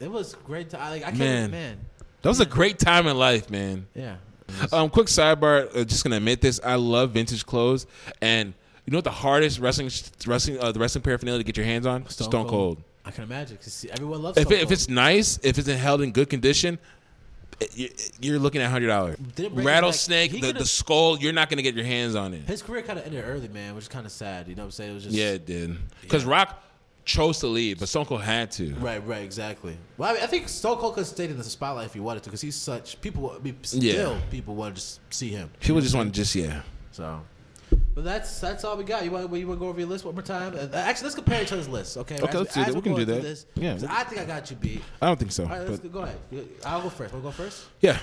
B: It was great. To, I, like, I can't, man.
C: Man.
B: man.
C: That was a great time in life, man.
B: Yeah.
C: Um, quick sidebar. Uh, just gonna admit this. I love vintage clothes, and you know what the hardest wrestling, wrestling, uh, the wrestling paraphernalia to get your hands on? Stone, Cold.
B: I can imagine. 'cause see, everyone loves.
C: If,
B: Stone
C: it, if
B: Cold.
C: it's nice, if it's in- held in good condition, it- you- you're looking at hundred dollar
B: break it back.
C: rattlesnake.
B: He
C: The,
B: could've-
C: the skull. You're not gonna get your hands on it.
B: his career kind of ended early, man, which is kind of sad. You know what I'm saying? It was just
C: Yeah, it did. Because Rock chose to leave, but Stone Cold had to.
B: Right, right, exactly. Well, I, mean, I think Stone Cold could have stayed in the spotlight if he wanted to, because he's such people. I mean,
C: Yeah.
B: still, people want to just see him.
C: People just want to just yeah.
B: So, but that's that's all we got. You want you want to go over your list one more time? Uh, actually, let's compare each other's lists. Okay.
C: Okay,
B: As-
C: let's do
B: as
C: that.
B: we're
C: We can
B: going
C: do
B: through
C: that. Yeah.
B: 'cause I think I got you beat.
C: I don't think so.
B: All right, let's
C: but
B: go, go ahead. You- I'll go first. We'll go first.
C: yeah,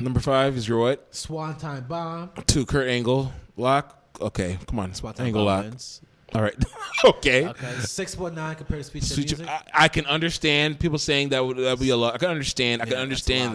C: number five is your what?
B: Swanton bomb.
C: Two Kurt Angle lock. Okay, come on,
B: Swanton
C: Angle
B: bomb
C: lock.
B: wins.
C: All right. okay.
B: Okay, six one nine compared to speech and
C: So you-
B: music.
C: I, I can understand people saying that would that be a lot. I can understand. I
B: Yeah,
C: can understand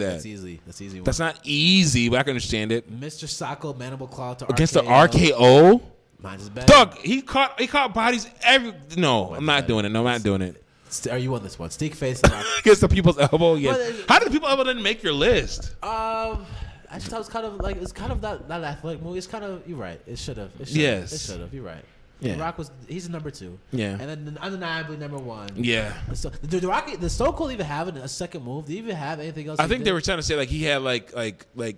B: that's a lot.
C: that.
B: That's
C: That's,
B: easy. That's easy. One.
C: not easy, but I can understand it.
B: Mr. Sacco, Manable Claw to
C: Against the
B: RKO.
C: RKO,
B: Mine's is better.
C: Doug, he caught he caught bodies every.
B: Oh
C: No, I'm not
B: that?
C: doing it. No, I'm not doing it.
B: St- Are you on this one? Steak face. and Rock-
C: Against the people's elbow,
B: Well,
C: yes.
B: there's-
C: How did the people elbow didn't make your list?
B: um, I just thought it was kind of like it's kind of not not an athletic movie. It's kind of you're right. It should have. It should've.
C: Yes.
B: It should have. You're right.
C: Yeah.
B: The Rock was he's number two.
C: Yeah.
B: And then undeniably number one.
C: Yeah,
B: So the, the Rock, the Stone Cold even have a second move. Do you even have anything else?
C: I
B: he
C: think
B: did?
C: they were trying to say like he had like like like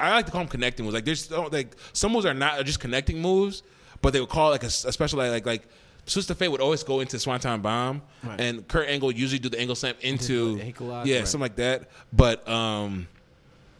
C: I like to call them connecting moves. Like there's so- like some moves are not are just connecting moves, but they would call it like a, s- a special like like like Sister Faye would always go into Swanton Bomb,
B: Right.
C: and Kurt Angle usually do the angle slam into
B: ankle lock,
C: yeah
B: right.
C: something like that. But um.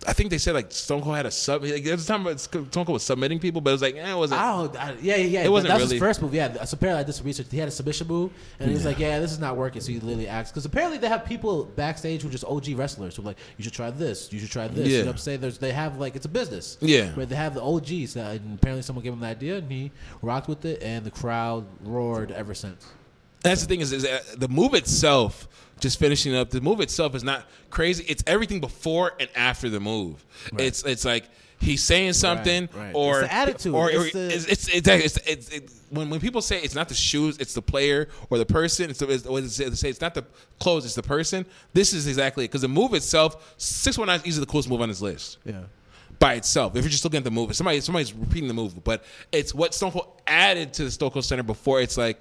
C: I think they said like Stone Cold had a sub. Like, there was a time where Stone Cold was submitting people, but it was like, eh, it wasn't.
B: I don't. I, yeah, yeah, yeah.
C: It wasn't
B: That was
C: really-
B: his first move. Yeah. So apparently, I did some research. He had a submission move, and he's like, "Yeah, this is not working." So he literally asked because apparently they have people backstage who are just OG wrestlers who are like, "You should try this. You should try this." You
C: Yeah.
B: know what I'm saying? There's, they have like it's a business.
C: Yeah.
B: Where they have the OGs, uh, and apparently someone gave him the idea, and he rocked with it, and the crowd roared ever since.
C: That's the thing is, is that the move itself, just finishing up. The move itself is not crazy. It's everything before and after the move. It's it's like he's saying something
B: right.
C: or
B: It's the attitude.
C: or or-
B: It's
C: it's
B: the-
C: it's, it's, it's, it's- it- when when people say it's not the shoes, it's the player or the person. It's, the- it's what they say- they say it's not the clothes, it's the person. This is exactly it because the move itself, six one nine is easily the coolest move on this list
B: Yeah.
C: by itself. If you're just looking at the move, somebody somebody's repeating the move, but it's what Stone Cold added to the Stone Cold Center before. It's like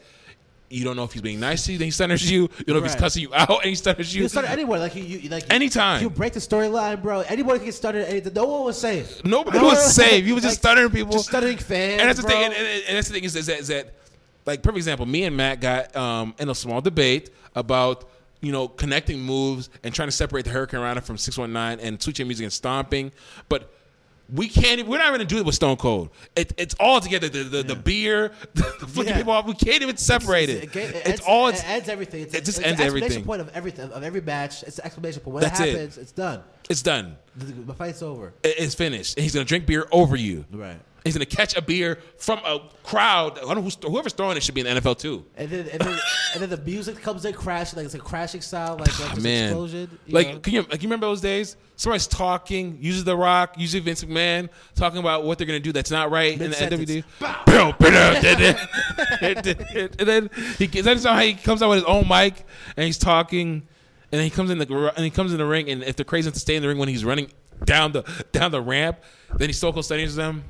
C: you don't know if he's being nice to you, then he centers you. You don't know if he's
B: Right.
C: cussing you out, and he centers you.
B: You start anywhere, like you, you like
C: Anytime.
B: You break the storyline, bro. Anyone can get started. Any, no one was safe.
C: Nobody
B: No
C: was
B: one-
C: safe. You was just stuttering people.
B: Just stuttering fans.
C: and that's the
B: bro.
C: thing. And, and- and that's the thing is, is that is that like perfect example. Me and Matt got um, in a small debate about you know connecting moves and trying to separate the Hurricane Rana from Six One Nine and Two Chain Music and stomping, but. We can't. even- We're not going to do it with Stone Cold. It, it's all together. The the, the beer, the, the flicking
B: Yeah.
C: people off. We can't even separate it.
B: It, it,
C: It's,
B: adds,
C: all.
B: it adds everything. It's,
C: it just
B: it's
C: ends
B: the exclamation
C: everything.
B: point of everything of every match. It's the exclamation point. When
C: That's
B: it
C: it.
B: happens, it's done.
C: It's done.
B: The, the fight's over.
C: It- It's finished. And he's going to drink beer over you.
B: Right.
C: He's going to catch a beer from a crowd. I don't know who's, whoever's throwing it should be in the NFL too.
B: And then and then, and then the music comes in crashing like it's a crashing sound like, like
C: Ah,
B: this
C: man,
B: explosion. you know?
C: like can you like you remember those days? Somebody's talking, usually The Rock, usually Vince McMahon, talking about what they're gonna do that's not right in the
B: Mid-sentence.
C: NWD. Bow, bow, did it. and then he gets- that's how he comes out with his own mic and he's talking, and he comes in the gar- and he comes in the ring, and if they're crazy enough to stay in the ring when he's running down the down the ramp, then he Stone Cold studies them.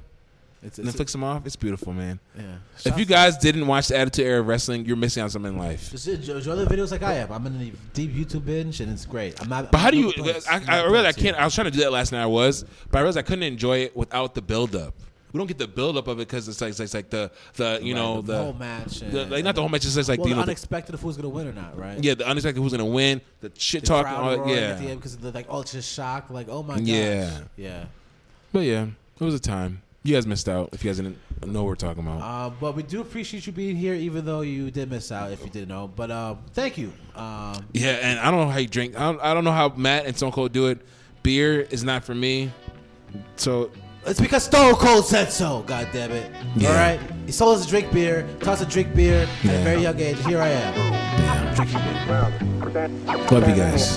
B: It's-
C: and then
B: it's-
C: flicks them off. It's beautiful, man.
B: yeah.
C: If you guys didn't watch the Attitude Era of Wrestling, you're missing out on something in life.
B: Just enjoy enjoy the videos like I am. I'm in the deep YouTube binge and it's great. I'm not.
C: But how do you? I, I realized I can't. I was trying to do that last night. I was, but I realized I couldn't enjoy it without the buildup. We don't get the buildup of it because it's like it's like, it's like the the you know
B: the
C: the
B: whole match
C: the-
B: and-
C: like not the whole match. It's just like
B: Well,
C: the, you
B: the
C: know, the-
B: unexpected of who's gonna win or not, right?
C: yeah the unexpected who's gonna win the shit
B: The
C: talking
B: crowd
C: all that,
B: roaring at the
C: yeah
B: end because they're like, oh, it's just shock. Like, oh my gosh.
C: Yeah.
B: Yeah.
C: but yeah it was a time you guys missed out if you guys didn't know what we're talking about
B: Uh, but we do appreciate you being here, even though you did miss out if you didn't know. But uh, thank you. Um,
C: yeah and I don't know how you drink I don't, I don't know how Matt and Stone Cold do it beer is not for me so
B: it's because Stone Cold said so. God damn it!
C: Yeah.
B: All right, he told us to drink beer, taught us to drink beer at a
C: Yeah.
B: very young age. Here I am.
A: Love
C: you guys.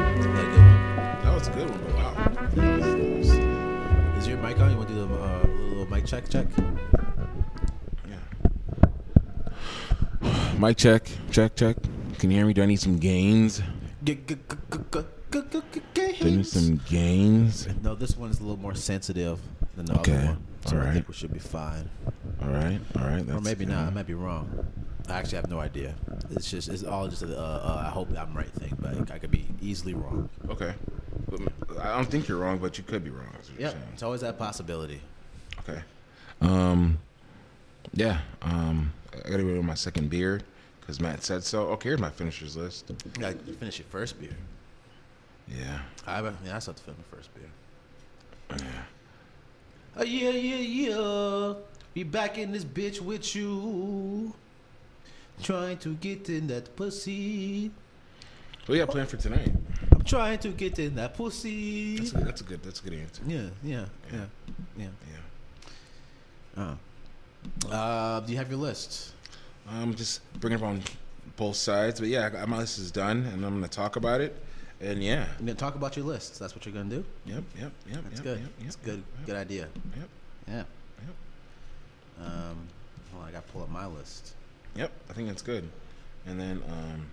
C: that was a good one but wow
B: Is your mic on? You want to do the uh, little mic check? Check.
C: mic check check check can you hear me do I need some gains Do I need some gains
B: No, this one is a little more sensitive than the
C: Okay.
B: other one, so
C: All
B: I
C: right.
B: think we should be fine.
C: All right, all right. That's
B: or maybe not. I might be wrong. I actually have no idea. It's just it's all just a, uh, uh, I hope I'm right thing, but I could be easily wrong.
C: Okay. I don't think you're wrong, but you could be wrong.
B: Yep, it's always that possibility.
C: Okay. Um. Yeah. Um. I gotta go to my second beer because Matt said so. Okay, here's my finishers list.
B: Yeah, you finish your first beer.
C: Yeah.
B: I haven't. Yeah, I still have to finish my first beer. Oh yeah, yeah, yeah. Be back in this bitch with you. Trying to get in that pussy.
C: What do you got planned for tonight?
B: I'm trying to get in that pussy.
C: That's a, that's a good. That's a good answer.
B: yeah, yeah, yeah, yeah.
C: Yeah.
B: Uh, uh, do you have your list?
C: Um, just bringing up on both sides, but yeah, I- my list is done, and I'm gonna talk about it. And yeah,
B: You're gonna talk about your list. That's what you're gonna do.
C: yep, yep, yep.
B: That's
C: yep,
B: good.
C: Yep, yep,
B: That's good.
C: Yep,
B: Good idea.
C: Yep.
B: Yeah.
C: Yep.
B: Um, hold on, I gotta pull up my list.
C: Yep, I think that's good. And then, um,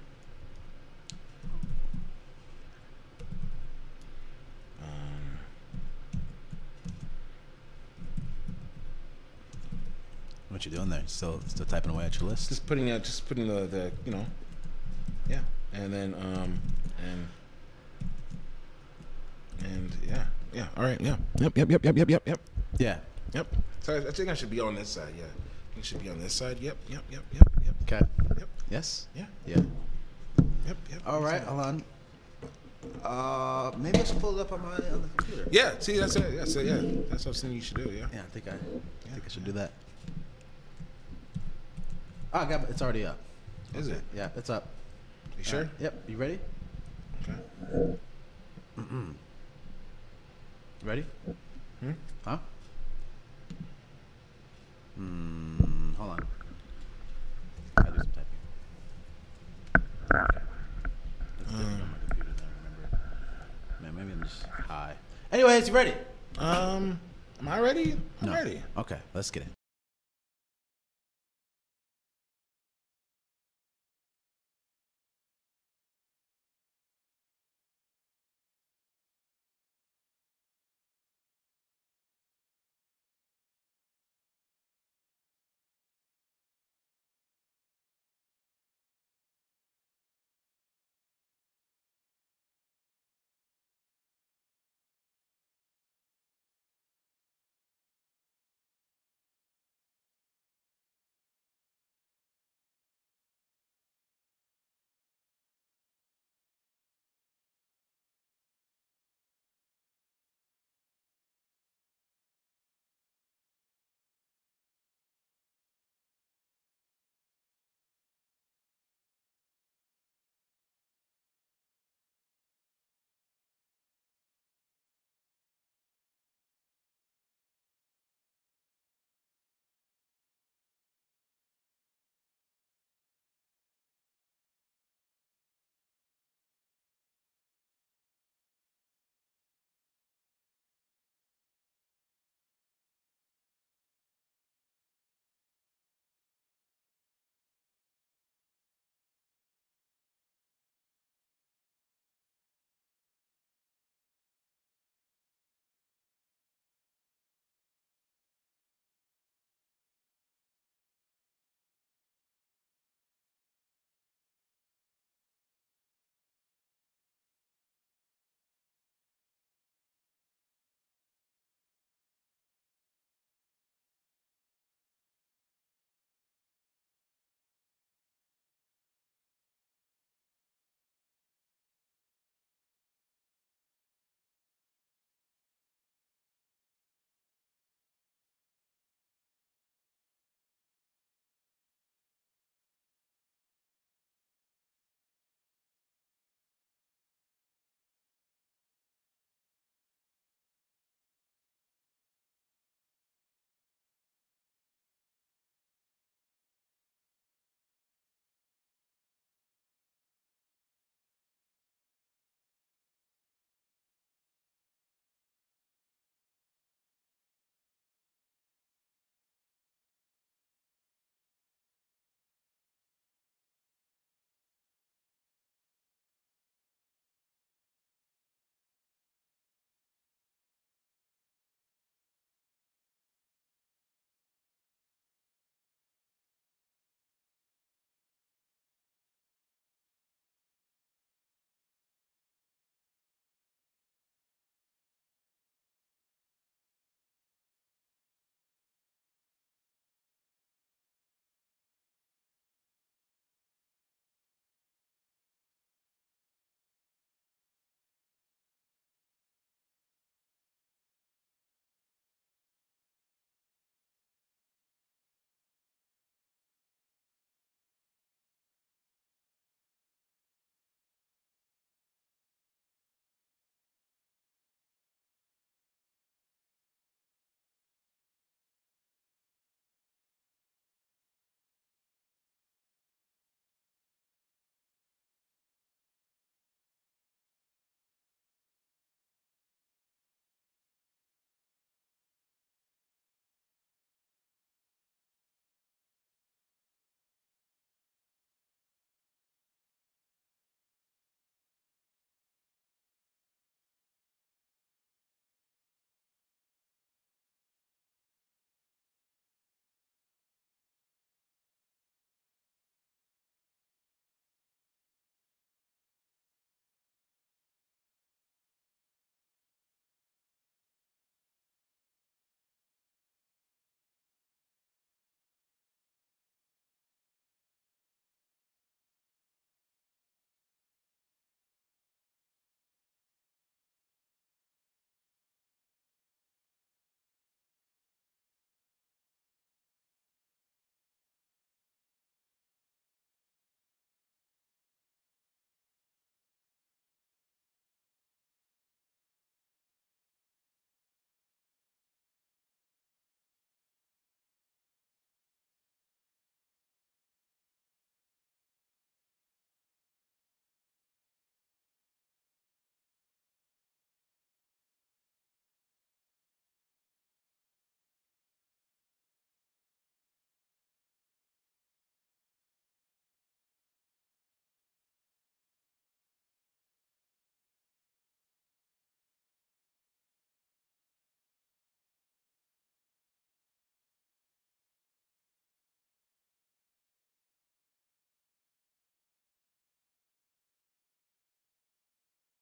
C: um,
B: What you doing there? Still, still typing away at your list.
C: just putting out, just putting the, the, you know, yeah. And then, um, and and yeah, yeah. All right, yeah. Yep, yep, yep, yep, yep, yep, yep,
B: Yeah.
C: yep. So I, I think I should be on this side. Yeah, I think I should be on this side. Yep, yep, yep, yep, yep,
B: Okay.
C: yep,
B: Yes.
C: yeah,
B: Yeah.
C: yep, yep.
B: All right, hold on. Uh, maybe I should pull it up on my on the computer.
C: Yeah, see, that's it. That's it. Yeah, that's what I'm saying. You should do. Yeah.
B: Yeah, I think I, I think I should do that. Oh, I got it's already up.
C: Is it?
B: Yeah, it's up.
C: You sure?
B: Yep. You ready?
C: Okay.
B: You ready?
C: Hmm?
B: Huh? Hmm. Hold on. I do some typing. It's different on my computer than I remember. Man, maybe I'm just high. Anyways, you ready?
C: Um, am I ready? I'm
B: No.
C: ready.
B: Okay, let's get it.